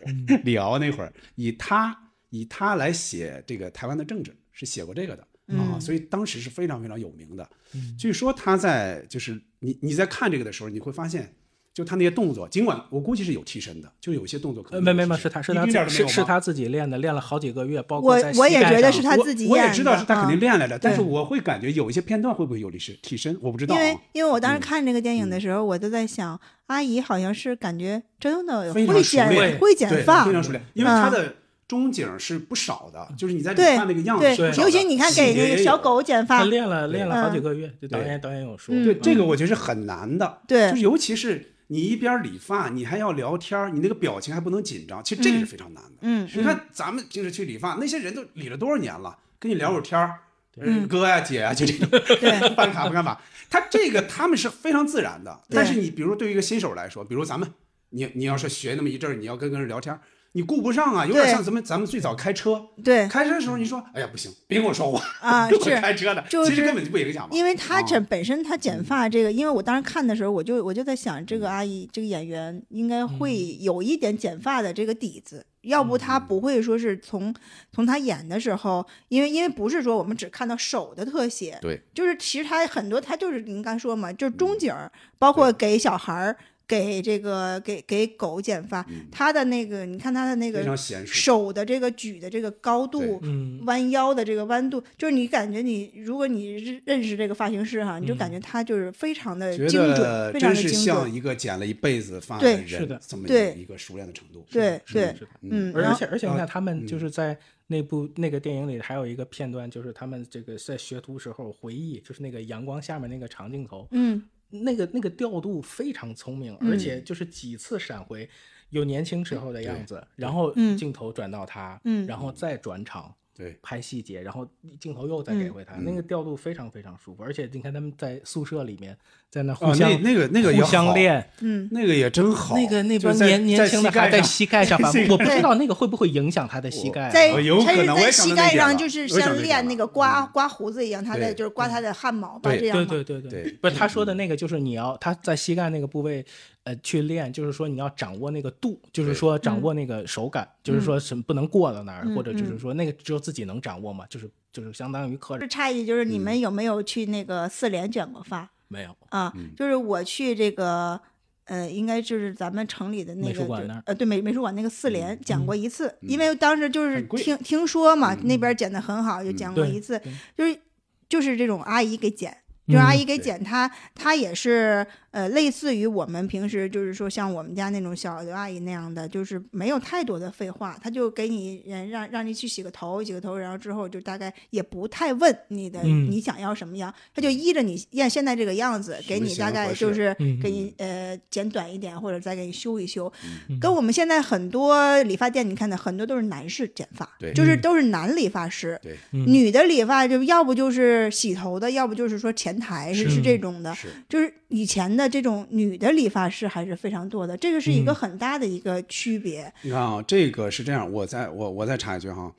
S7: 嗯
S5: 李敖那会儿以他以他来写这个台湾的政治，是写过这个的、啊，
S6: 嗯
S5: 所以当时是非常非常有名的。
S7: 嗯
S5: 据说他在就是你你在看这个的时候，你会发现。就他那些动作，尽管我估计是有替身的，就有些动作可
S7: 呃，
S5: 能
S7: 没
S5: 有
S7: 没没，
S5: 替
S7: 是
S5: 身
S7: 他是
S5: 一
S7: 他
S5: 丁点儿
S7: 自是
S5: 都没有
S7: 是
S5: 吗
S7: 他自己练的，练了好几个月，包括
S6: 我
S7: 在
S6: 我
S7: 膝
S6: 也
S7: 盖
S6: 觉
S7: 上
S6: 得是他
S5: 我
S6: 自己
S5: 我也
S6: 演
S5: 知道
S6: 的
S5: 是他肯定
S6: 啊
S5: 练来的，但是
S6: 对
S5: 我会感觉有一些片段会不会有替替身，我不知道嗯
S6: 因
S5: 啊。
S6: 为因为我当时看这个电影的时候，我就在想，阿姨好像是感觉真的
S5: 非常
S6: 会
S5: 熟练
S6: 剪
S5: 对，
S6: 会剪放嗯
S5: 非，常熟练，因为它的中景是不少的，就是你在里
S6: 对
S5: 看那个样子
S6: 对
S5: 是不少，的，
S6: 尤其你看给那
S5: 细节
S6: 个
S5: 也
S6: 小
S5: 有。
S6: 狗剪
S7: 他
S6: 发，
S7: 练了练了好几
S6: 嗯
S7: 个月，就导演导演有说，
S5: 对这个，我觉得是很难的。
S6: 对
S5: 就尤其是你一边理发，你还要聊天儿，你那个表情还不能紧张，其实这个是非常难的。
S6: 嗯
S5: 你看咱们平时去理发，那些人都理了多少年了，跟你聊会儿天儿，嗯哥呀、姐呀，就这种，
S6: 嗯
S5: 办卡不干嘛？他这个他们是非常自然的，
S6: 对
S5: 但是你比如对于一个新手来说，比如咱们，你你要是学那么一阵儿，你要跟跟人聊天儿，你顾不上啊，有点
S6: 对
S5: 像咱们咱们最早开车，
S6: 对
S5: 开车的时候你说，哎呀不行，别跟我说话，
S6: 嗯 啊
S5: 跟我
S6: 是
S5: 开车的，
S6: 就是
S5: 其实根本就不影响嘛。
S6: 因为她
S5: 啊
S6: 这本身她剪发这个，因为我当时看的时候，我就我就在想，这个
S5: 嗯
S6: 阿姨这个演员应该会有一点剪发的这个底子，
S5: 嗯
S6: 要不她不会说是从从她演的时候，因为因为不是说我们只看到手的特写，
S5: 对，
S6: 就是其实她很多她就是您刚说嘛，就是中景
S5: 嗯
S6: 儿，包括给小孩儿。给这个给给狗剪发，她的那个你看她的那
S5: 嗯非常
S6: 个
S5: 娴熟，
S6: 手的这个举的这个高
S5: 对
S6: 度，
S7: 嗯，
S6: 弯腰的这个弯度，就是你感觉你，如果你认认识这个发型师哈，你就感觉他就是非常的
S5: 觉
S6: 精
S5: 得
S6: 准，非常
S5: 真
S6: 的
S5: 是
S6: 精
S5: 像
S6: 准。
S5: 一个剪了一辈子发
S6: 对
S5: 人，
S7: 是的
S5: 这么
S6: 对
S5: 一个熟练的程度。
S6: 对
S7: 是的
S6: 对
S7: 是，的
S6: 嗯，
S7: 而
S6: 然
S7: 而
S6: 后
S7: 且而且你看他们
S5: 嗯
S7: 就是在那部那个电影里还有一个片段，就是他们这个在学徒时候回忆，就是那个阳光下面那个长镜头，
S6: 嗯
S7: 那个那个调度非常聪明，
S5: 嗯
S7: 而且就是几次闪回有年轻时候的样子，然后
S6: 嗯
S7: 镜头转到他，
S6: 嗯
S7: 然后再转场，
S5: 对，
S9: 拍细节，然后镜头又
S5: 嗯
S9: 再给回他，那个调度非常非常舒服。而且你看他们在宿舍里面，在那互
S5: 啊
S9: 相、
S5: 那那个那个也
S9: 互相
S5: 好
S9: 恋，
S6: 嗯
S5: 那个也真好。
S9: 那个那
S5: 就
S9: 帮
S5: 是在
S9: 年年
S5: 在
S9: 轻的还
S5: 盖
S9: 在
S5: 上
S9: 膝盖上反
S5: 膝
S9: 复，我不知道那个会不会影响他的膝盖啊。
S6: 在
S5: 哦有
S6: 他
S5: 可
S6: 是
S5: 能我也
S6: 在
S5: 想
S6: 膝
S5: 到那
S6: 盖
S5: 点
S6: 上
S5: 了
S6: 就是
S5: 我也想
S6: 像
S5: 到那
S6: 练
S5: 点
S6: 那
S5: 了嗯
S6: 个刮刮胡子一样，他在
S5: 对嗯
S6: 就是刮他的汗毛吧，
S5: 对
S6: 这样
S9: 对
S6: 吗？
S9: 对对对
S5: 对
S9: 不是他说的那个，就是你要他在膝盖那个部位，呃，去练，就是说你要掌握那个度，就是
S5: 对
S9: 说掌
S6: 嗯
S9: 握那个手感，就是说什么不能过到哪儿，或者就是说那个只有自己能掌握嘛，就是就是相当于客
S6: 就
S9: 人
S6: 差异就是你
S5: 嗯
S6: 们有没有去那个四连卷过发
S9: 没有，
S6: 啊？就是我去这个呃，应该就是咱们城里的那
S9: 美
S6: 个
S9: 术馆
S6: 就
S9: 那儿嗯
S6: 呃，对美美术馆那个四连讲过一次，因为当时就是
S5: 很贵
S6: 听听说嘛，那边剪的很好，就讲过
S9: 对
S6: 一次
S9: 对，
S6: 就是就是这种阿姨给剪。就是阿姨给剪她，她也是呃，类似于我们平时就是说像我们家那种小刘阿姨那样的，就是没有太多的废话，她就给你人让让你去洗个头，洗个头，然后之后就大概也不太问你的、
S9: 嗯
S6: 你想要什么样，她就依着你现现在这个样子给你
S5: 型
S6: 大
S5: 合
S6: 概
S5: 适
S6: 就是
S9: 嗯
S6: 给你呃剪短一点，或者再给你修一修。跟我们现在很多理发店你看的很多都是男士剪发，
S5: 对
S6: 就是都是男理发师，
S5: 对
S9: 嗯
S6: 女的理发就要不就是洗头的，要不就是说前台是
S9: 是
S6: 是这种的，
S5: 是
S6: 就是以前的这种女的理发师还是非常多的，这个是一个
S9: 嗯
S6: 很大的一个区别。
S5: 你看啊，这个是这样，我再我我再插一句哈，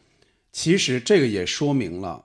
S5: 其实这个也说明了，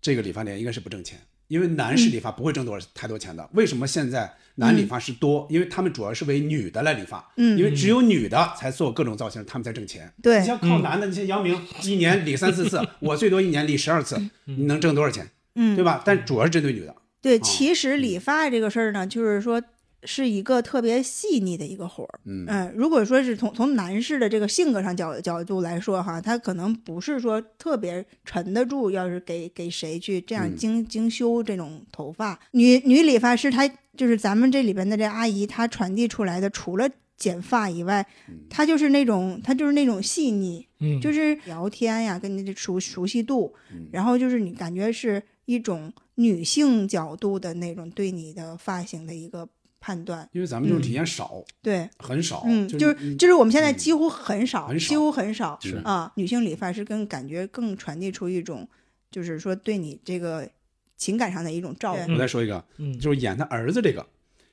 S5: 这个理发店应该是不挣钱，因为男
S6: 嗯
S5: 士理发不会挣多少太多钱的。为什么现在男理发师多？因为他们主要是为女的来理发，
S6: 嗯
S5: 因为只有女的才做各种造型，他们才挣钱。
S6: 对嗯
S5: 你像靠男的，你像杨明一年理三 四次，我最多一年理十二次，你能挣多少钱？
S6: 嗯
S5: 对吧？但主要是针对女的，
S6: 对，其实
S5: 嗯
S6: 理发这个事儿呢，就是说是一个特别细腻的一个活儿。
S5: 嗯
S6: 如果说是从从男士的这个性格上角角度来说哈，他可能不是说特别沉得住，要是给给谁去这样
S5: 嗯
S6: 精、精修这种头发，女女理发师她就是咱们这里边的这阿姨，她传递出来的除了。剪发以外，
S5: 嗯
S6: 她就是那种，她就是那种细腻，
S9: 嗯
S6: 就是聊天呀，跟你的熟熟悉度，然后就是你感觉是一种女性角度的那种对你的发型的一个判断，
S5: 因为咱们这种体验少，
S6: 对。
S5: 很少，
S6: 嗯，
S5: 哦就嗯
S6: 就是就是我们现在几乎很少，
S5: 很少
S6: 几乎很少
S5: 是
S6: 啊。女性理发师更感觉更传递出一种，就是说对你这个情感上的一种照顾。
S5: 我再说一个，
S9: 嗯
S5: 就是演他儿子这个，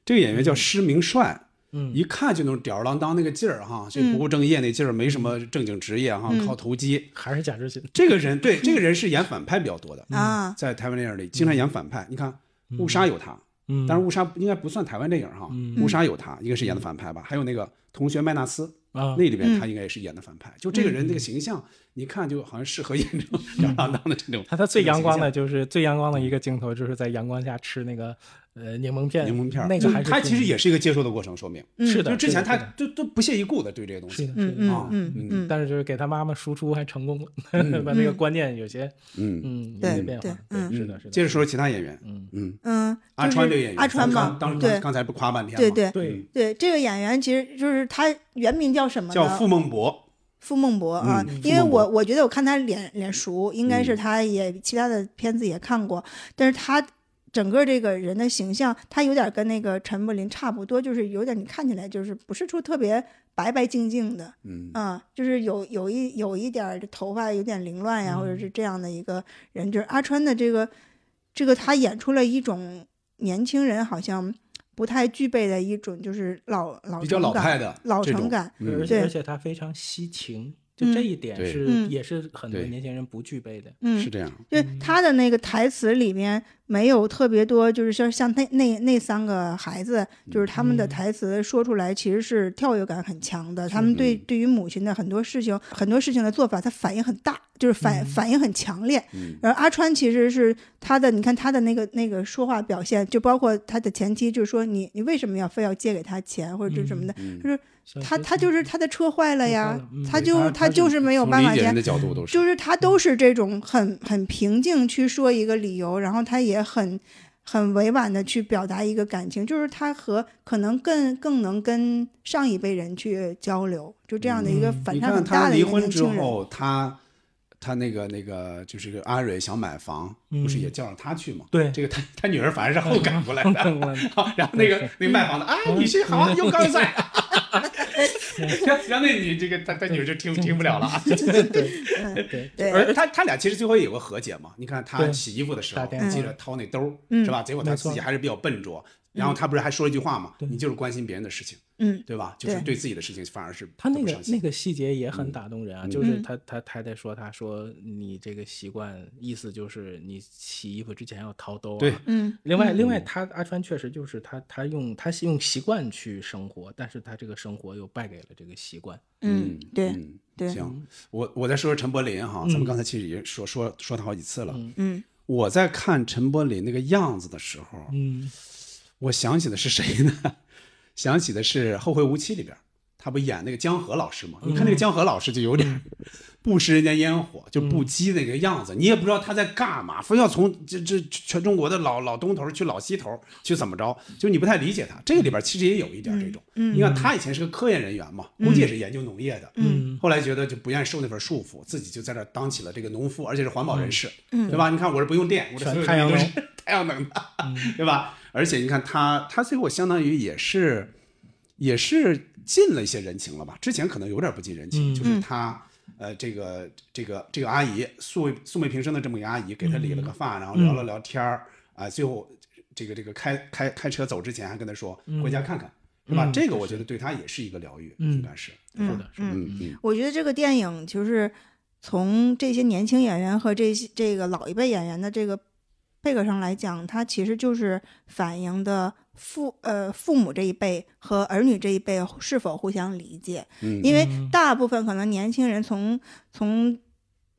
S5: 这个演员叫施明帅，
S9: 嗯
S5: 一看就那种吊儿郎当那个劲儿哈，就
S6: 嗯
S5: 不务正业那劲儿，没什么正经职业哈，
S6: 嗯
S5: 靠投机。
S9: 还是贾志新，
S5: 这个人对这个人是演反派比较多的，
S6: 啊，
S5: 在台湾电影里经常演反派。你看误杀有他，
S9: 嗯
S5: 当然误杀应该不算台湾电影哈，误杀有他应该是演的反派吧？还有那个同学麦纳斯。
S9: 啊
S5: 那里
S6: 嗯
S5: 面他应该也是演的反派，就这个人这个形象，你看就好像适合演这种吊儿郎当的这种。
S9: 嗯他他最
S5: 这种
S9: 阳光
S5: 形
S9: 的
S5: 象
S9: 就是最阳光的一个镜头，就是在阳光下吃那个呃柠檬片，嗯
S5: 柠檬片儿，
S9: 那
S5: 就
S9: 个还是
S5: 他其实
S9: 挺
S5: 也是一个接受的过程，说明
S9: 是
S5: 就
S9: 的，
S5: 之前
S9: 是的
S5: 他都都不屑一顾的对这些东
S9: 是
S5: 西
S9: 的，。
S6: 嗯
S9: 是的
S5: 啊
S6: 嗯嗯嗯，
S9: 但是就是给他妈妈输出还成功了，
S5: 嗯
S9: 把那个观念有些
S5: 嗯
S9: 嗯有
S6: 对
S9: 些变
S6: 对
S9: 化，
S6: 嗯
S9: 是的是的。
S5: 接着说其他演员，
S9: 嗯
S5: 嗯，
S6: 嗯，
S5: 阿
S6: 就是
S5: 川这个演员，
S6: 阿川
S5: 咱
S6: 嘛
S5: 刚，当
S6: 对
S5: 刚才不夸半天吗？
S6: 对对
S9: 对，
S6: 对，这个演员其实就是他原名叫什么呢？
S5: 嗯叫傅孟博，
S6: 傅孟博啊，
S5: 嗯
S6: 因为
S5: 傅孟
S6: 我
S5: 博嗯
S6: 我觉得我看他脸脸熟，应该是他也、其他的片子也看过，但是他整个这个人的形象，他有点跟那个陈柏霖差不多，就是有点你看起来就是不是说特别白白净净的，
S5: 嗯
S6: 啊，就是有有一有一点儿头发有点凌乱呀，或
S5: 嗯
S6: 者是这样的一个人，就是阿川的这个这个他演出了一种年轻人好像不太具备的一种，就是老老
S5: 比较
S6: 成
S5: 老
S6: 感
S5: 派的
S6: 老
S5: 这
S6: 成
S5: 种
S6: 感，
S5: 嗯
S9: 而且而且他非常惜情，就这一点
S5: 对
S9: 是、
S6: 嗯
S9: 也是很多
S5: 对
S9: 年轻人不具备的。
S6: 嗯，
S5: 是这样，
S6: 就是他的那个台词里面没有特别多，就是像像那那那三个孩子，就是他们的台词说出来其实是跳跃感很强的。他们对对于母亲的很多事情、很多事情的做法，他反应很大，就是反、反应很强烈。
S5: 嗯
S6: 然后阿川其实是他的，你看他的那个那个说话表现，就包括他的前妻，就是说你你为什么要非要借给他钱或者就什么的，
S5: 嗯
S6: 就是
S7: 嗯
S6: 他他就是他的车坏了呀，他就
S5: 他他是
S6: 就是没有
S5: 从
S6: 办法
S5: 理解
S6: 钱
S5: 人的。角度都是，嗯
S6: 就是他都是这种很很平静去说一个理由，然后他也很很委婉的去表达一个感情，就是他和可能更更能跟上一辈人去交流，就这样的一个反
S5: 你
S6: 差
S5: 看
S6: 很
S5: 他
S6: 大的一
S5: 离
S6: 个年
S5: 婚之
S6: 轻人。
S5: 后，他他那个那个就是这个阿蕊想买房，不
S9: 嗯
S5: 是也叫上他去吗？
S9: 对
S5: 这个他他女儿反而是后 赶过来的，
S9: 嗯
S7: 嗯
S5: 然后那个那个卖房的啊，你去好，又刚才。像像那你这个他他女儿就听听不了了啊。
S6: 嗯对
S5: 而而他他俩其实最后也有个和解嘛。你看他
S7: 对
S5: 洗衣服的时候
S7: 打电，话
S5: 记着掏那兜儿、
S6: 嗯
S5: 是吧？结果他
S7: 没
S5: 自
S7: 错
S5: 己还是比较笨拙。然后他不是还说了一句话嘛？你就是关心别人的事情，
S6: 嗯，
S5: 对吧？就是
S6: 对
S5: 对自己的事情反而是
S7: 他那
S5: 不
S7: 个
S5: 上心
S7: 那个细节也很打动人啊，就是
S6: 嗯
S7: 他他他在说，他说你这个习惯，意思就是你洗衣服之前要掏兜啊。
S5: 对
S6: 嗯，
S7: 另外另外他阿川确实就是他他用他是用习惯去生活，但是他这个生活又败给了这个习惯。
S5: 哦
S6: 嗯，对，
S5: 嗯
S6: 对
S5: 行，我我再说说陈柏霖
S7: 嗯
S5: 哈，咱们刚才其实已经说说说他好几次了。
S6: 嗯，
S5: 我在看陈柏霖那个样子的时候，
S7: 嗯，
S5: 我想起的是谁呢？ 想起的是《后会无期》里边，他不演那个江河老师吗？你看那
S7: 嗯
S5: 个江河老师就有点不食人间烟火，就不
S7: 嗯
S5: 羁那个样子，你也不知道他在干嘛，非要从这这全中国的老老东头去老西头去怎么着，就你不太理解他。这个里边其实也有一点这种，你看他以前是个科研人员嘛，估计也是研究农业的，
S7: 嗯
S5: 后来觉得就不愿意受那份束缚，自己就在这儿当起了这个农夫，而且是环保人士，对吧？你看我是不用电，我这所有
S7: 嗯全太阳
S5: 东
S7: 能
S5: 西都是太阳能的，对吧？而且你看他，他最后相当于也是也是近了一些人情了吧？之前可能有点不近人情，
S6: 嗯
S5: 就是他。呃，这个这个这个阿姨素未素昧平生的这么一个阿姨，给他理了个发，然后聊了聊天儿啊、最后这个这个开开开车走之前还跟他说、回家看看，嗯是嗯吧？这个我觉得对他也是一个疗愈，应该是，
S7: 是的，是的，
S5: 嗯嗯
S6: 我觉得这个电影就是从这些年轻演员和这些这个老一辈演员的这个配合上来讲，它其实就是反映的父呃父母这一辈和儿女这一辈是否互相理解，
S5: 嗯，
S6: 因为大部分可能年轻人从从。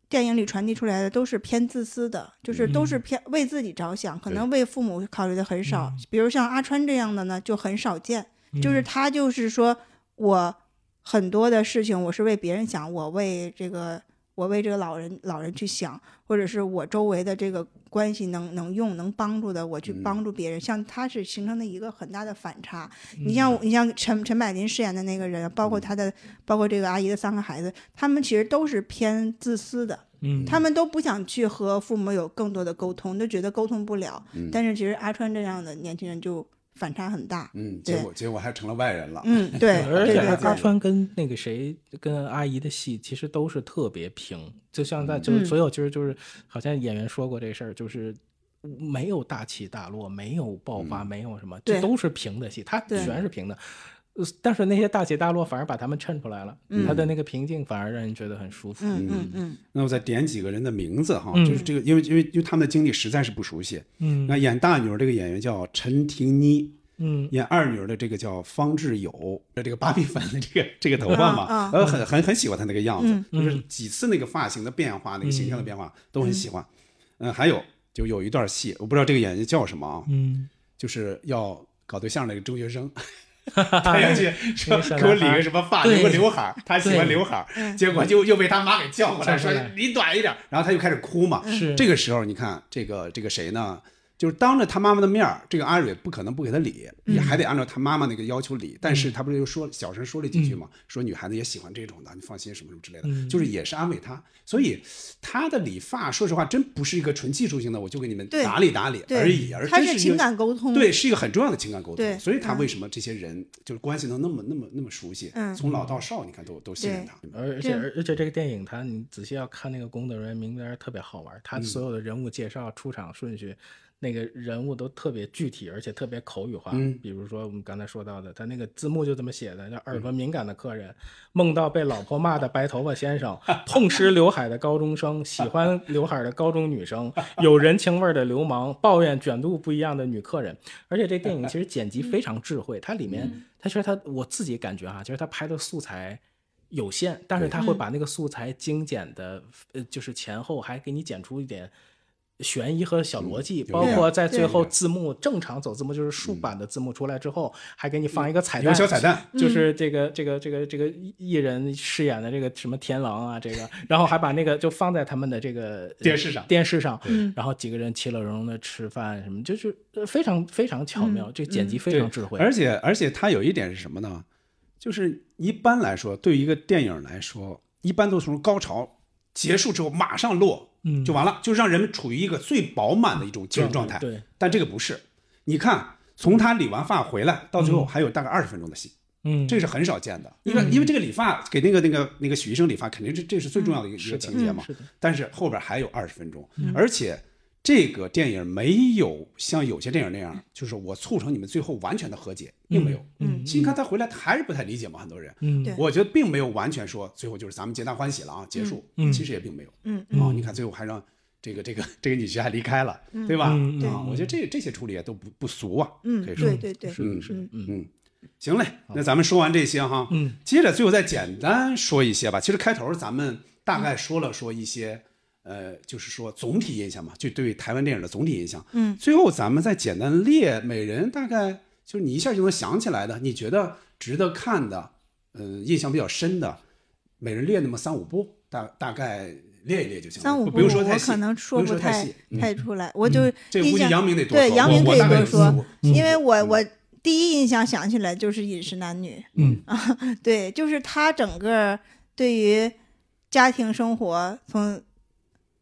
S6: 电影里传递出来的都是偏自私的，就是都
S5: 嗯
S6: 是偏为自己着想，可能为父母考虑的很少。
S5: 嗯
S6: 比如像阿川这样的呢，就很少见。就是他就是说我很多的事情我是为别人想，我为这个我为这个老人老人去想，或者是我周围的这个关系能能用能帮助的，我
S5: 嗯
S6: 去帮助别人。像他是形成的一个很大的反差。
S5: 嗯
S6: 你像你像陈陈柏霖饰演的那个人，包括他的包括这个阿姨的三个孩子，他们其实都是偏自私的。
S7: 嗯
S6: 他们都不想去和父母有更多的沟通，都觉得沟通不了。
S5: 嗯
S6: 但是其实阿川这样的年轻人就反差很 大。
S5: 嗯，
S6: 对
S5: 结果结果还成了外人了。
S6: 嗯，对，
S7: 而
S6: 对
S7: 且
S6: 对
S7: 阿
S6: 对，
S7: 川跟那个谁跟阿姨的戏其实都是特别平，就像在就是
S6: 嗯
S7: 所有就是就是好像演员说过这事儿，就是没有大起大落，没有爆发，没有什么，这
S6: 对
S7: 都是平的戏，他
S6: 对
S7: 全是平的。呃但是那些大起大落反而把他们衬出来了，他的那个平静反而让人觉得很舒服。
S6: 嗯嗯嗯，
S5: 那我再点几个人的名字哈，
S7: 嗯
S5: 就是这个，因为因为因为他们的经历实在是不熟悉。
S7: 嗯
S5: 那演大女儿这个演员叫陈婷妮，
S7: 嗯
S5: 演二女儿的这个叫方志友，这个芭比粉的这个这个头发嘛
S6: 啊，
S5: 呃，很很很喜欢她那个样子，
S7: 嗯
S5: 就是几次那个发型的变化，那个形象的变化都很喜欢。嗯，还有就有一段戏，我不知道这个演员叫什么啊，
S7: 嗯，
S5: 就是要搞对象那个中 学生。他要去
S7: 那
S5: 说
S7: 个小
S5: 给我
S7: 男
S5: 理
S7: 孩
S5: 个
S7: 儿
S5: 什么发，
S7: 对
S5: 留个刘海儿，他喜欢
S7: 对
S5: 刘海儿，结果就又被他妈给叫过来，
S7: 叫
S5: 说
S7: 过来
S5: 你短一点儿，然后他就开始哭嘛。
S7: 是
S5: 这个时候，你看这个这个谁呢？就是当着他妈妈的面儿，这个阿蕊不可能不给他理，也还得按照他妈妈那个要求
S6: 嗯
S5: 理。但是他不是又说小声说了几句嘛，说女孩子也喜欢这种的，你放心什么什么之类的，就是也是安慰他。所以他的理发，说实话，真不是一个纯技术性的，我就给你们
S6: 对
S5: 打理打理
S6: 对
S5: 而已，而
S6: 它
S5: 真
S6: 是
S5: 一个
S6: 情感沟通，
S5: 对，是一个很重要的情感沟通。
S6: 对
S5: 所以他
S6: 嗯
S5: 为什么这些人就是关系能那么那么那么熟悉？
S6: 嗯
S5: 从老到少，你看都都信任他。
S7: 呃而且而且这个电影它，你仔细要看那个工作人员名单儿特别好玩儿，他所有的人物介绍、出场顺序，那个人物都特别具体，而且特别口语化。
S5: 嗯
S7: 比如说我们刚才说到的，他那个字幕就这么写的：叫耳朵敏感的客人，梦到被老婆骂的白头发先生，痛失刘海的高中生，喜欢刘海的高中女生，有人情味儿的流氓，抱怨卷度不一样的女客人。而且这电影其实剪辑非常智慧，它里面，它其实它我自己感觉哈、就是它拍的素材有限，但是它会把那个素材精简的，呃，就是前后还给你剪出一点。悬疑和小逻辑，
S5: 嗯有
S7: 包
S5: 点嗯
S7: 括在
S6: 对
S7: 最后字幕正常走字幕，就是竖版的字幕出来之后，还给你放一个彩
S5: 有
S7: 蛋，
S5: 小彩蛋，
S7: 就是
S6: 嗯
S7: 这个这个这个这个艺人饰演的这个什么天狼啊，这个，然后还把那个就放在他们的这个呃
S5: 电视上
S7: 电视上，
S6: 嗯
S7: 然后几个人其乐融融的吃饭什么，就是呃非常非常
S6: 嗯
S7: 巧妙，这剪辑非常智慧，
S5: 而且而且他有一点是什么呢？就是一般来说，对于一个电影来说，一般都是从高潮结束之后马上落，
S7: 嗯
S5: 就完了，就让人们处于一个最饱满的一种精神状态。
S7: 对，嗯
S5: 但这个不是。你看，从他理完发回来到最后还有大概二十分钟的戏，
S9: 嗯
S5: 这是很少见的。因为因为这个理发给那个那个那个许医生理发，肯定这这是最重
S9: 嗯
S5: 要的一个一个情节嘛。但是后边还有二十分钟，而且这个电影没有像有些电影那样，就是我促成你们最后完全的和解，并没有。
S9: 嗯
S5: 新看他回来他还是不太理解嘛，很多人。
S9: 嗯
S6: 对
S5: 我觉得并没有完全说最后就是咱们皆大欢喜了啊，结束。
S9: 嗯嗯
S5: 其实也并没有。
S6: 嗯
S5: 啊，你看最后还让这个这个这个女婿还离开了，对吧？
S9: 嗯对
S5: 啊，我觉得这这些处理也都不不俗啊，
S6: 嗯，
S5: 可以说
S6: 对对对，
S5: 嗯
S6: 嗯
S5: 嗯，行嘞，那咱们说完这些哈，
S9: 嗯，
S5: 接着最后再简单说一些吧。其实开头咱们
S6: 嗯
S5: 大概说了说一些，呃，就是说总体印象嘛，就对台湾电影的总体印象。
S6: 嗯，
S5: 最后咱们再简单列每人大概就是你一下就能想起来的，你觉得值得看的，嗯、印象比较深的，每人列那么三五部，大大概列一列就行了，
S6: 三五
S5: 不
S6: 部
S5: 不用说
S6: 我
S5: 太细，
S6: 可能
S5: 不用
S6: 不
S5: 说
S6: 太
S5: 细。嗯
S6: 太出来，我就
S5: 这个
S6: 印
S5: 估计
S6: 象
S5: 杨明得多
S6: 对
S5: 说
S6: 杨
S5: 我
S6: 明
S5: 我
S6: 可以
S5: 大概
S6: 多
S5: 有四
S6: 说
S5: 五，
S6: 因为我
S5: 嗯
S6: 我第一印象想起来就是《饮食男女》，
S5: 嗯
S6: 啊，对，就是他整个对于家庭生活从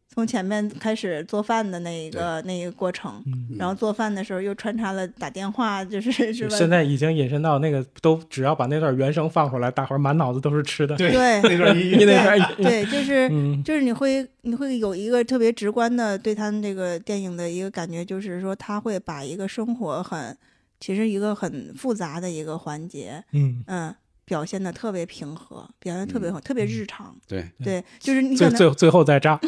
S6: 从前面开始做饭的那一个那一个过程，
S7: 嗯
S5: 嗯
S6: 然后做饭的时候又穿插了打电话，就是 是吧？
S9: 现在已经引申到那个，都只要把那段原声放出来，大伙儿满脑子都是吃的。
S5: 对
S6: 对
S5: 那 段音乐
S9: 因为那段音乐，
S6: 对，就是
S9: 嗯
S6: 就是你会你会有一个特别直观的对他们这个电影的一个感觉，就是说他会把一个生活很其实一个很复杂的一个环节，
S9: 嗯，
S6: 嗯，表现的特别平和，表现得特别好，特别日常。
S5: 对，
S6: 对，就是你
S9: 最
S6: 可能
S9: 最最后再炸，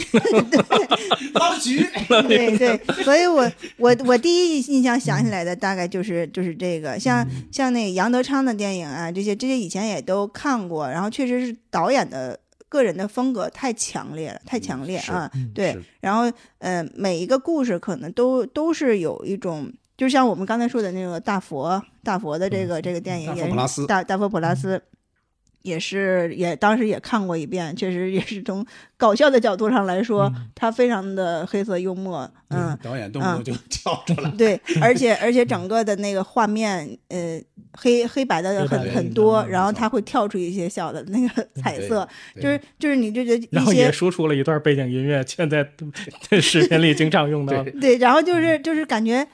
S5: 老徐，
S6: 对对，所以我我我第一印象想起来的大概就是就是这个，像
S5: 嗯
S6: 像那个杨德昌的电影啊，这些这些以前也都看过，然后确实是导演的个人的风格太强烈了，太强烈
S5: 嗯是
S6: 啊，对
S5: 是，
S6: 然后呃，每一个故事可能都都是有一种。就像我们刚才说的那个大佛，大佛的这个这个电影
S5: 嗯大
S6: 也
S5: 佛
S6: 是
S5: 普拉斯
S9: 呃
S6: 大大佛普
S9: 嗯
S6: 拉斯，也是也当时也看过一遍，确实也是从搞笑的角度上来说，
S9: 嗯
S6: 他非常的黑色幽默， 嗯，
S5: 导演动不动就跳出来，
S6: 对，而且而且整个的那个画面，呃，黑黑白的
S9: 黑白
S6: 很
S9: 的
S6: 很
S9: 嗯
S6: 多，
S9: 嗯
S6: 然后他会跳出一些小的那个彩
S5: 对
S6: 色，
S5: 对
S6: 就是就是你就觉得
S9: 然
S6: 一
S9: 后
S6: 些
S9: 也输出了一段背景音乐，现 在这视频里经常用到。
S5: 对
S6: 对，然后就是就是感觉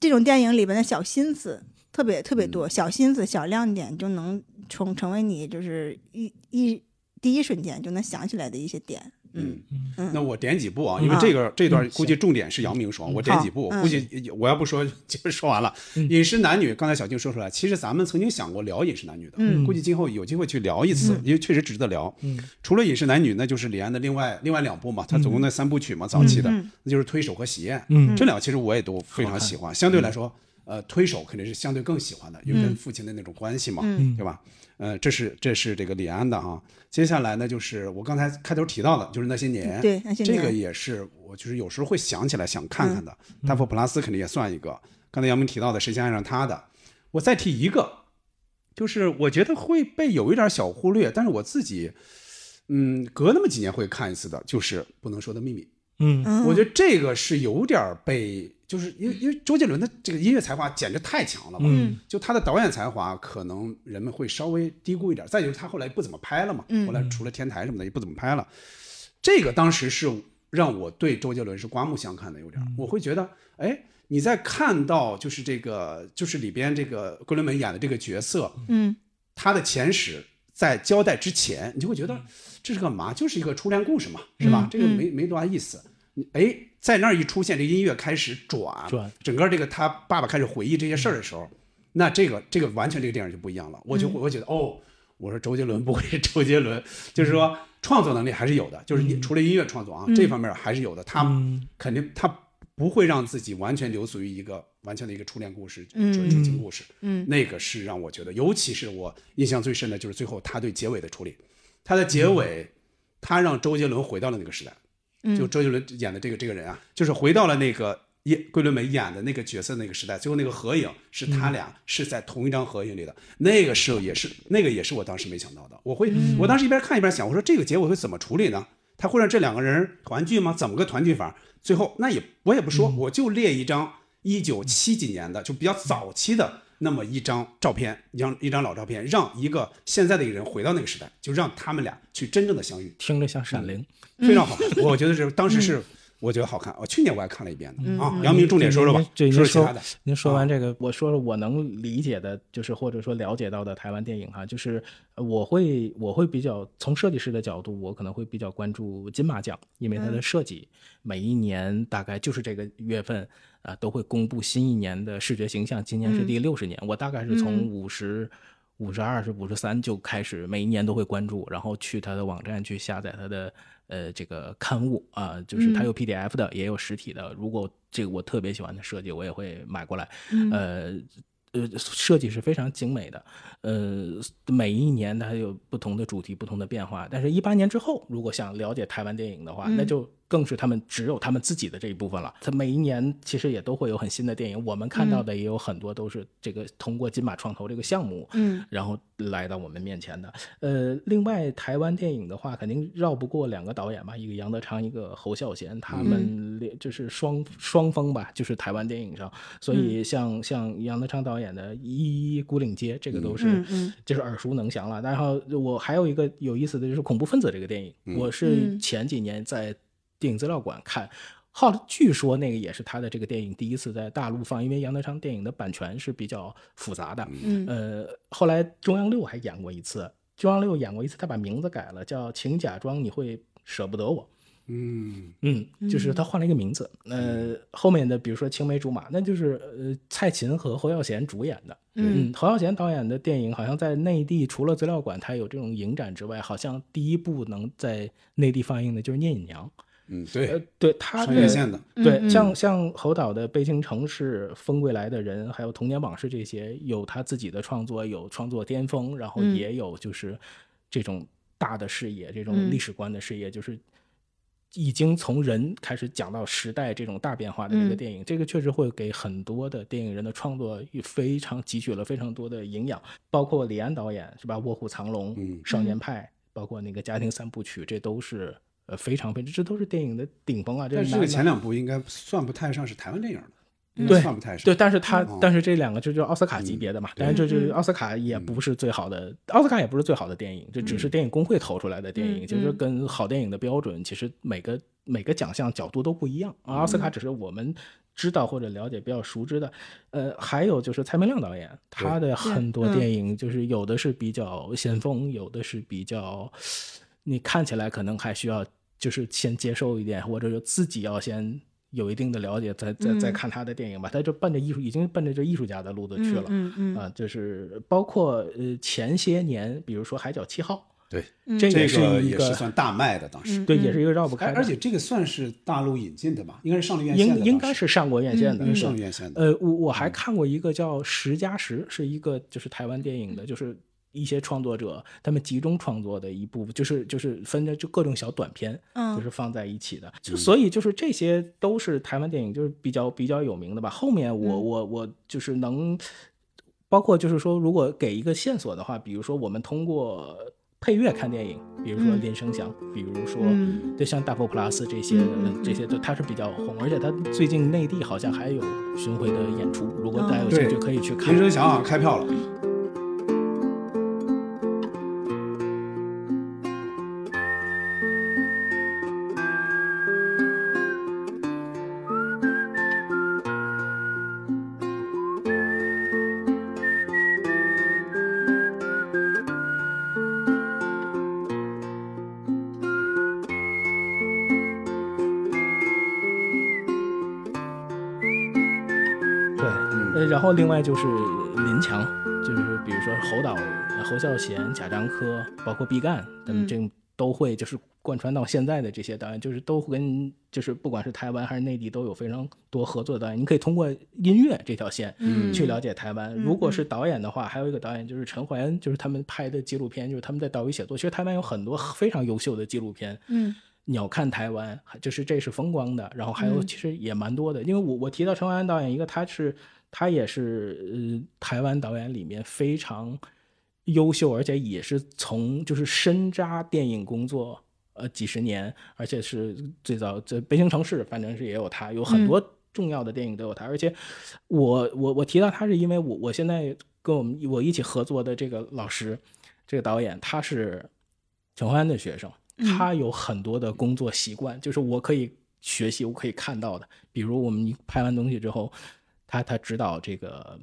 S6: 这种电影里边的小心思特别特别多，小心思、小亮点就能成成为你就是一一第一瞬间就能想起来的一些点。
S5: 嗯
S6: 嗯，
S5: 那我点几部啊，因为这个这段估计重点是杨明说，我点几部，
S6: 好嗯
S5: 估计我要不说就说完了。饮食男女，刚才小静说出来，其实咱们曾经想过聊饮食男女的，
S6: 嗯
S5: 估计今后有机会去聊一次，因为确实值得聊。除了饮食男女，那就是李安的另外另外两部嘛，他总共那三部曲嘛，早期的
S6: 嗯
S5: 那就是推手和喜宴，
S9: 嗯
S5: 这两个其实我也都非常喜欢，相对来
S6: 嗯
S5: 说。呃，推手肯定是相对更喜欢的，因为跟父亲的那种关系嘛，
S6: 嗯
S5: 对吧？呃，这是这是这个李安的啊。接下来呢，就是我刚才开头提到的，就是那些年，
S6: 对那些年
S5: 嗯
S6: 嗯
S5: 这个也是我就是有时候会想起来想看看的。大佛普拉斯肯定也算一个，刚才杨明提到的《谁先爱上他》的，我再提一个，就是我觉得会被有一点小忽略，但是我自己，嗯，隔那么几年会看一次的，就是《不能说的秘密》。
S9: 嗯
S6: 嗯，
S5: 我觉得这个是有点儿被，就是因为因为周杰伦的这个音乐才华简直太强了嘛，
S9: 嗯
S5: 就他的导演才华可能人们会稍微低估一点儿。再就是他后来不怎么拍了嘛，
S6: 嗯
S5: 后来除了《天台》什么的也不怎么拍了。这个当时是让我对周杰伦是刮目相看的，有点
S6: 嗯
S5: 儿，我会觉得，哎，你在看到就是这个就是里边这个桂纶镁演的这个角色，
S6: 嗯
S5: 他的前史在交代之前，你就会觉
S9: 嗯
S5: 得这是干嘛？就是一个初恋故事嘛，是吧？这个没没多大意思。你哎，在那儿一出现，这个音乐开始转，
S9: 转嗯
S5: 整个这个他爸爸开始回忆这些事儿的时候，那这个这个完全这个电影就不一样了。我就我觉得哦，我说周杰伦不会是周杰
S9: 嗯
S5: 伦，就是说创作能力还是有的，就是你除了音乐创作啊、这方面还是有的。他
S9: 嗯
S5: 肯定他不会让自己完全流俗于一个完全的一个初恋故事、
S6: 嗯
S5: 纯纯情故事。
S6: 嗯
S5: 那个是让我觉得，尤其是我印象最深的就是最后他对结尾的处理，他的结尾，他让周杰伦回到了那个时代，
S6: 嗯
S5: 就周杰伦演的这个这个人啊，就是回到了那个叶桂纶镁演的那个角色那个时代，最后那个合影是他
S6: 嗯
S5: 俩是在同一张合影里的，那个是也是那个也是我当时没想到的，我会
S6: 嗯
S5: 我当时一边看一边想，我说这个结尾会怎么处理呢？他会让这两个人团聚吗？怎么个团聚法？最后那也我也不
S6: 嗯
S5: 说，我就列一张一九七几年的，就比较早期的那么一张照片，一张一张老照片，让一个现在的一个人回到那个时代，就让他们俩去真正的相遇，嗯
S9: 听着像闪灵。
S5: 非常好。我觉得是当时是我觉得好看。我去年我还看了一遍呢。
S6: 嗯
S5: 啊，
S6: 嗯
S5: 杨明重点说说吧
S7: 嗯嗯这，
S5: 说
S7: 您
S5: 说其他的。啊
S7: 您说完这个，我说说我能理解的，就是或者说了解到的台湾电影哈，就是呃我会我会比较从设计师的角度，我可能会比较关注金马奖，因为它的设计、每一年大概就是这个月份啊、呃都会公布新一年的视觉形象，今年是第六十年，我大概是从
S6: 嗯
S7: 五十、五十二、是五十三就开始，每一年都会关注，然后去他的网站去下载他的呃这个刊物啊、就是他有 PDF 的，也有实体的。如果这个我特别喜欢的设计，我也会买过来。呃呃，设计是非常精美的，呃，每一年它有不同的主题、不同的变化。但是，一八年之后，如果想了解台湾电影的话，那就更是他们只有他们自己的这一部分了。它每一年其实也都会有很新的电影，我们看到的也有很多都是这个通过金马创投这个项目，
S6: 嗯，
S7: 然后来到我们面前的。呃，另外台湾电影的话，肯定绕不过两个导演吧，一个杨德昌，一个侯孝贤，他
S6: 嗯
S7: 们连就是双双峰吧，就是台湾电影上。所
S6: 嗯
S7: 以像、像杨德昌导演的《一一孤岭街》，这个都是、
S6: 嗯嗯
S7: 就是耳熟能详了。然后我还有一个有意思的就是《恐怖分子》这个电影，我是
S6: 嗯
S7: 前几年在电影资料馆看。好，据说那个也是他的这个电影第一次在大陆放，因为杨德昌电影的版权是比较复杂的，
S6: 嗯
S7: 呃，后来中央六还演过一次，中央六演过一次，他把名字改了，叫《请假装你会舍不得我》。
S5: 嗯，
S7: 嗯，就是他换了一个名字。
S6: 嗯
S7: 呃，后面的比如说《青梅竹马》，那就是呃蔡琴和侯孝贤主演的。
S6: 嗯，
S7: 侯孝贤导演的电影好像在内地除了资料馆他有这种影展之外，好像第一部能在内地放映的就是《聂隐娘》。
S5: 嗯，
S7: 呃
S5: 对，，
S7: 对他
S5: 穿越
S7: 的
S5: 线的，
S6: 嗯
S7: 对，像像侯导的《北京城市》《风归来的人》，还有《童年往事》这些，有他自己的创作，有创作巅峰，然后
S6: 嗯
S7: 也有就是这种大的视野，这种
S6: 嗯
S7: 历史观的视野，就是已经从人开始讲到时代这种大变化的一个
S6: 嗯
S7: 电影。这个确实会给很多的电影人的创作也非常汲取了非常多的营养，包括李安导演是吧，《卧虎藏龙》
S5: 嗯
S7: 少年派》，包括那个《家庭三部曲》，这都是。呃，非常非常，这都是电影的顶峰啊！这
S5: 但是这
S7: 难
S5: 个
S7: 难
S5: 前两部应该算不太上是台湾电影的，
S7: 对
S5: 算不太上。
S7: 对，但是他、
S5: 嗯
S7: 但是这两个这就是奥斯卡级别的嘛，但是这就是
S6: 嗯嗯
S7: 奥斯卡也不是最好的，奥斯卡也不是最好的电影，这只是电影工会投出来的电影，
S6: 嗯
S7: 其实跟好电影的标准其实每个每个奖项角度都不一样，啊奥斯卡
S6: 嗯
S7: 只是我们知道或者了解比较熟知的，呃，还有就是蔡明亮导演，他的很多
S6: 嗯
S7: 电影就是有的是比较先锋，有的是比较你看起来可能还需要就是先接受一点，或者是自己要先有一定的了解，再再再
S6: 嗯
S7: 看他的电影吧。他就奔着艺术，已经奔着这艺术家的路子去了。
S6: 嗯嗯
S7: 啊，就是包括呃前些年，比如说《海角七号
S5: 对，》，
S6: 嗯
S7: 这
S5: 这
S7: 也是
S5: 个
S7: 一嗯
S5: 也是算大卖的，当时。
S7: 对，也是一个绕不开
S5: 哎，
S7: 的，
S5: 而且这个算是大陆引进的吧？应该是上了院线的
S7: 应
S5: 当时，
S7: 应该是上过院线的，
S6: 嗯
S5: 应该
S7: 对
S5: 是上了院线的。
S7: 呃，我我还看过一个叫《十加十》，是一个就是台湾电影的，就是一些创作者他们集中创作的一部，就是就是分着就各种小短片，
S6: 嗯
S7: 就是放在一起的。就所以就是这些都是台湾电影就是比较比较有名的吧。后面我
S6: 嗯
S7: 我我就是能，包括就是说，如果给一个线索的话，比如说我们通过。配乐看电影，比如说
S6: 嗯
S7: 林声祥，比如说
S6: 嗯
S7: 对像大佛 plus 这些、
S6: 嗯嗯
S7: 呃这些，都它是比较红，而且它最近内地好像还有巡回的演出，如果大家有兴趣
S5: 哦对
S7: 可以去呃看
S5: 林。声祥啊，开票了。
S7: 对，
S5: 嗯
S7: 呃，然后另外就是林强，就是比如说侯导、侯孝贤、贾樟柯，包括毕赣他
S5: 嗯
S7: 们这都会就是贯穿到现在的这些导演，就是都会跟就是不管是台湾还是内地都有非常多合作的导演。你可以通过音乐这条线
S5: 嗯
S7: 去了解台
S6: 嗯
S7: 湾。如果是导演的话，还有一个导演就是陈怀恩，就是他们拍的纪录片，就是他们在岛屿写作。其实台湾有很多非常优秀的纪录片，
S6: 嗯
S7: 鸟看台湾，还就是这是风光的，然后还有
S6: 嗯
S7: 其实也蛮多的，因为我我提到陈怀安导演，一个他是他也是呃台湾导演里面非常优秀，而且也是从就是深扎电影工作呃几十年，而且是最早这北京城市，反正是也有他，有很
S6: 嗯
S7: 多重要的电影都有他，而且我我我提到他是因为我我现在跟我们我一起合作的这个老师，这个导演他是陈欢的学生，他有很多的工作习惯，就是我可以学习我可以看到的，比如我们一拍完东西之后，他他指导这个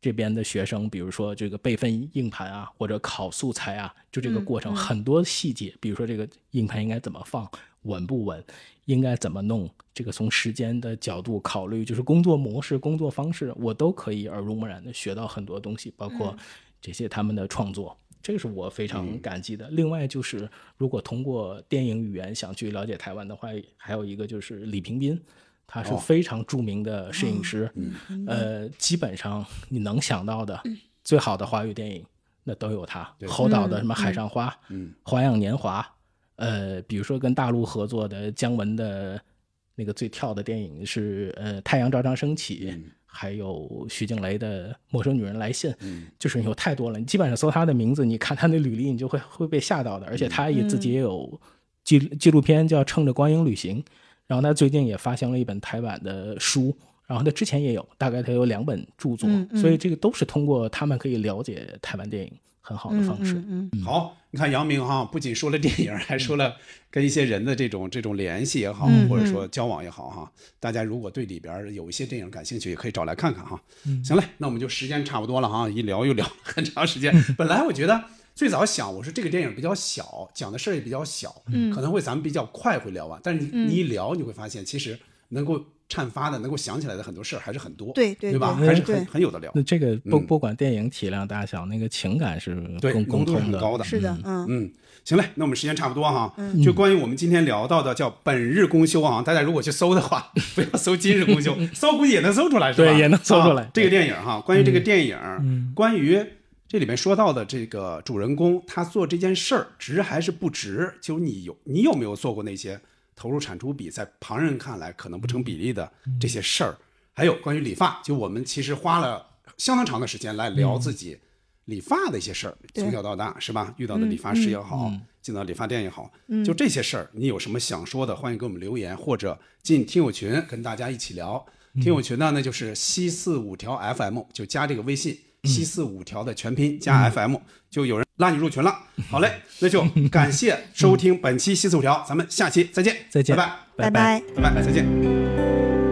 S7: 这边的学生，比如说这个备份硬盘啊，或者拷素材啊，就这个过程很多细节，比如说这个硬盘应该怎么放，稳不稳，应该怎么弄，这个从时间的角度考虑，就是工作模式、工作方式，我都可以耳濡目染的学到很多东西，包括这些他们的创作。这个是我非常感激的。另外就是，如果通过电影语言想去了解台湾的话，还有一个就是李平斌，他是非常著名的摄影师，呃，基本上你能想到的最好的华语电影，那都有他。侯导的什么《海上花》、
S5: 嗯
S7: 花样年华》，呃，比如说跟大陆合作的姜文的那个最跳的电影是呃《太阳照常升起》。
S6: 嗯
S7: 还有徐静蕾的《陌生女人来信》，就是有太多了。你基本上搜他的名字，你看他那履历，你就会会被吓到的。
S6: 嗯
S7: 而且他也自己也有纪纪录片叫《乘着光影旅行》，然后他最近也发行了一本台版的书，然后他之前也有，大概他有两本著作，
S6: 嗯嗯
S7: 所以这个都是通过他们可以了解台湾电影很好的方式。
S6: 嗯嗯
S5: 好，你看杨明哈，不仅说了电影，还说了跟一些人的这种这种联系也好，
S6: 嗯
S5: 或者说交往也好哈。大家如果对里边儿有一些电影感兴趣，也可以找来看看哈。
S6: 嗯
S5: 行嘞，那我们就时间差不多了哈，一聊又 聊很长时间。
S6: 嗯
S5: 本来我觉得最早想我说这个电影比较小，讲的事儿也比较小，
S6: 嗯
S5: 可能会咱们比较快会聊完。但是你你一聊，你会发现其实能够阐发的、能够想起来的很多事儿还是很多，
S6: 对对
S5: 吧？
S6: 对
S5: 还是
S6: 对
S5: 很很有的聊。
S7: 那这个不
S5: 嗯
S7: 不管电影体量大小，那个情感是
S5: 对，
S7: 共
S5: 浓
S7: 共
S5: 度是
S7: 通
S5: 很
S7: 的。
S5: 高的，
S6: 嗯，是的，嗯，
S5: 嗯，行嘞，那我们时间差不多哈，
S7: 嗯
S5: 就关于我们今天聊到的叫本日公休啊，大家如果去搜的话， 不要搜今日公休，搜估计也能搜出来，是吧？
S7: 对也能搜出来嗯
S5: 啊这个电影哈，关于这个电影，关于这里面说到的这个主人公他做这件事儿值还是不值，就你有你有没有做过那些投入产出比在旁人看来可能不成比例的
S7: 嗯
S5: 这些事儿？还有关于理发，就我们其实花了相当长的时间来
S7: 嗯
S5: 聊自己理发的一些事儿，
S6: 对
S5: 从小到大是吧？遇
S7: 嗯
S5: 到的理发师也好，进到理发店也好，就这些事儿，你有什么想说的，欢迎给我们留言，或者进听友群跟大家一起聊。
S7: 嗯
S5: 听友群呢，那就是西四五条 FM，就加这个微信。
S7: 嗯
S5: 西四五条的全拼加 FM，、就有人拉你入群了。
S7: 嗯
S5: 好嘞，那就感谢收听本期西四五条，咱们下期再见，
S7: 再见
S5: 拜拜，
S6: 拜拜。
S5: 拜拜，再见。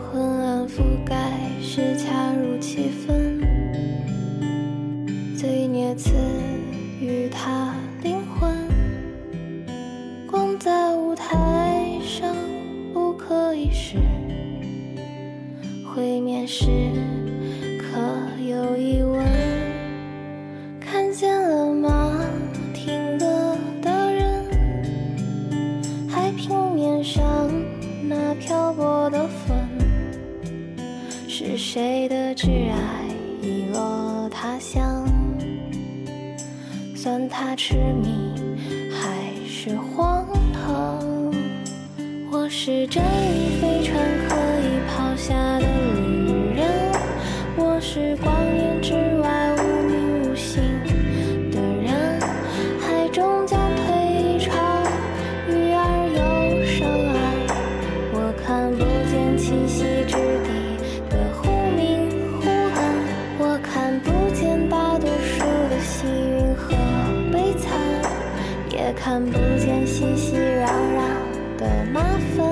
S10: 昏暗覆盖是恰如其分，罪孽赐予他灵魂。光在舞台上不可一世，会面时可有疑问？看见了吗？听得的人。海平面上那漂泊的风，是谁的挚爱遗落他乡？算他痴迷还是荒唐？我是站立飞船可以抛下的旅人，我是光年之外无名无姓的人，海中将退潮，鱼儿游上岸，我看不见栖息之地的忽明忽暗，我看不见大多数的幸运和悲惨，也看不见熙熙攘攘的麻烦。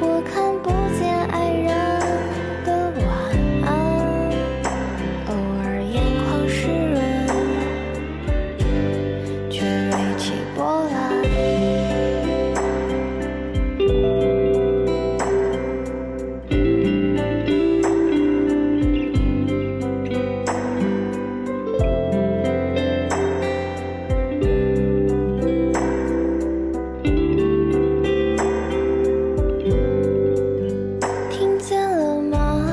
S10: 我看不见爱人的晚安，偶尔眼眶湿润，却锐起波澜。听见了吗？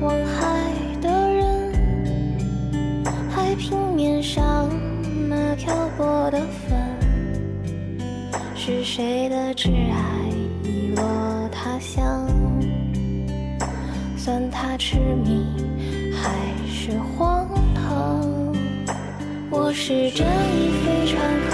S10: 望海的人，海平面上那漂泊的帆，是谁的挚爱遗落他乡？算他痴迷还是荒唐？我是这一飞船可